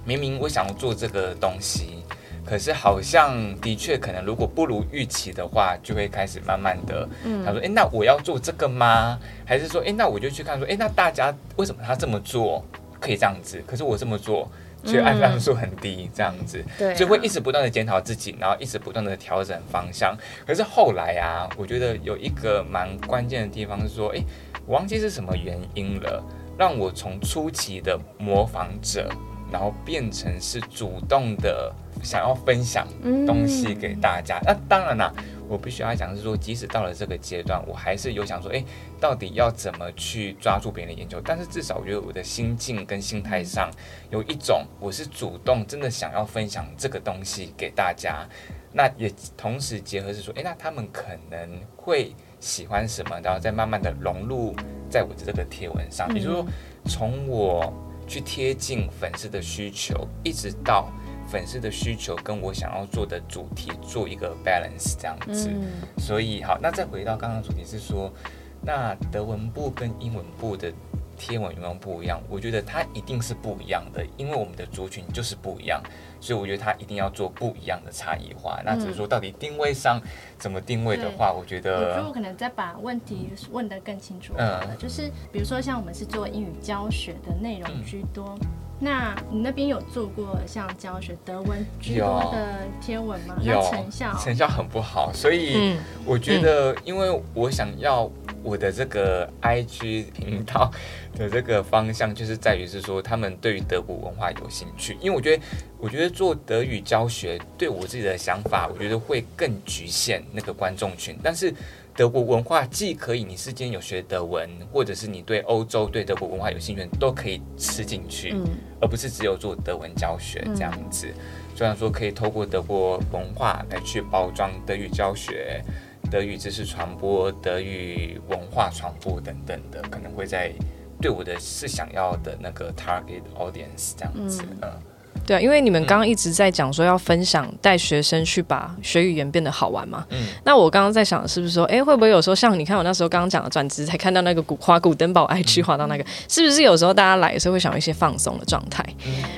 [SPEAKER 5] 明明我想做这个东西，可是好像的确可能如果不如预期的话，就会开始慢慢的，他说，哎，那我要做这个吗？还是说，哎，那我就去看说，哎，那大家为什么他这么做可以这样子，可是我这么做却按赞数很低，这样子，
[SPEAKER 4] 嗯对啊
[SPEAKER 5] 就会一直不断的检讨自己，然后一直不断的调整方向。可是后来啊，我觉得有一个蛮关键的地方是说，哎，我忘记是什么原因了，让我从初期的模仿者，然后变成是主动的想要分享东西给大
[SPEAKER 4] 嗯
[SPEAKER 5] 家。那当然啦、我必须要讲是说，即使到了这个阶段，我还是有想说，哎、到底要怎么去抓住别人的眼球？但是至少我觉得我的心境跟心态上有一种，我是主动真的想要分享这个东西给大家。那也同时结合是说，哎、那他们可能会喜欢什么，然后再慢慢的融入在我的这个贴文上。
[SPEAKER 2] 嗯
[SPEAKER 5] 也就是说，从我去贴近粉丝的需求，一直到粉丝的需求跟我想要做的主题做一个 balance 这样子。
[SPEAKER 2] 嗯
[SPEAKER 5] 所以好，那再回到刚刚主题是说，那德文部跟英文部的贴文有没有不一样？我觉得它一定是不一样的，因为我们的族群就是不一样，所以我觉得它一定要做不一样的差异化。那只是说到底定位上怎么定位的话，我觉
[SPEAKER 2] 嗯我觉得
[SPEAKER 5] 得
[SPEAKER 2] 我可能再把问题问得更清楚好了，
[SPEAKER 5] 呃嗯
[SPEAKER 2] 就是比如说像我们是做英语教学的内容居多，那你那边有做过像教学德文居多
[SPEAKER 5] 有
[SPEAKER 2] 的贴文吗？那
[SPEAKER 5] 有
[SPEAKER 2] 成效
[SPEAKER 5] 成效很不好，所以
[SPEAKER 1] 嗯
[SPEAKER 5] 我觉得，因为我想要我的这个 IG 频道的这个呃方向，就是在于是说他们对于德国文化有兴趣，因为我觉得，我觉得做德语教学对我自己的想法，我觉得会更局限那个观众群，但是。德国文化既可以，你是今天有学德文，或者是你对欧洲、对德国文化有兴趣，都可以吃进去。
[SPEAKER 2] 嗯
[SPEAKER 5] 而不是只有做德文教学这样子。虽然说可以透过德国文化来去包装德语教学、德语知识传播、德语文化传播等等的，可能会在对我的是想要的那个 target audience 这样子。嗯，
[SPEAKER 1] 对啊，因为你们刚刚一直在讲说要分享带学生去把学语言变得好玩嘛。
[SPEAKER 5] 嗯
[SPEAKER 1] 那我刚刚在想，是不是说，哎，会不会有时候像你看我那时候刚刚讲的转职才看到那个古花古登堡 IG 滑到那个，是不是有时候大家来的时候会想要一些放松的状态？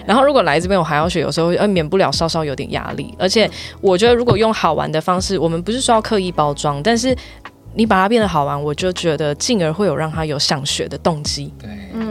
[SPEAKER 1] 然后如果来这边我还要学，有时候呃免不了稍稍有点压力。而且我觉得如果用好玩的方式，我们不是说要刻意包装，但是。你把它变得好玩，我就觉得进而会有让他有想学的动机。
[SPEAKER 5] 对，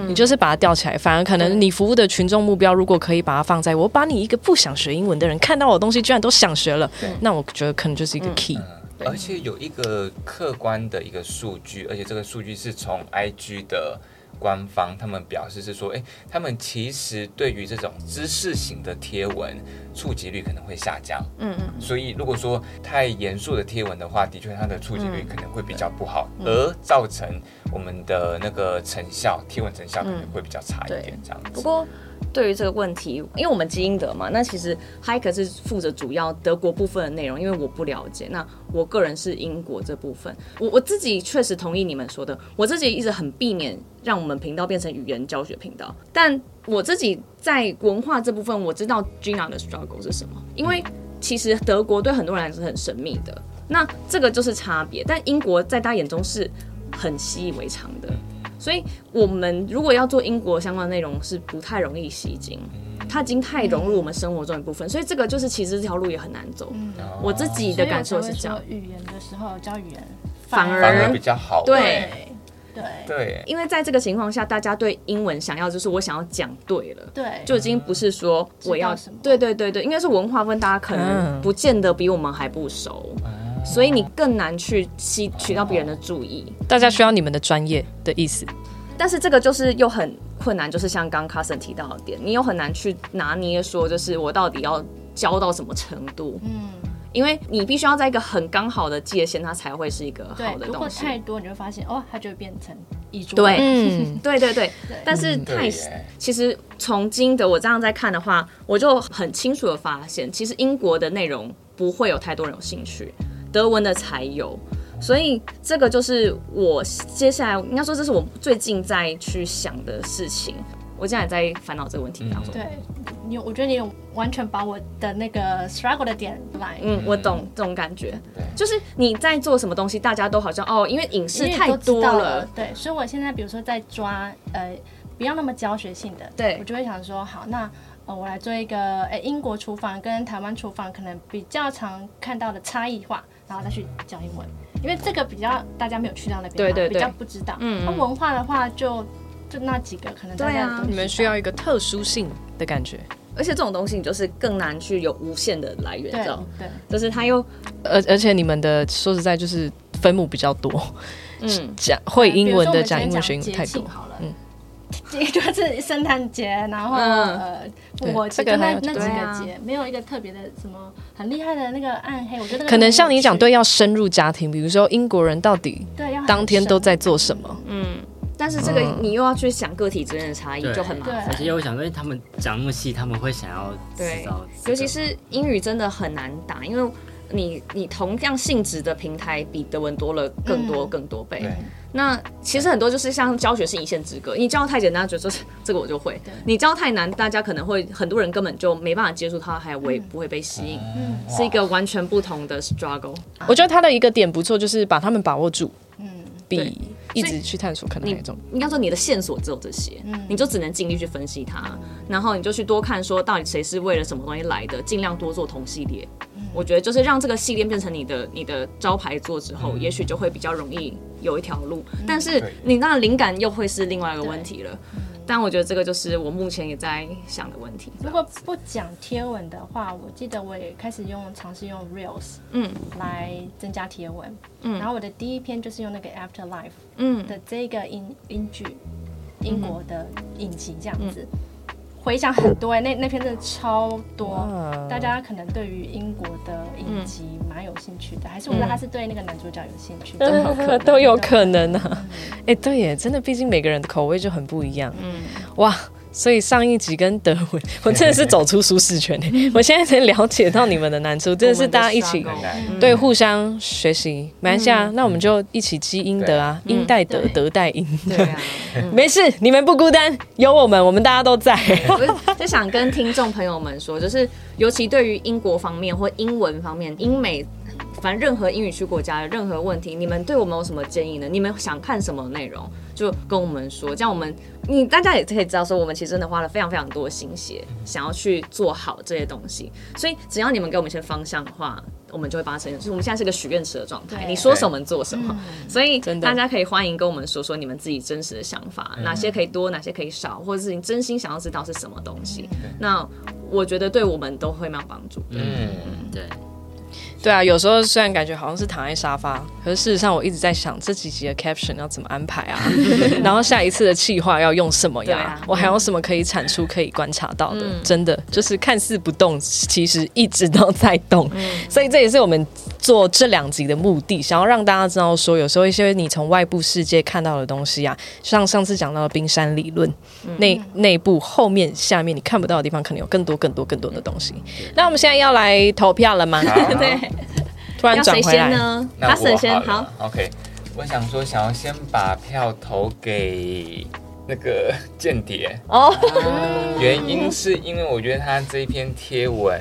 [SPEAKER 1] 你就是把它吊起来，反而可能你服务的群众目标，如果可以把它放在我把你一个不想学英文的人看到我的东西，居然都想学了，那我觉得可能就是
[SPEAKER 2] 嗯
[SPEAKER 1] 一个 key。
[SPEAKER 5] 嗯而且有一个客观的一个数据，而且这个数据是从 IG 的官方他们表示是说，诶，他们其实对于这种知识型的贴文触及率可能会下降。嗯嗯。所以如果说太严肃的贴文的话，的确它的触及
[SPEAKER 4] 嗯
[SPEAKER 5] 率可能会比较不好，而造成我们的那个成效贴文成效可能会比较差一点，这样子。
[SPEAKER 4] 嗯不过对于这个问题，因为我们基因德嘛，那其实 Hiker 是负责主要德国部分的内容，因为我不了解。那我个人是英国这部分，我我自己确实同意你们说的，我自己一直很避免让我们频道变成语言教学频道，但我自己在文化这部分，我知道 Gina 的 struggle 是什么，因为其实德国对很多人来说是很神秘的，那这个就是差别。但英国在大家眼中是很习以为常的，所以我们如果要做英国相关的内容，是不太容易吸睛。
[SPEAKER 2] 嗯
[SPEAKER 4] 它已经太融入我们生活中一部分，所以这个就是其实这条路也很难走。我自己的感受是这样
[SPEAKER 2] 嗯所以我才会说，语言的时候教语言，
[SPEAKER 4] 反
[SPEAKER 5] 反而
[SPEAKER 4] 而
[SPEAKER 5] 比较好。
[SPEAKER 4] 对
[SPEAKER 2] 对
[SPEAKER 5] 对，
[SPEAKER 4] 因为在这个情况下，大家对英文想要就是我想要讲对了，
[SPEAKER 2] 对，
[SPEAKER 4] 就已经不是说我要
[SPEAKER 2] 知道什么
[SPEAKER 4] 对对对对，应该是文化问大家可能
[SPEAKER 1] 嗯
[SPEAKER 4] 不见得比我们还不熟，所以你更难去吸取到别人的注意。
[SPEAKER 1] 大家需要你们的专业的意思，
[SPEAKER 4] 但是这个就是又很困难，就是像刚 Carson 提到的点，你又很难去拿捏说，就是我到底要教到什么程度，
[SPEAKER 2] 嗯，
[SPEAKER 4] 因为你必须要在一个很刚好的界限，它才会是一个好的
[SPEAKER 2] 对。如果
[SPEAKER 4] 东西。
[SPEAKER 2] 太多，你就会发现哦，它就会变成遗珠。
[SPEAKER 4] 对
[SPEAKER 1] 嗯，
[SPEAKER 4] 对对对，但是
[SPEAKER 5] 对
[SPEAKER 4] 太
[SPEAKER 5] 耶
[SPEAKER 4] 其实从金德我这样在看的话，我就很清楚的发现，其实英国的内容不会有太多人有兴趣，德文的才有。所以这个就是我接下来应该说，这是我最近在去想的事情。我现在也在烦恼这个问题当中。
[SPEAKER 2] 对，你我觉得你有完全把我的那个 struggle 的点来，
[SPEAKER 4] 嗯，我懂这种感觉
[SPEAKER 5] 对，
[SPEAKER 4] 就是你在做什么东西，大家都好像哦，因为影视
[SPEAKER 2] 因为
[SPEAKER 4] 太
[SPEAKER 2] 都知
[SPEAKER 4] 多
[SPEAKER 2] 道
[SPEAKER 4] 了
[SPEAKER 2] 了，，对，所以我现在比如说在抓呃，不要那么教学性的，
[SPEAKER 4] 对
[SPEAKER 2] 我就会想说，好，那呃，我来做一个呃英国厨房跟台湾厨房可能比较常看到的差异化，然后再去啊教英文，因为这个比较大家没有去到那边嘛，
[SPEAKER 4] 对对
[SPEAKER 2] 比
[SPEAKER 4] 对
[SPEAKER 2] 较不知道。
[SPEAKER 4] 嗯
[SPEAKER 2] 那文化的话就就那几个，可能大
[SPEAKER 4] 对
[SPEAKER 2] 家
[SPEAKER 4] 啊
[SPEAKER 1] *laughs*
[SPEAKER 2] 都
[SPEAKER 1] 你们
[SPEAKER 2] 知
[SPEAKER 1] 需
[SPEAKER 2] 道
[SPEAKER 1] 要一个特殊性的感觉，
[SPEAKER 4] 而且这种东西你就是更难去有无限的来源，
[SPEAKER 2] 对
[SPEAKER 4] 知道吗？
[SPEAKER 2] 对
[SPEAKER 4] 就是它又
[SPEAKER 1] 而而且你们的说实在就是分母比较多，
[SPEAKER 4] 嗯，
[SPEAKER 1] *laughs* 讲会英文的讲
[SPEAKER 2] 比
[SPEAKER 1] 英文
[SPEAKER 2] 如说我们
[SPEAKER 1] 学英文
[SPEAKER 2] 今天
[SPEAKER 1] 太
[SPEAKER 2] 讲
[SPEAKER 1] 多
[SPEAKER 2] 节庆，好了， *laughs*
[SPEAKER 1] 嗯
[SPEAKER 2] 就是圣诞节，然后、
[SPEAKER 4] 嗯
[SPEAKER 2] 呃
[SPEAKER 1] 对
[SPEAKER 2] 复活节，
[SPEAKER 1] 这个
[SPEAKER 2] 就那
[SPEAKER 1] 很有
[SPEAKER 2] 那
[SPEAKER 4] 对啊
[SPEAKER 2] 几个节，没有一个特别的什么很厉害的那个暗黑，我觉得那个
[SPEAKER 1] 可能像
[SPEAKER 2] 很有
[SPEAKER 1] 你讲，
[SPEAKER 2] 趣
[SPEAKER 1] 对，要深入家庭，比如说英国人到底
[SPEAKER 2] 对，要很
[SPEAKER 1] 当天都
[SPEAKER 2] 深
[SPEAKER 1] 在做什么，
[SPEAKER 4] 嗯但是这个你又要去想个体之间的差异，
[SPEAKER 3] 对
[SPEAKER 4] 就很麻烦。
[SPEAKER 3] 而且我想说，因为他们讲那么细，他们会想要知道这个，
[SPEAKER 4] 尤其是英语真的很难打，因为你你同样性质的平台比德文多了更多
[SPEAKER 2] 嗯
[SPEAKER 4] 更多倍。
[SPEAKER 5] 对
[SPEAKER 4] 那其实很多就是像教学是一线之隔，你教得太简单，觉得说这个我就会；你教太难，大家可能会很多人根本就没办法接触它，还会不会被吸引，是一个完全不同的 struggle。
[SPEAKER 1] 我觉得他的一个点不错，就是把他们把握住。嗯，
[SPEAKER 4] 对
[SPEAKER 1] 比一直去探索可能哪一种。
[SPEAKER 4] 应该说你的线索只有这些，你就只能尽力去分析它，然后你就去多看说到底谁是为了什么东西来的，尽量多做同系列。我觉得就是让这个系列变成你的你的招牌作之后，也许就会比较容易有一条路。但是
[SPEAKER 5] 对
[SPEAKER 4] 你那灵感又会是另外一个问题了。但我觉得这个就是我目前也在想的问题。
[SPEAKER 2] 如果不讲贴文的话，我记得我也开始用尝试用 Reels，
[SPEAKER 4] 嗯
[SPEAKER 2] 来增加贴文。
[SPEAKER 4] 嗯
[SPEAKER 2] 然后我的第一篇就是用那个 Afterlife
[SPEAKER 4] 嗯
[SPEAKER 2] 的这个英英剧，英国的影集这样
[SPEAKER 4] 嗯
[SPEAKER 2] 子，回想很多哎、那那篇真的超多。
[SPEAKER 1] 啊
[SPEAKER 2] 大家可能对于英国的影集蛮有兴趣的，
[SPEAKER 4] 嗯
[SPEAKER 2] 还是我觉得他是对那个男主角有兴趣，都 *laughs*
[SPEAKER 4] *laughs*
[SPEAKER 2] 好可能
[SPEAKER 1] 都有可能啊。 *laughs* 哎、对耶，真的，毕竟每个人的口味就很不一样。
[SPEAKER 4] 嗯，
[SPEAKER 1] 哇，所以上一集跟德文，我真的是走出舒适圈耶我现在才了解到你们的难处，真的是大家一起
[SPEAKER 4] 我们的 struggle
[SPEAKER 5] 对
[SPEAKER 1] 对互相学习。马来西亚，啊那我们就一起积阴德啊，
[SPEAKER 4] 对啊
[SPEAKER 1] 阴带德，
[SPEAKER 2] 嗯
[SPEAKER 1] 德带阴。
[SPEAKER 4] 对啊。
[SPEAKER 1] *laughs* 没事，你们不孤单，有我们，我们大家都在。
[SPEAKER 4] 我是就想跟听众朋友们说，就是尤其对于英国方面或英文方面，英美。反正任何英语区国家的任何问题，你们对我们有什么建议呢？你们想看什么内容，就跟我们说，这样我们你大家也可以知道说，我们其实真的花了非常非常多的心血，想要去做好这些东西。所以只要你们给我们一些方向的话，我们就会把它实现。就是我们现在是个许愿池的状态，
[SPEAKER 2] 对
[SPEAKER 4] 你说什么你做什么。所以
[SPEAKER 1] 真的
[SPEAKER 4] 大家可以欢迎跟我们说说你们自己真实的想法，
[SPEAKER 5] 嗯
[SPEAKER 4] 哪些可以多，哪些可以少，或者是你真心想要知道是什么东西。那我觉得对我们都会蛮有帮助的。
[SPEAKER 5] 嗯，
[SPEAKER 4] *laughs* 对，
[SPEAKER 1] 对啊，有时候虽然感觉好像是躺在沙发，可是事实上我一直在想这几集的 caption 要怎么安排
[SPEAKER 4] *laughs*
[SPEAKER 1] 啊，然后下一次的企划要用什么
[SPEAKER 4] 对
[SPEAKER 1] 呀？
[SPEAKER 4] 啊嗯
[SPEAKER 1] 我还有什么可以产出、可以观察到的？真的就是看似不动，其实一直都在动。
[SPEAKER 4] 嗯
[SPEAKER 1] 所以这也是我们做这两集的目的，想要让大家知道说，有时候一些你从外部世界看到的东西啊，像上次讲到的冰山理论，
[SPEAKER 4] 嗯
[SPEAKER 1] 内内部后面下面你看不到的地方，可能有更多、更多、更多的东西。那我们现在要来投票了吗？
[SPEAKER 5] 好
[SPEAKER 4] 对，
[SPEAKER 1] 突然
[SPEAKER 4] 要
[SPEAKER 1] 转
[SPEAKER 4] 谁
[SPEAKER 1] 回
[SPEAKER 4] 先
[SPEAKER 1] 来。
[SPEAKER 4] 呢？
[SPEAKER 5] 那
[SPEAKER 4] 他
[SPEAKER 5] 我
[SPEAKER 4] 首
[SPEAKER 5] 好
[SPEAKER 4] 先好
[SPEAKER 5] 了，，OK。我想说，想要先把票投给那个 *laughs* 间谍，
[SPEAKER 1] 哦，
[SPEAKER 5] 原因是因为我觉得他这一篇贴文，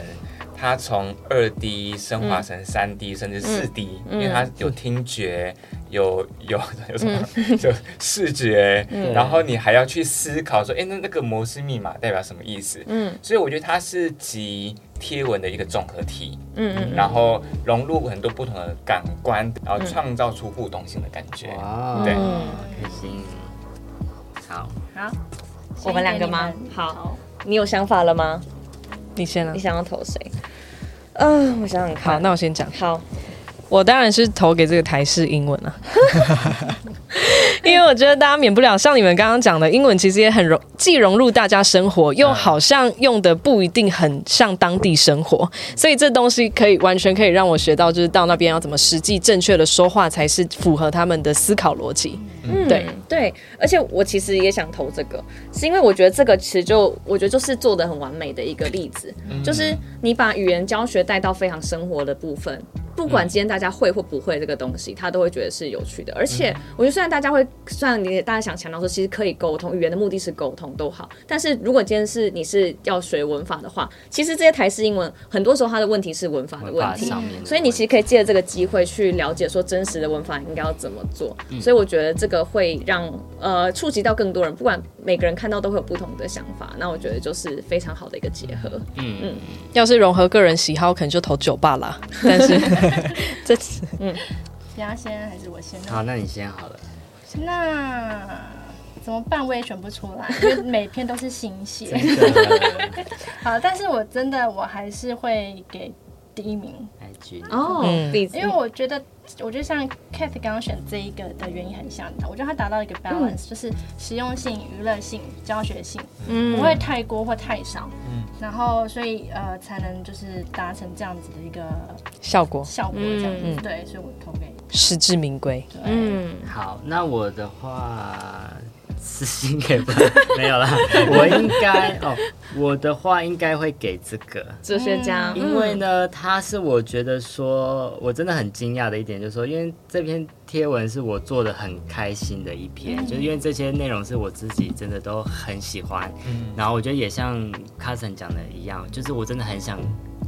[SPEAKER 5] 他从二 D 升华成三 D、甚至四 D，、因为他有听觉，有有有什么， *laughs* 有视觉，然后你还要去思考说，哎、那那个摩斯密码代表什么意思？嗯，所以我觉得它是集贴文的一个综合体，嗯嗯，然后融入很多不同的感官，然后创造出互动性的感觉。
[SPEAKER 3] 哇，
[SPEAKER 5] 对，
[SPEAKER 3] 开心。好，
[SPEAKER 2] 好，
[SPEAKER 4] 我们两个吗
[SPEAKER 2] 先给你们
[SPEAKER 4] 好，你有想法了吗？
[SPEAKER 1] 你先了
[SPEAKER 4] 你。想要投谁？嗯、我想想看。
[SPEAKER 1] 好，那我先讲。
[SPEAKER 4] 好，
[SPEAKER 1] 我当然是投给这个台式英文啊， *laughs* 因为我觉得大家免不了像你们刚刚讲的，英文其实也很融，既融入大家生活，又好像用的不一定很像当地生活，所以这东西可以完全可以让我学到，就是到那边要怎么实际正确的说话才是符合他们的思考逻辑。对
[SPEAKER 4] 嗯对，而且我其实也想投这个，是因为我觉得这个其实就我觉得就是做的很完美的一个例子，就是你把语言教学带到非常生活的部分。不管今天大家会或不会这个东西，他都会觉得是有趣的。而且，我觉得虽然大家会，虽然你大家想强调说，其实可以沟通，语言的目的是沟通都好。但是如果今天是你是要学文法的话，其实这些台式英文很多时候它的问题是文法的
[SPEAKER 3] 文
[SPEAKER 4] 问
[SPEAKER 3] 化
[SPEAKER 4] 题，
[SPEAKER 3] 上面的问题，
[SPEAKER 4] 所以你其实可以借这个机会去了解说真实的文法应该要怎么做，
[SPEAKER 1] 嗯
[SPEAKER 4] 所以我觉得这个会让呃触及到更多人，不管每个人看到都会有不同的想法，那我觉得就是非常好的一个结合。
[SPEAKER 3] 嗯
[SPEAKER 4] 嗯
[SPEAKER 1] 要是融合个人喜好，可能就投酒吧啦。但
[SPEAKER 4] *laughs*
[SPEAKER 1] 是这次
[SPEAKER 2] 你要先还是我先？啊
[SPEAKER 3] 好，那你先好
[SPEAKER 4] *laughs*
[SPEAKER 3] 了。
[SPEAKER 2] 那怎么办？我也选不出来，因为每篇都是新
[SPEAKER 4] *laughs*
[SPEAKER 2] 血。好，但是我真的我还是会给第一名，
[SPEAKER 3] IG
[SPEAKER 4] 哦
[SPEAKER 1] 嗯
[SPEAKER 4] 比
[SPEAKER 2] 因为我觉得，我觉得像 Cat 刚刚选这一个的原因很像的，我觉得它达到一个 balance，、就是实用性、娱乐性、教学性，
[SPEAKER 4] 嗯
[SPEAKER 2] 不会太多或太少，然后所以呃才能就是达成这样子的一个
[SPEAKER 1] 效果
[SPEAKER 2] 效果，这样子、对，所以我投给
[SPEAKER 1] 实至名归。
[SPEAKER 4] 嗯
[SPEAKER 3] 好，那我的话，私信给吧， *laughs* 没有啦，我应该哦，我的话应该会给这个，
[SPEAKER 4] 哲学家，
[SPEAKER 3] 因为呢，它是我觉得说，我真的很惊讶的一点，就是说，因为这篇贴文是我做的很开心的一篇，就是因为这些内容是我自己真的都很喜欢，然后我觉得也像 Carson 讲的一样，就是我真的很想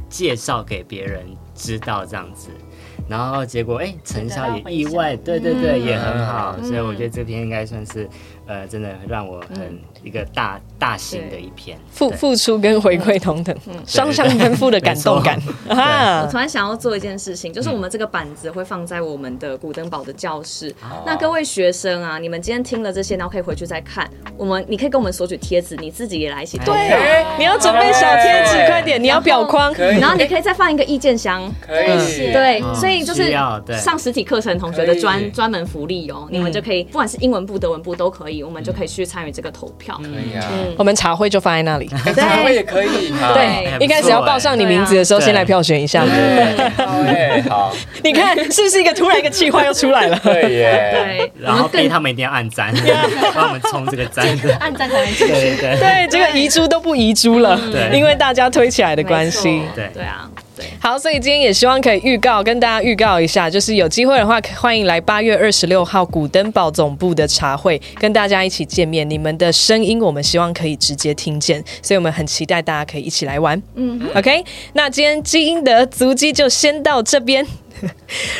[SPEAKER 3] 介绍给别人知道这样子。然后结果哎，成效
[SPEAKER 2] 得到
[SPEAKER 3] 也
[SPEAKER 2] 回
[SPEAKER 3] 意
[SPEAKER 2] 响
[SPEAKER 3] 外，对对对，
[SPEAKER 2] 嗯
[SPEAKER 3] 也很好，所以我觉得这篇应该算是，呃，真的让我很一个大大型的一篇
[SPEAKER 1] 付
[SPEAKER 3] 对
[SPEAKER 1] 付出跟回馈同等，双向奔赴的感动感
[SPEAKER 4] 我
[SPEAKER 1] 啊
[SPEAKER 4] 突！然想要做一件事情，就是
[SPEAKER 1] 嗯
[SPEAKER 4] 我们这个板子会放在我们的古登堡的教室。
[SPEAKER 1] 哦
[SPEAKER 4] 那各位学生啊，你们今天听了这些，然后可以回去再看。我们你可以跟我们索取贴纸，你自己也来一起投票。
[SPEAKER 1] 对，啊你要准备小贴纸，快点！你要表框，
[SPEAKER 5] 可以
[SPEAKER 4] 然后你可以再放一个意见箱，
[SPEAKER 5] 可以，
[SPEAKER 4] 对，
[SPEAKER 3] 嗯
[SPEAKER 4] 所以就是
[SPEAKER 3] 需要对
[SPEAKER 4] 上实体课程同学的
[SPEAKER 5] 可以
[SPEAKER 4] 专专门福利哦，你们就可以不管是英文部、德文部都可以，我们就可以去参与这个投票。
[SPEAKER 5] 可以啊，
[SPEAKER 1] 我们茶会就放在那里。
[SPEAKER 5] 茶会也可以， *laughs* 好
[SPEAKER 1] 嗯对，
[SPEAKER 3] 哎
[SPEAKER 1] 一开始要报上你名字的时候，
[SPEAKER 3] 对啊
[SPEAKER 1] 先来票选一下。
[SPEAKER 5] 对，好耶，好，
[SPEAKER 1] 你看，是不是一个突然一个气话又出来了？
[SPEAKER 5] 对 *laughs* 耶，
[SPEAKER 4] 对，
[SPEAKER 3] 然后逼他们一定要按赞，帮我们冲这个赞，
[SPEAKER 2] *laughs* 按赞才能
[SPEAKER 3] *laughs*
[SPEAKER 2] 进
[SPEAKER 3] 对对对
[SPEAKER 1] 对，这个遗珠都不遗珠了，
[SPEAKER 3] 对
[SPEAKER 1] 因为大家推起来的关系
[SPEAKER 4] 没。错
[SPEAKER 3] 对
[SPEAKER 4] 对啊，对，
[SPEAKER 1] 好，所以今天也希望可以预告，跟大家预告一下，就是有机会的话，欢迎来八月二十六号古登堡总部的茶会，跟大家一起见面。你们的声音，我们希望可以直接听见，所以我们很期待大家可以一起来玩。嗯，OK，那今天基因的足迹就先到这边。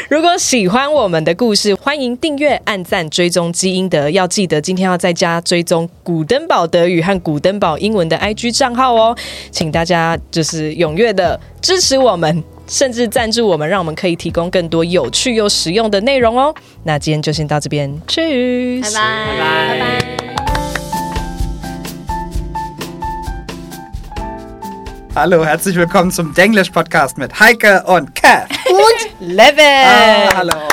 [SPEAKER 1] 如果喜欢我们的故事，欢迎订阅、按赞、追踪基因德。要记得今天要在家追踪古登堡德语和古登堡英文的 IG 账号哦，请大家就是踊跃的支持我们，甚至赞助我们，让我们可以提供更多有趣又实用的内容哦。那今天就先到这边，Cheers，
[SPEAKER 4] 拜拜，拜拜。
[SPEAKER 7] Hallo, herzlich willkommen zum Denglish Podcast mit Heike und Kat.
[SPEAKER 1] Level，
[SPEAKER 7] Ah, hallo.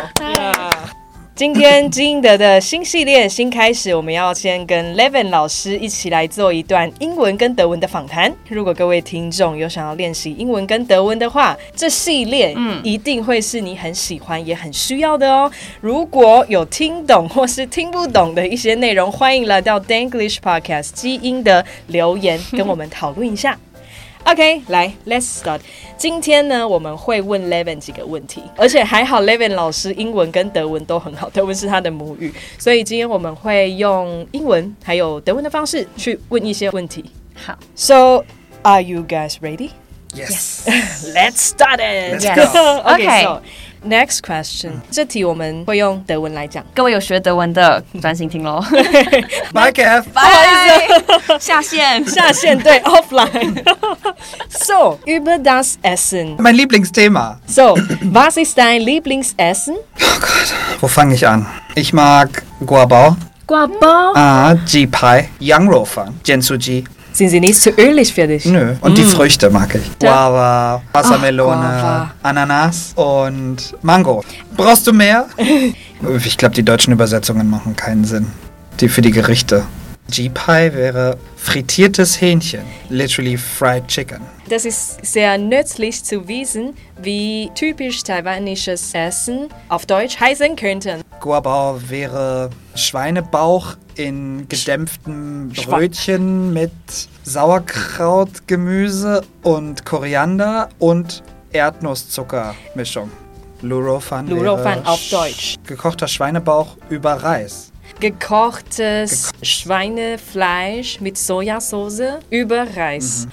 [SPEAKER 1] 今天基因德的新系列新开始，我们要先跟 Levin 老师一起来做一段英文跟德文的访谈。如果各位听众有想要练习英文跟德文的话，这系列一定会是你很喜欢也很需要的哦。如果有听懂或是听不懂的一些内容，欢迎来到 Danglish Podcast 基因的留言跟我们讨论一下。OK，来，Let's start。今天呢，我们会问 Levin 几个问题，而且还好 Levin 老师英文跟德文都很好，德文是他的母语，所以今天我们会用英文还有德文的方式去问一些问题。
[SPEAKER 2] 好
[SPEAKER 1] ，So are you guys ready?
[SPEAKER 7] Yes.
[SPEAKER 1] Let's start it.
[SPEAKER 7] Let's Yes.
[SPEAKER 1] *laughs*
[SPEAKER 7] go.
[SPEAKER 1] okay,
[SPEAKER 4] Okay.
[SPEAKER 1] So next question，、这题我们会用德文来讲。 *laughs*
[SPEAKER 4] 各位有学德文的，专心听喽。
[SPEAKER 7] Maike F.
[SPEAKER 4] *laughs* 下线，
[SPEAKER 1] 下线
[SPEAKER 7] *laughs*
[SPEAKER 1] 对 offline。so über das Essen.
[SPEAKER 7] Mein Lieblingsthema.
[SPEAKER 1] So was ist dein Lieblingsessen?
[SPEAKER 7] Wo fange ich an? Ich mag Guabao,
[SPEAKER 1] 挂包。
[SPEAKER 7] ah, G-Pie, Yang Rou Fang, Jensuji.
[SPEAKER 1] Sind sie nicht zu ölig für dich?
[SPEAKER 7] Nö. Und die Früchte mag ich. Guava, Wassermelone,
[SPEAKER 1] Guava.
[SPEAKER 7] Ananas und Mango. Brauchst du mehr? ich glaube, die deutschen Übersetzungen machen keinen Sinn. Die für die Gerichte. G-Pie wäre frittiertes Hähnchen. Literally fried chicken.
[SPEAKER 1] Das ist sehr nützlich zu wissen, wie typisch taiwanisches Essen auf Deutsch heißen könnte.
[SPEAKER 7] Guabao wäre Schweinebauch in gedämpftem Brötchen mit Sauerkraut, Gemüse und Koriander und Erdnusszuckermischung. Lurofan
[SPEAKER 1] Lurofan
[SPEAKER 7] wäre
[SPEAKER 1] auf Deutsch.
[SPEAKER 7] sch- Gekochter Schweinebauch über Reis.
[SPEAKER 1] Gekochtes Schweinefleisch mit Sojasauce über Reis.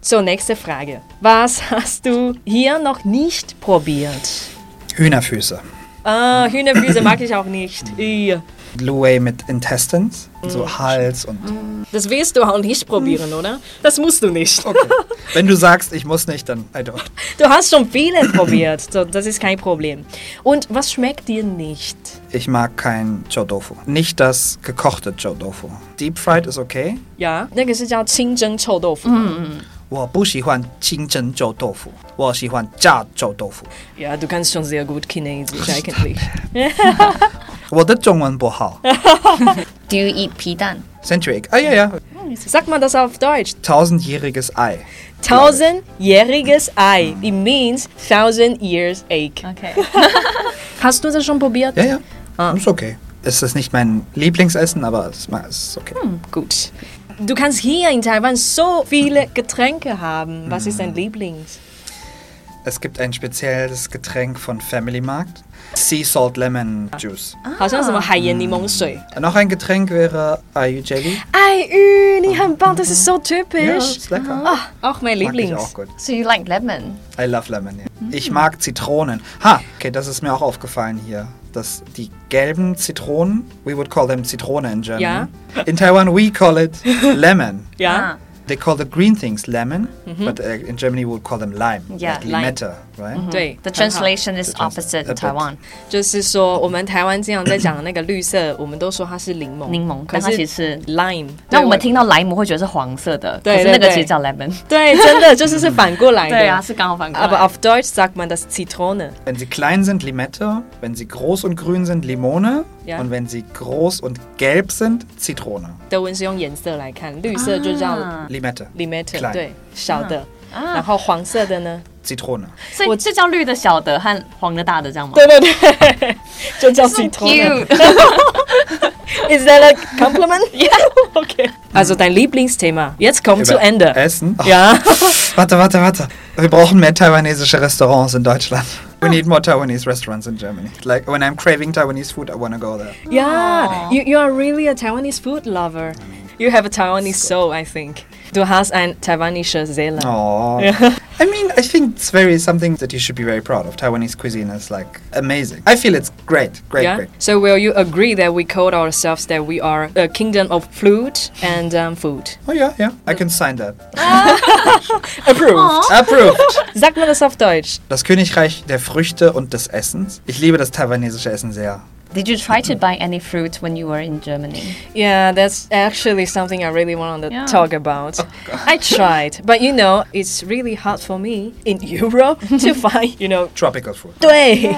[SPEAKER 1] Zur nächsten Frage. Was hast du hier noch nicht probiert?
[SPEAKER 7] Hühnerfüße.
[SPEAKER 1] Ah, Hühnerfüße mag ich auch nicht. Ih.
[SPEAKER 7] Louis mit Intestines,
[SPEAKER 1] Mm.
[SPEAKER 7] so Hals und...
[SPEAKER 1] Das willst du auch nicht probieren, oder? Das musst du nicht.
[SPEAKER 7] Okay. Wenn du sagst, ich muss nicht, dann I don't.
[SPEAKER 1] Du hast schon viele probiert, so, das ist kein Problem. Und was schmeckt dir nicht?
[SPEAKER 7] Ich mag kein Chodofu. Nicht das gekochte Chodofu. Deep fried ist okay.
[SPEAKER 1] 呀，那个是叫清蒸臭豆腐。嗯
[SPEAKER 7] 我不喜欢清蒸臭豆腐，我喜欢炸臭豆腐。我的中文不好，
[SPEAKER 1] 呀，du kannst schon sehr gut Chinesisch eigentlich.
[SPEAKER 2] *laughs* Do you eat 皮蛋？
[SPEAKER 7] Centuric. Ah ja, ja.
[SPEAKER 1] Sag mal das auf Deutsch.
[SPEAKER 7] Tausendjähriges Ei.
[SPEAKER 1] Tausendjähriges Ei. It means thousand years egg.
[SPEAKER 2] Okay.
[SPEAKER 1] *laughs* Hast du das schon probiert?
[SPEAKER 7] Ja, ja.
[SPEAKER 2] Ah.
[SPEAKER 7] Ist okay. Es ist nicht mein Lieblingsessen, aber es ma- es ist okay.
[SPEAKER 2] Hm.
[SPEAKER 1] Gut. Du kannst hier in Taiwan so viele Getränke haben. Was ist dein Lieblings?
[SPEAKER 7] Es gibt ein spezielles Getränk von Family Markt. Sea Salt Lemon Juice.
[SPEAKER 2] Ah.
[SPEAKER 1] 好像什么海盐柠檬水。
[SPEAKER 7] Noch ein Getränk wäre Ayu Jelly.
[SPEAKER 1] 爱玉，你很棒，das ist so
[SPEAKER 7] Ja,
[SPEAKER 1] typisch.
[SPEAKER 7] ist lecker.
[SPEAKER 2] Ah.
[SPEAKER 1] Auch mein
[SPEAKER 7] Mag ich auch
[SPEAKER 1] Lieblings.
[SPEAKER 7] gut.
[SPEAKER 8] *laughs* So you like lemon?
[SPEAKER 7] I love lemon. Ja.
[SPEAKER 1] Mhm.
[SPEAKER 7] Ich mag Zitronen. Ha, okay, das ist mir auch aufgefallen hier, dass die gelben Zitronen, we would call them Zitrone in Germany.
[SPEAKER 1] Ja.
[SPEAKER 7] In Taiwan we call
[SPEAKER 1] *laughs*
[SPEAKER 7] it lemon.
[SPEAKER 1] Ja. Mhm.
[SPEAKER 7] They call the green things lemon, but uh, in Germany we would call them lime.
[SPEAKER 8] Ja,
[SPEAKER 7] like
[SPEAKER 1] lime. Mhm.
[SPEAKER 7] Limette, right?
[SPEAKER 1] 对
[SPEAKER 8] The translation is
[SPEAKER 7] trans-
[SPEAKER 8] opposite
[SPEAKER 7] a
[SPEAKER 8] in
[SPEAKER 7] bit.
[SPEAKER 8] Taiwan.
[SPEAKER 1] 就是说我们台湾经常在讲的那个绿色，我们都说它是柠檬，
[SPEAKER 8] 柠檬
[SPEAKER 1] 可
[SPEAKER 8] 但它其
[SPEAKER 1] 是
[SPEAKER 8] 实是
[SPEAKER 1] lime 对。
[SPEAKER 8] 那我们听到莱姆会觉得是黄色的，
[SPEAKER 1] 对
[SPEAKER 8] 可是
[SPEAKER 1] 对
[SPEAKER 8] 那个
[SPEAKER 1] 对
[SPEAKER 8] 其实叫 lemon。
[SPEAKER 1] 对，真的 *laughs* 就是是反过来的。
[SPEAKER 8] 对啊，是刚好反过来。
[SPEAKER 1] Aber auf Deutsch sagt man das Zitrone.
[SPEAKER 7] Wenn sie klein sind, Limette. Wenn sie groß und grün sind, Limone.
[SPEAKER 1] Ja. Ah.
[SPEAKER 7] Und wenn sie groß und gelb sind, Zitrone.
[SPEAKER 1] 德文是用颜色来看，绿色就叫
[SPEAKER 8] 啊
[SPEAKER 7] Limette.
[SPEAKER 1] limette，、
[SPEAKER 7] klein.
[SPEAKER 1] 对，小的。然后黄色的
[SPEAKER 8] *laughs*
[SPEAKER 1] 呢？
[SPEAKER 7] Zitrone.
[SPEAKER 8] 所以这叫绿的小的和黄的大的，这样吗？
[SPEAKER 1] 对对对， *laughs* 就叫 Zitrone。Is that a
[SPEAKER 8] *laughs*
[SPEAKER 1] compliment? yeah. *laughs* Okay. Also dein Lieblingsthema. Jetzt kommt zu
[SPEAKER 7] Über
[SPEAKER 1] Ende.
[SPEAKER 7] Essen. Oh,
[SPEAKER 1] Ja.
[SPEAKER 7] Warte, warte, warte. Wir brauchen mehr taiwanesische Restaurants in Deutschland.
[SPEAKER 8] Ah.
[SPEAKER 7] We need more Taiwanese restaurants in Germany. Like when I'm craving Taiwanese food, I want to go there.
[SPEAKER 1] Ja, you, you are really a Taiwanese food lover. You have a Taiwanese soul, I think. Du hast ein taiwanische Seele.
[SPEAKER 7] Oh. I mean, I think it's very something that you should be very proud of. Taiwanese cuisine is like amazing. I feel it's great, great,
[SPEAKER 1] Yeah.
[SPEAKER 7] great.
[SPEAKER 1] So will you agree that we call ourselves that we are a kingdom of fruit and um, food?
[SPEAKER 7] Oh yeah, yeah. I can sign that.
[SPEAKER 1] Approved.
[SPEAKER 7] Approved.
[SPEAKER 1] Sagt man das auf Deutsch?
[SPEAKER 7] Das Königreich der Früchte und des Essens. Ich liebe das taiwanesische Essen sehr.
[SPEAKER 8] Did you try to buy any fruit when you were in Germany?
[SPEAKER 1] Yeah, that's actually something I really wanted to
[SPEAKER 8] Yeah.
[SPEAKER 1] talk about.
[SPEAKER 7] Oh,
[SPEAKER 1] I tried, but you know, it's really hard for me in Europe to find, you know,
[SPEAKER 7] Tropical food.
[SPEAKER 1] 对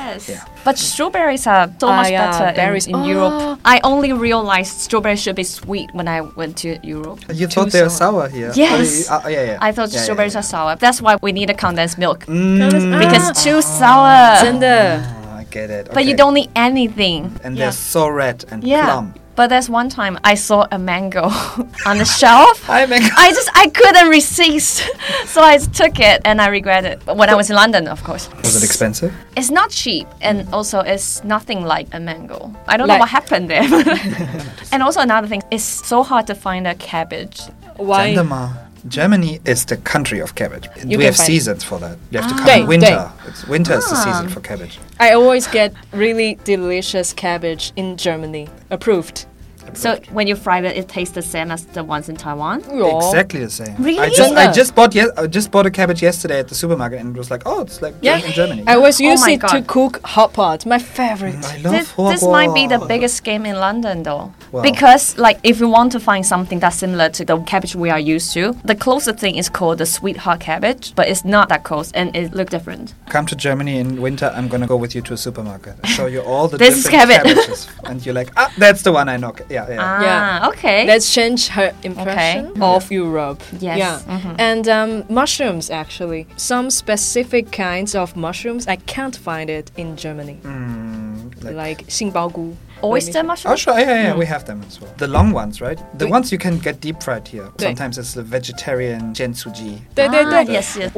[SPEAKER 8] But strawberries are so
[SPEAKER 1] Ah,
[SPEAKER 8] much
[SPEAKER 1] yeah,
[SPEAKER 8] better in-
[SPEAKER 1] berries.
[SPEAKER 8] in, Europe. I only realized strawberries should be sweet when I went to Europe.
[SPEAKER 7] You thought they were sour here.
[SPEAKER 8] Yes.
[SPEAKER 7] Oh, yeah, yeah.
[SPEAKER 8] I thought
[SPEAKER 7] yeah,
[SPEAKER 8] strawberries
[SPEAKER 7] yeah, Mm.
[SPEAKER 8] are sour. That's why we need a condensed milk
[SPEAKER 1] Ah,
[SPEAKER 8] because it's too sour.
[SPEAKER 1] 真的
[SPEAKER 7] yeah. Oh, I get it.
[SPEAKER 8] But you
[SPEAKER 7] Okay.
[SPEAKER 8] don't need anything.
[SPEAKER 7] And they're so red and
[SPEAKER 8] Yeah.
[SPEAKER 7] plump.
[SPEAKER 8] But there's one time I saw a mango *laughs* on the shelf.
[SPEAKER 7] *laughs* Hi, mango.
[SPEAKER 8] I just I couldn't resist, *laughs* so I took it and I regret it. But when I was in London, of course,
[SPEAKER 7] Was it expensive?
[SPEAKER 8] it's not cheap and also it's nothing like a mango. I don't
[SPEAKER 1] Like-
[SPEAKER 8] know what happened there. *laughs* and also another thing, it's so hard to find a cabbage.
[SPEAKER 1] why
[SPEAKER 7] Sandemar. um, uh, Germany is the country of cabbage.
[SPEAKER 1] You
[SPEAKER 7] we
[SPEAKER 1] can
[SPEAKER 7] have
[SPEAKER 1] find-
[SPEAKER 7] seasons for that. You
[SPEAKER 8] Ah,
[SPEAKER 7] have to come
[SPEAKER 1] Day,
[SPEAKER 7] in winter.
[SPEAKER 1] day.
[SPEAKER 7] It's, winter is the season for cabbage.
[SPEAKER 1] I always get really delicious cabbage in Germany. Approved.
[SPEAKER 8] So when you fry it, it tastes the same as the ones in Taiwan.
[SPEAKER 7] Exactly the same. I
[SPEAKER 8] Really?
[SPEAKER 7] just, I
[SPEAKER 1] Gender.
[SPEAKER 7] just bought yes, I just bought a cabbage yesterday at the supermarket and it was like, oh, it's like in Germany.
[SPEAKER 1] I always
[SPEAKER 8] Oh
[SPEAKER 1] use
[SPEAKER 8] my
[SPEAKER 1] it to
[SPEAKER 8] God.
[SPEAKER 1] cook hot pot, my favorite.
[SPEAKER 7] I love
[SPEAKER 8] This, this might be the
[SPEAKER 7] Hogwarts.
[SPEAKER 8] biggest game in London though.
[SPEAKER 7] Wow.
[SPEAKER 8] Because like if you want to find something that's similar to the cabbage we are used to, the closest thing is called the sweetheart cabbage, but it's not that close and it look different.
[SPEAKER 7] Come to Germany in winter. I'm gonna go with you to a supermarket. and show you all the
[SPEAKER 8] This is
[SPEAKER 7] different
[SPEAKER 8] cabbage.
[SPEAKER 7] cabbages, and you're like, ah, that's the one I know. Yeah, yeah.
[SPEAKER 1] Yeah.
[SPEAKER 8] Ah, okay. Mm-hmm.
[SPEAKER 1] Let's change her impression of Europe.
[SPEAKER 8] Yes. Mm-hmm.
[SPEAKER 1] Yeah. And um, mushrooms, actually. Some specific kinds of mushrooms, I can't find it in Germany.
[SPEAKER 7] Hmm, like-
[SPEAKER 1] like, 杏鲍菇.
[SPEAKER 8] Oyster
[SPEAKER 7] Oh
[SPEAKER 8] mushroom?
[SPEAKER 7] sure, yeah, yeah, yeah,
[SPEAKER 8] Hmm.
[SPEAKER 7] we have them as well. The long ones, right? The
[SPEAKER 1] Do-
[SPEAKER 7] ones you can get deep fried here.
[SPEAKER 1] Do-
[SPEAKER 7] Sometimes it's the vegetarian gensuji.
[SPEAKER 1] 对对对。
[SPEAKER 8] Ah, yes, yes.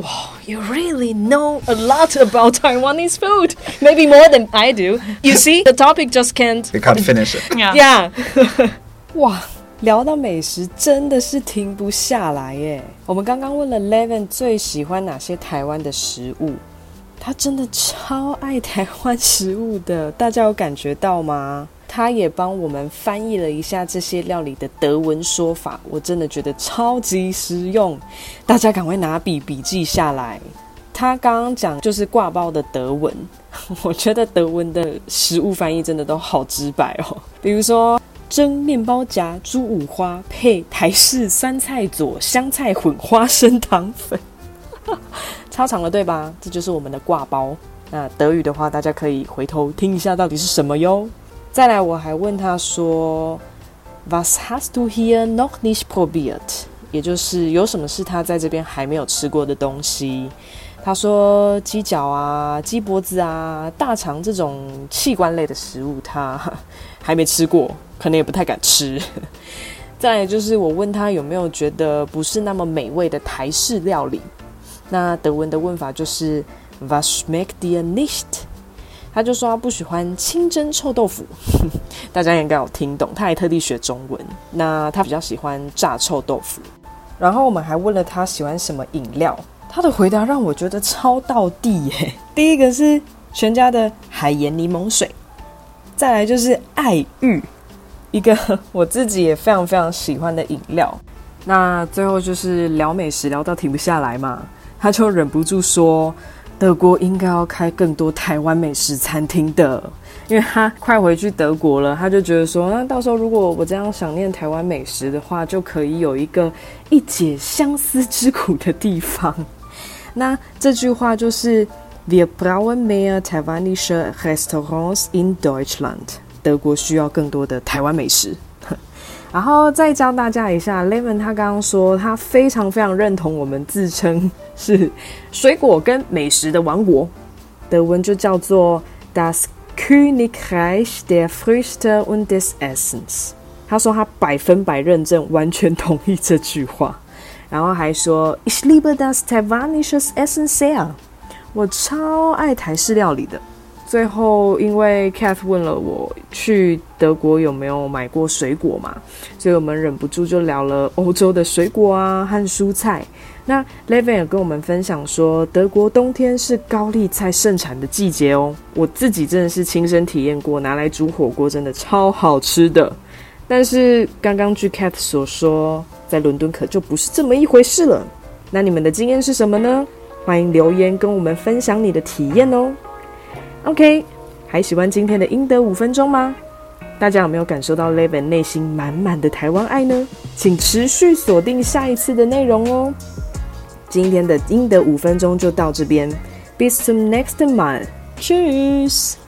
[SPEAKER 1] You really know a lot *laughs* about Taiwanese food. Maybe more than I do.
[SPEAKER 8] *laughs*
[SPEAKER 1] You see, the topic just can't.
[SPEAKER 7] We can't finish it.
[SPEAKER 1] Yeah. *laughs* 哇。聊到美食真的是停不下来耶！我们刚刚问了 Levin 最喜欢哪些台湾的食物，他真的超爱台湾食物的，大家有感觉到吗？他也帮我们翻译了一下这些料理的德文说法，我真的觉得超级实用，大家赶快拿笔笔记下来。他刚刚讲就是挂包的德文，我觉得德文的食物翻译真的都好直白哦。比如说蒸面包夹猪五花配台式酸菜佐香菜混花生糖粉，超长了对吧？这就是我们的挂包。那德语的话，大家可以回头听一下到底是什么哟。再来，我还问他说，Was hast du hier noch nicht probiert？也就是有什么是他在这边还没有吃过的东西。他说鸡脚啊、鸡脖子啊、大肠这种器官类的食物，他还没吃过，可能也不太敢吃。 *laughs* 再来就是我问他有没有觉得不是那么美味的台式料理，那德文的问法就是 Was schmeckt dir nicht？他就说他不喜欢清蒸臭豆腐， *laughs* 大家应该有听懂，他还特地学中文。那他比较喜欢炸臭豆腐。然后我们还问了他喜欢什么饮料，他的回答让我觉得超到地耶。 *laughs* 第一个是全家的海盐柠檬水，再来就是爱玉，一个我自己也非常非常喜欢的饮料。那最后就是聊美食聊到停不下来嘛，他就忍不住说，德国应该要开更多台湾美食餐厅的，因为他快回去德国了，他就觉得说，那到时候如果我这样想念台湾美食的话，就可以有一个一解相思之苦的地方。那这句话就是。Wir brauchen mehr taiwanische Restaurants in Deutschland。德国需要更多的台湾美食。 *laughs* 然后再教大家一下，Lemon 他刚刚说他非常非常认同我们自称是水果跟美食的王国，德文就叫做 Das Königreich der Früchte und des Essens。他说他百分百认证，完全同意这句话，然后还说 Ich liebe das taiwanische Essen sehr。我超爱台式料理的。最后，因为 Kath 问了我去德国有没有买过水果嘛，所以我们忍不住就聊了欧洲的水果啊和蔬菜。那 Levin 也跟我们分享说，德国冬天是高丽菜盛产的季节哦。我自己真的是亲身体验过，拿来煮火锅真的超好吃的。但是刚刚据 Cat 所说，在伦敦可就不是这么一回事了。那你们的经验是什么呢？欢迎留言跟我们分享你的体验哦。OK，还喜欢今天的英德五分钟吗？大家有没有感受到 Levin 内心满满的台湾爱呢？请持续锁定下一次的内容哦。今天的英德五分钟就到这边，Bis zum nächsten Mal，Cheers。